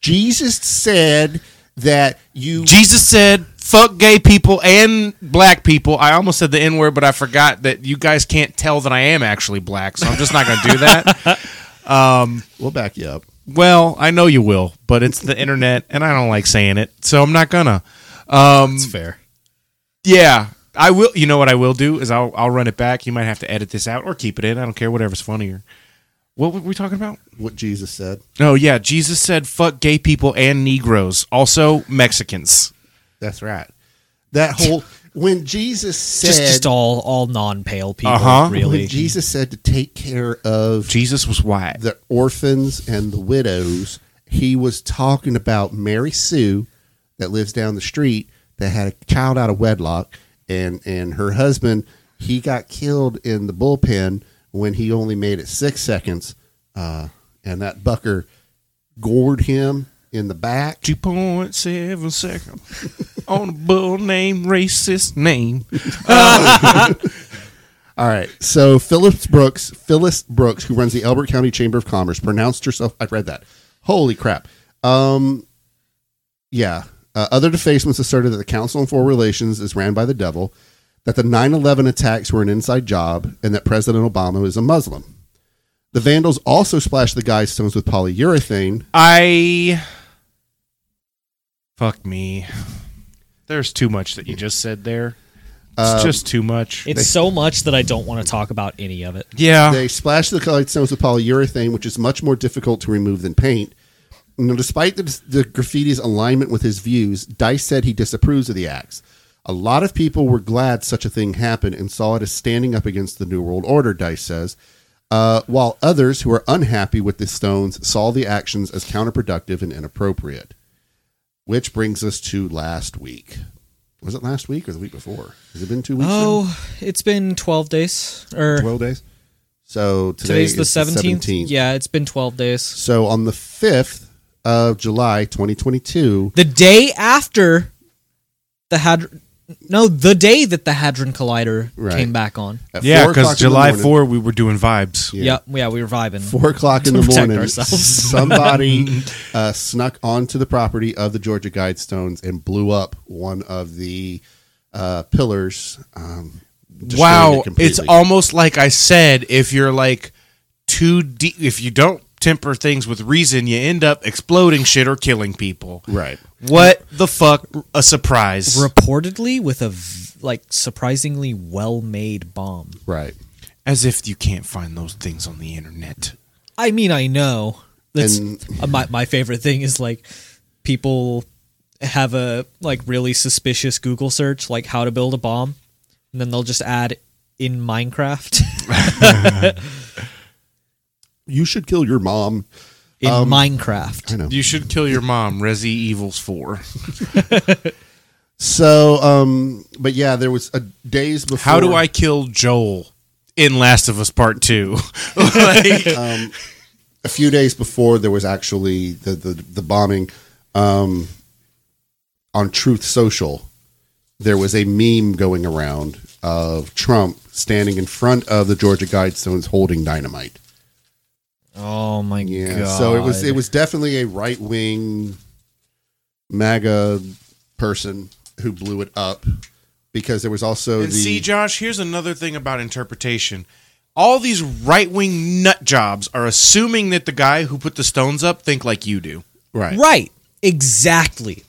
Jesus said that you
Jesus said, "Fuck gay people and black people." I almost said the N word, but I forgot that you guys can't tell that I am actually black, so I'm just not going to do that.
we'll back you up.
well, I know you will, but it's the internet, and I don't like saying it, so I'm not gonna.
It's fair.
Yeah, I will. You know what I will do is I'll I'll run it back. You might have to edit this out or keep it in. I don't care. Whatever's funnier. What were we talking about?
What Jesus said.
Oh yeah, Jesus said fuck gay people and Negroes, also Mexicans.
That's right. That whole when Jesus said
Just, just all all non pale people,
Uh-huh.
when
really.
Jesus said to take care of
Jesus was white.
the orphans and the widows, he was talking about Mary Sue that lives down the street that had a child out of wedlock and and her husband he got killed in the bullpen when he only made it six seconds uh, and that bucker gored him in the back
Two point seven second on a bull name, racist name.
all right so phillips brooks phyllis brooks who runs the elbert county chamber of commerce pronounced herself i read that holy crap Um, Yeah. Uh, other defacements asserted that the Council on Foreign Relations is ran by the devil, that the 9 11 attacks were an inside job, and that President Obama is a Muslim. The Vandals also splashed the guy's stones with polyurethane.
I fuck me. There's too much that you just said there. It's
Um,
just too much.
It's so much that I don't want to talk about any of it.
yeah.
They splashed the guy's stones with polyurethane, which is much more difficult to remove than paint. Now, despite the, the graffiti's alignment with his views, Dice said he disapproves of the acts. A lot of people were glad such a thing happened and saw it as standing up against the New World Order, Dice says, uh, while others who are unhappy with the stones saw the actions as counterproductive and inappropriate. Which brings us to last week. Was it last week or the week before? Has it been two weeks? now?
Oh, it's been 12 days or
twelve days. So today
today's the
is
17th.
17th.
Yeah, it's been 12 days.
So on the fifth of July, 2022,
The day after the Hadron No, the day that the Hadron Collider
Right.
came back on.
at
Yeah,
four
because
o'clock in the
July
morning-
4, we were doing vibes.
Yeah.
Yeah, yeah, we were vibing.
four o'clock in the
protect
morning,
ourselves.
somebody uh, snuck onto the property of the Georgia Guidestones and blew up one of the uh, pillars. Um, destroying
Wow,
it completely.
it's almost like I said if you're like too deep, if you don't temper things with reason, you end up exploding shit or killing people.
right.
What the fuck? A surprise.
Reportedly with a v- like surprisingly well-made bomb.
Right.
As if you can't find those things on the internet.
I mean, I know. That's
And-
uh, my my favorite thing is like people have a like really suspicious Google search, like how to build a bomb, and then they'll just add in Minecraft.
You should kill your mom.
in Minecraft.
Um, I know.
You should kill your mom, Resi Evils 4.
So, um, but yeah, there was a days before.
How do I kill Joel in Last of Us Part 2? like,
a few days before there was actually the the, the bombing um, on Truth Social, there was a meme going around of Trump standing in front of the Georgia Guidestones holding dynamite.
Oh my
Yeah,
god!
so it was it was definitely a right wing MAGA person who blew it up because there was also
And
the
see, Josh, here's another thing about interpretation. All these right wing nut jobs are assuming that the guy who put the stones up think like you do.
right
right. Exactly,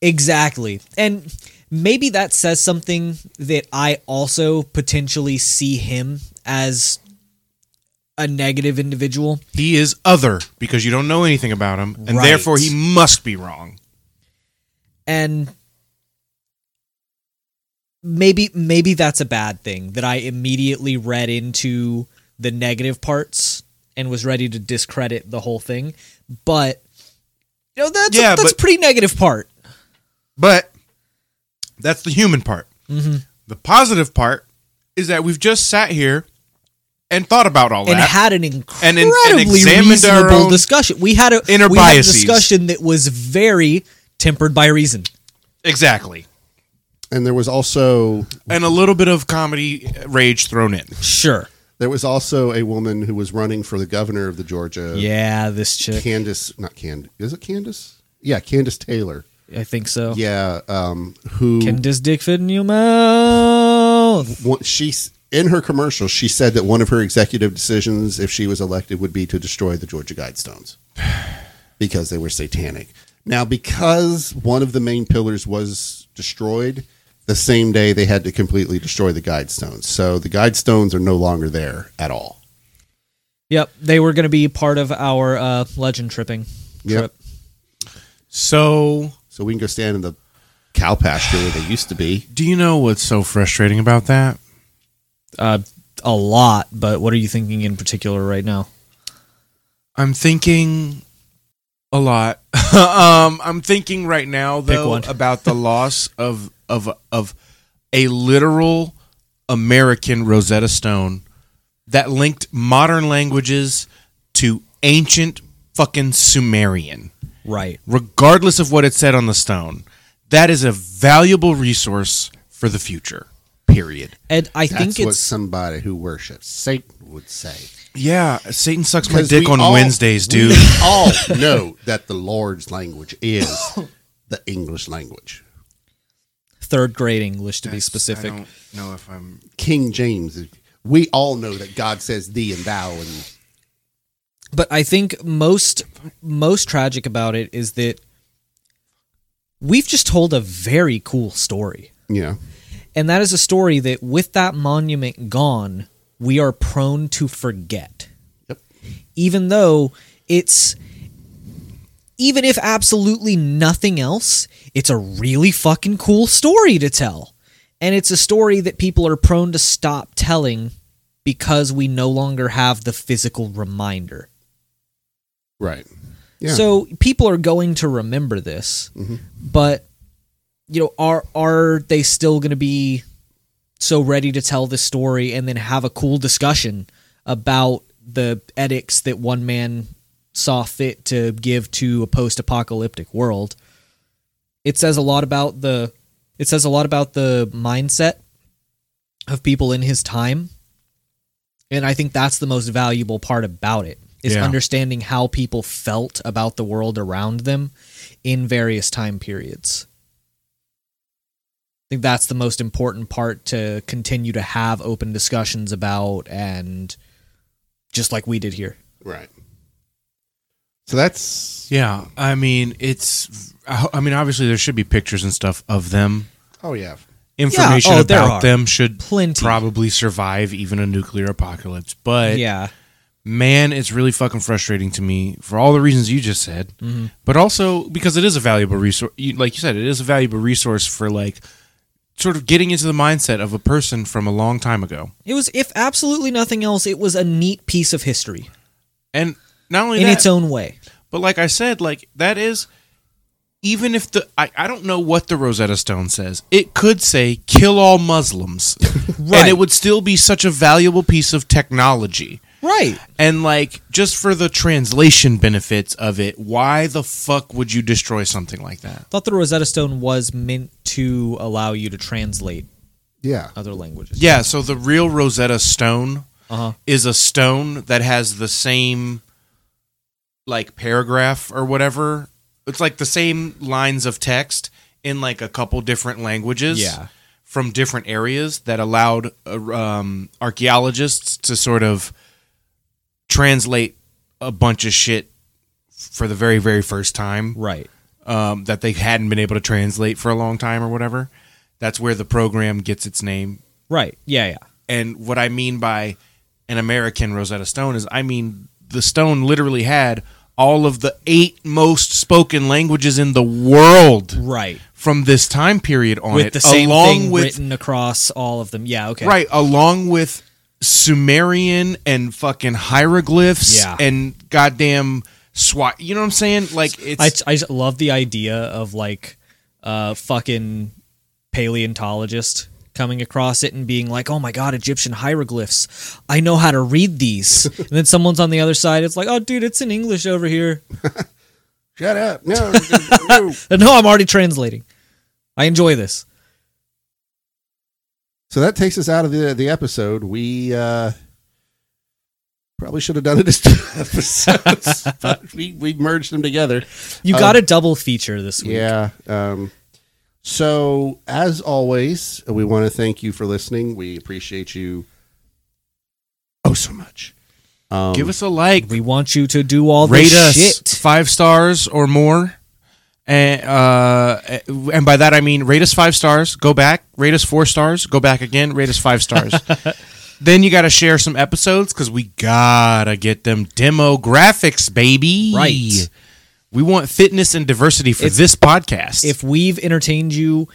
exactly, and maybe that says something that I also potentially see him as a negative individual.
He is other because you don't know anything about him, and
Right.
therefore he must be wrong.
and maybe maybe that's a bad thing that I immediately read into the negative parts and was ready to discredit the whole thing. But you know that's
Yeah,
that's
but-
pretty negative part.
But that's the human part. The positive part is that we've just sat here and thought about all
And
that.
had
and
an incredibly
examined our
reasonable
own
discussion. We had a
inner
we had a
biases.
discussion that was very tempered by reason.
exactly.
and there was also
And a little bit of comedy rage thrown in.
Sure.
there was also a woman who was running for the governor of the Georgia
Yeah, this chick.
Candace, not Candace. Is it Candace? Yeah, Candace Taylor.
I think so.
Yeah, um, who
Can this dick fit in your mouth?
wa- she s- in her commercial she said that one of her executive decisions, if she was elected, would be to destroy the Georgia Guidestones because they were satanic. Now, because one of the main pillars was destroyed the same day, they had to completely destroy the Guidestones. So the Guidestones are no longer there at all.
Yep, they were going to be part of our uh, legend tripping
Yep.
trip.
So,
So we can go stand in the cow pasture where they used to be.
do you know what's so frustrating about that?
Uh, a lot, but what are you thinking in particular right now?
I'm thinking a lot. um, I'm thinking right now though
one.
about the loss of of of a literal American Rosetta Stone that linked modern languages to ancient fucking Sumerian,
Right.
regardless of what it said on the stone. That is a valuable resource for the future. Period.
And I
That's
think
what
it's
somebody who worships Satan would say.
Yeah, Satan sucks my
Because
dick
we
on
all-
Wednesdays, dude.
We all know that the Lord's language is the English language.
third grade English to be specific.
know if I'm
King James. We all know that God says thee and thou, and
But I think most most tragic about it is that we've just told a very cool story.
you know,
And that is a story that, with that monument gone, we are prone to forget.
Yep.
Even though it's, even if absolutely nothing else, it's a really fucking cool story to tell. And it's a story that people are prone to stop telling because we no longer have the physical reminder.
right? Yeah.
So people are going to remember this, but you know, are are they still going to be so ready to tell this story and then have a cool discussion about the edicts that one man saw fit to give to a post-apocalyptic world? It says a lot about the it says a lot about the mindset of people in his time. And I think that's the most valuable part about it is
Yeah.
understanding how people felt about the world around them in various time periods. I think that's the most important part to continue to have open discussions about and just like we did here.
Right. So that's
Yeah, I mean it's. I I mean, obviously there should be pictures and stuff of them.
oh yeah.
Information
oh, there are.
about them should
Plenty.
probably survive even a nuclear apocalypse. But
yeah.
man, it's really fucking frustrating to me for all the reasons you just said,
Mm-hmm.
but also because it is a valuable resource. You, like you said, it is a valuable resource for like sort of getting into the mindset of a person from a long time ago.
It was if absolutely nothing else, it was a neat piece of history
And not only
in
that,
its own way.
But like I said, like that is even if the I, I don't know what the Rosetta Stone says. It could say kill all Muslims. And
Right.
it would still be such a valuable piece of technology.
Right.
And like just for the translation benefits of it, why the fuck would you destroy something like that?
thought the Rosetta Stone was meant to allow you to translate
Yeah.
other languages.
Yeah, so the real Rosetta Stone
Uh-huh.
is a stone that has the same like paragraph or whatever. It's like the same lines of text in like a couple different languages.
Yeah.
From different areas that allowed uh, um, archaeologists to sort of translate a bunch of shit for the very, very first time
Right.
um, that they hadn't been able to translate for a long time or whatever. That's where the program gets its name
Right. Yeah, yeah.
and what I mean by an American Rosetta Stone is I mean the stone literally had all of the eight most spoken languages in the world
Right.
from this time period on
With
it,
the same
along
thing
with
written across all of them. Yeah, okay.
right, along with Sumerian and fucking hieroglyphs
Yeah.
and goddamn swat. You know what I'm saying? Like it's
I, I just love the idea of like uh fucking paleontologist coming across it and being like, "Oh my god, Egyptian hieroglyphs. I know how to read these." and then someone's on the other side, it's like, "Oh dude, it's in English over here."
Shut up. No. no.
And, no, I'm already translating. I enjoy this.
So that takes us out of the the episode. We uh probably should have done it as two episodes, but we we merged them together.
You
Um,
got a double feature this week.
Yeah. Um, so, as always, we want to thank you for listening. We appreciate you oh so much. Um,
give us a like,
We want you to do all
rate
this
us
shit.
five stars or more. And uh, and by that I mean rate us five stars, go back, rate us four stars, go back again, rate us five stars. then you got to share some episodes because we gotta get them demographics, baby.
Right.
We want fitness and diversity for this podcast.
If we've entertained you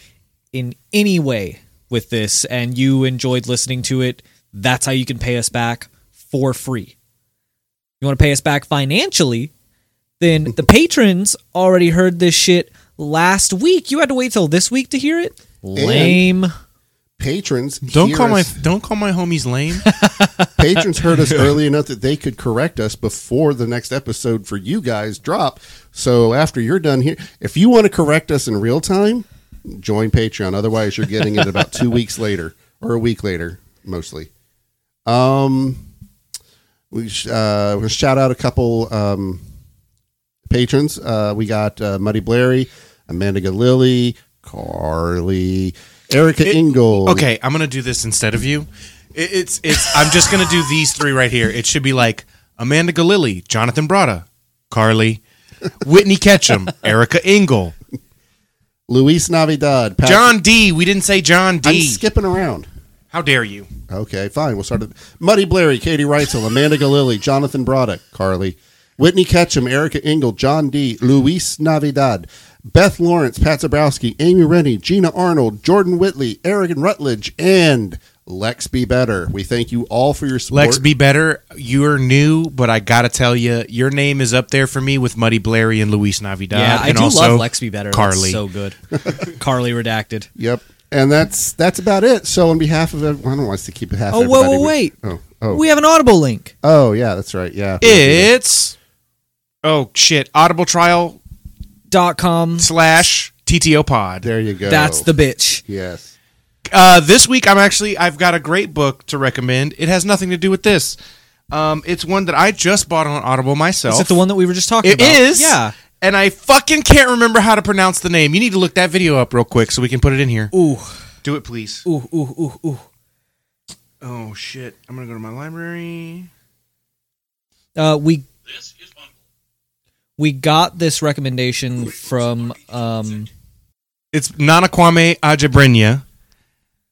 in any way with this and you enjoyed listening to it, that's how you can pay us back for free. You want to pay us back financially? Then the patrons already heard this shit last week. You had to wait till this week to hear it? Lame.
patrons,
don't
hear
call my
us-
don't call my homies lame.
patrons heard us early enough that they could correct us before the next episode for you guys drop. So, after you're done here, if you want to correct us in real time, join Patreon. Otherwise, you're getting it about two weeks later or a week later, mostly. Um, we sh- uh, we shout out a couple um, patrons. Uh, we got uh, Muddy Blairy, Amanda Galili, Carly, Erica Ingle.
Okay, I'm gonna do this instead of you. It, it's it's. I'm just gonna do these three right here. It should be like Amanda Galili, Jonathan Brada, Carly, Whitney Ketchum, Erica Engel,
Luis Navidad, Patrick-
John D. We didn't say John
I'm
D.
skipping around.
How dare you?
Okay, fine. We'll start with Muddy Blairy, Katie Reitzel, Amanda Galili, Jonathan Broderick, Carly, Whitney Ketchum, Erica Engel, John D, Luis Navidad, Beth Lawrence, Pat Zabrowski, Amy Rennie, Gina Arnold, Jordan Whitley, Eric Rutledge, and Lex be better. We thank you all for your support.
Lex, be better. You're new, but I gotta tell you, your name is up there for me with Muddy Blairy and Luis Navidad.
yeah, I
and
do
also
love Lexby better. That's
Carly.
so good. Carly redacted.
Yep. And that's that's about it. So on behalf of everyone, I don't want us to keep it half.
Oh, whoa,
everybody.
whoa,
We-
wait.
Oh, oh,
We have an Audible link.
oh, yeah, that's right. Yeah.
It's oh shit, Audible trial
Dot com.
slash TTO Pod.
there you go.
That's the bitch.
yes.
Uh, this week, I'm actually I've got a great book to recommend. It has nothing to do with this. Um, it's one that I just bought on Audible myself.
Is it the one that we were just talking
It
about?
is.
Yeah.
And I fucking can't remember how to pronounce the name. You need to look that video up real quick so we can put it in here.
Ooh,
Do it, please.
ooh, ooh, ooh, ooh.
Oh shit! I'm gonna go to my library.
Uh, we we got this recommendation from um
It's Nana Kwame Ajabrenya.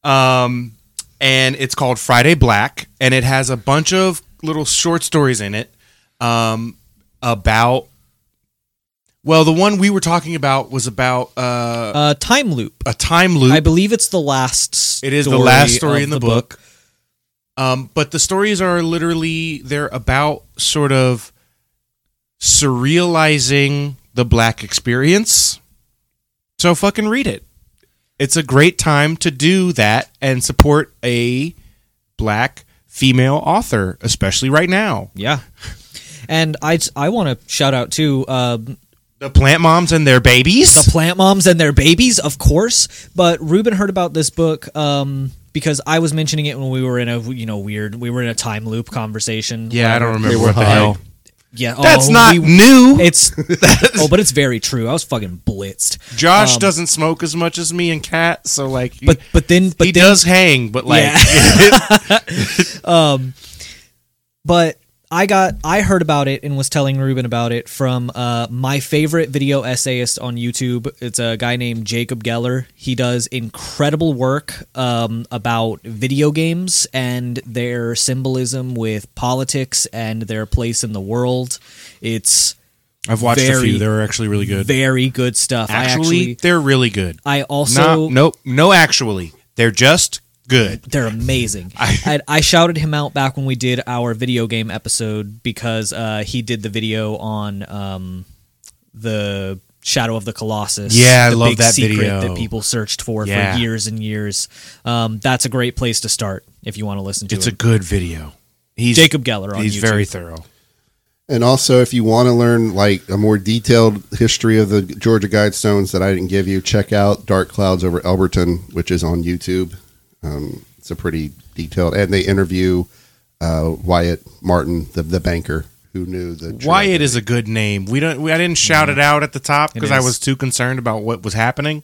Um, and it's called Friday Black, and it has a bunch of little short stories in it. Um, about well, the one we were talking about was about uh,
uh time loop.
a time loop.
I believe it's the last.
It is the
story
last story
of
in the, book. Um, but the stories are literally they're about sort of surrealizing the black experience. So fucking read it. It's a great time to do that and support a black female author, especially right now.
Yeah. And I I want to shout out to um,
The plant moms and their babies.
the plant moms and their babies, of course. But Ruben heard about this book um, because I was mentioning it when we were in a you know weird we were in a time loop conversation.
yeah, I don't remember
were
what the
high.
hell.
yeah.
That's
oh,
not
we-
new.
It's oh, but it's very true. I was fucking blitzed.
Josh doesn't smoke as much as me and Kat, so like,
um, But but then but
he
then
does hang, but like,
Um, but I got I heard about it and was telling Ruben about it from uh, my favorite video essayist on YouTube. It's a guy named Jacob Geller. He does incredible work um, about video games and their symbolism with politics and their place in the world. It's
I've watched a
Very-
few. They were actually really good.
very good stuff.
actually,
I actually
they're really good.
I
no,
also
nope, no. Actually, they're just good.
they're amazing. I, I, shouted him out back when we did our video game episode because uh, he did the video on um, the Shadow of the Colossus.
Yeah, I
the
love
big
that
secret
video.
that people searched for
Yeah.
for years and years. Um, that's a great place to start if you want to listen to
It's a
him.
good video. He's
Jacob Geller on
He's
YouTube.
very thorough.
And also, if you want to learn like a more detailed history of the Georgia Guidestones that I didn't give you, check out Dark Clouds over Elberton, which is on YouTube. Um, it's a pretty detailed, and they interview uh, Wyatt Martin, the, the banker who knew the
Wyatt is a good name. We don't. We, I didn't shout it out at the top because I
Mm-hmm. is.
was too concerned about what was happening.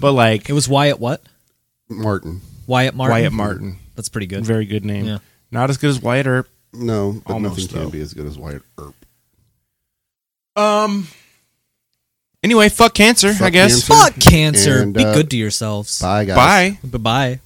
But like
It was Wyatt what?
Martin.
Wyatt Martin.
Wyatt Martin,
That's pretty good.
very good name.
Yeah.
Not as good as Wyatt Earp.
No, but
Almost,
nothing
though.
can be as good as Wyatt Earp.
Um. Anyway, fuck cancer. I
Fuck
guess.
cancer.
Fuck cancer.
And,
Be
uh,
good to yourselves.
Bye, guys.
Bye.
Bye bye.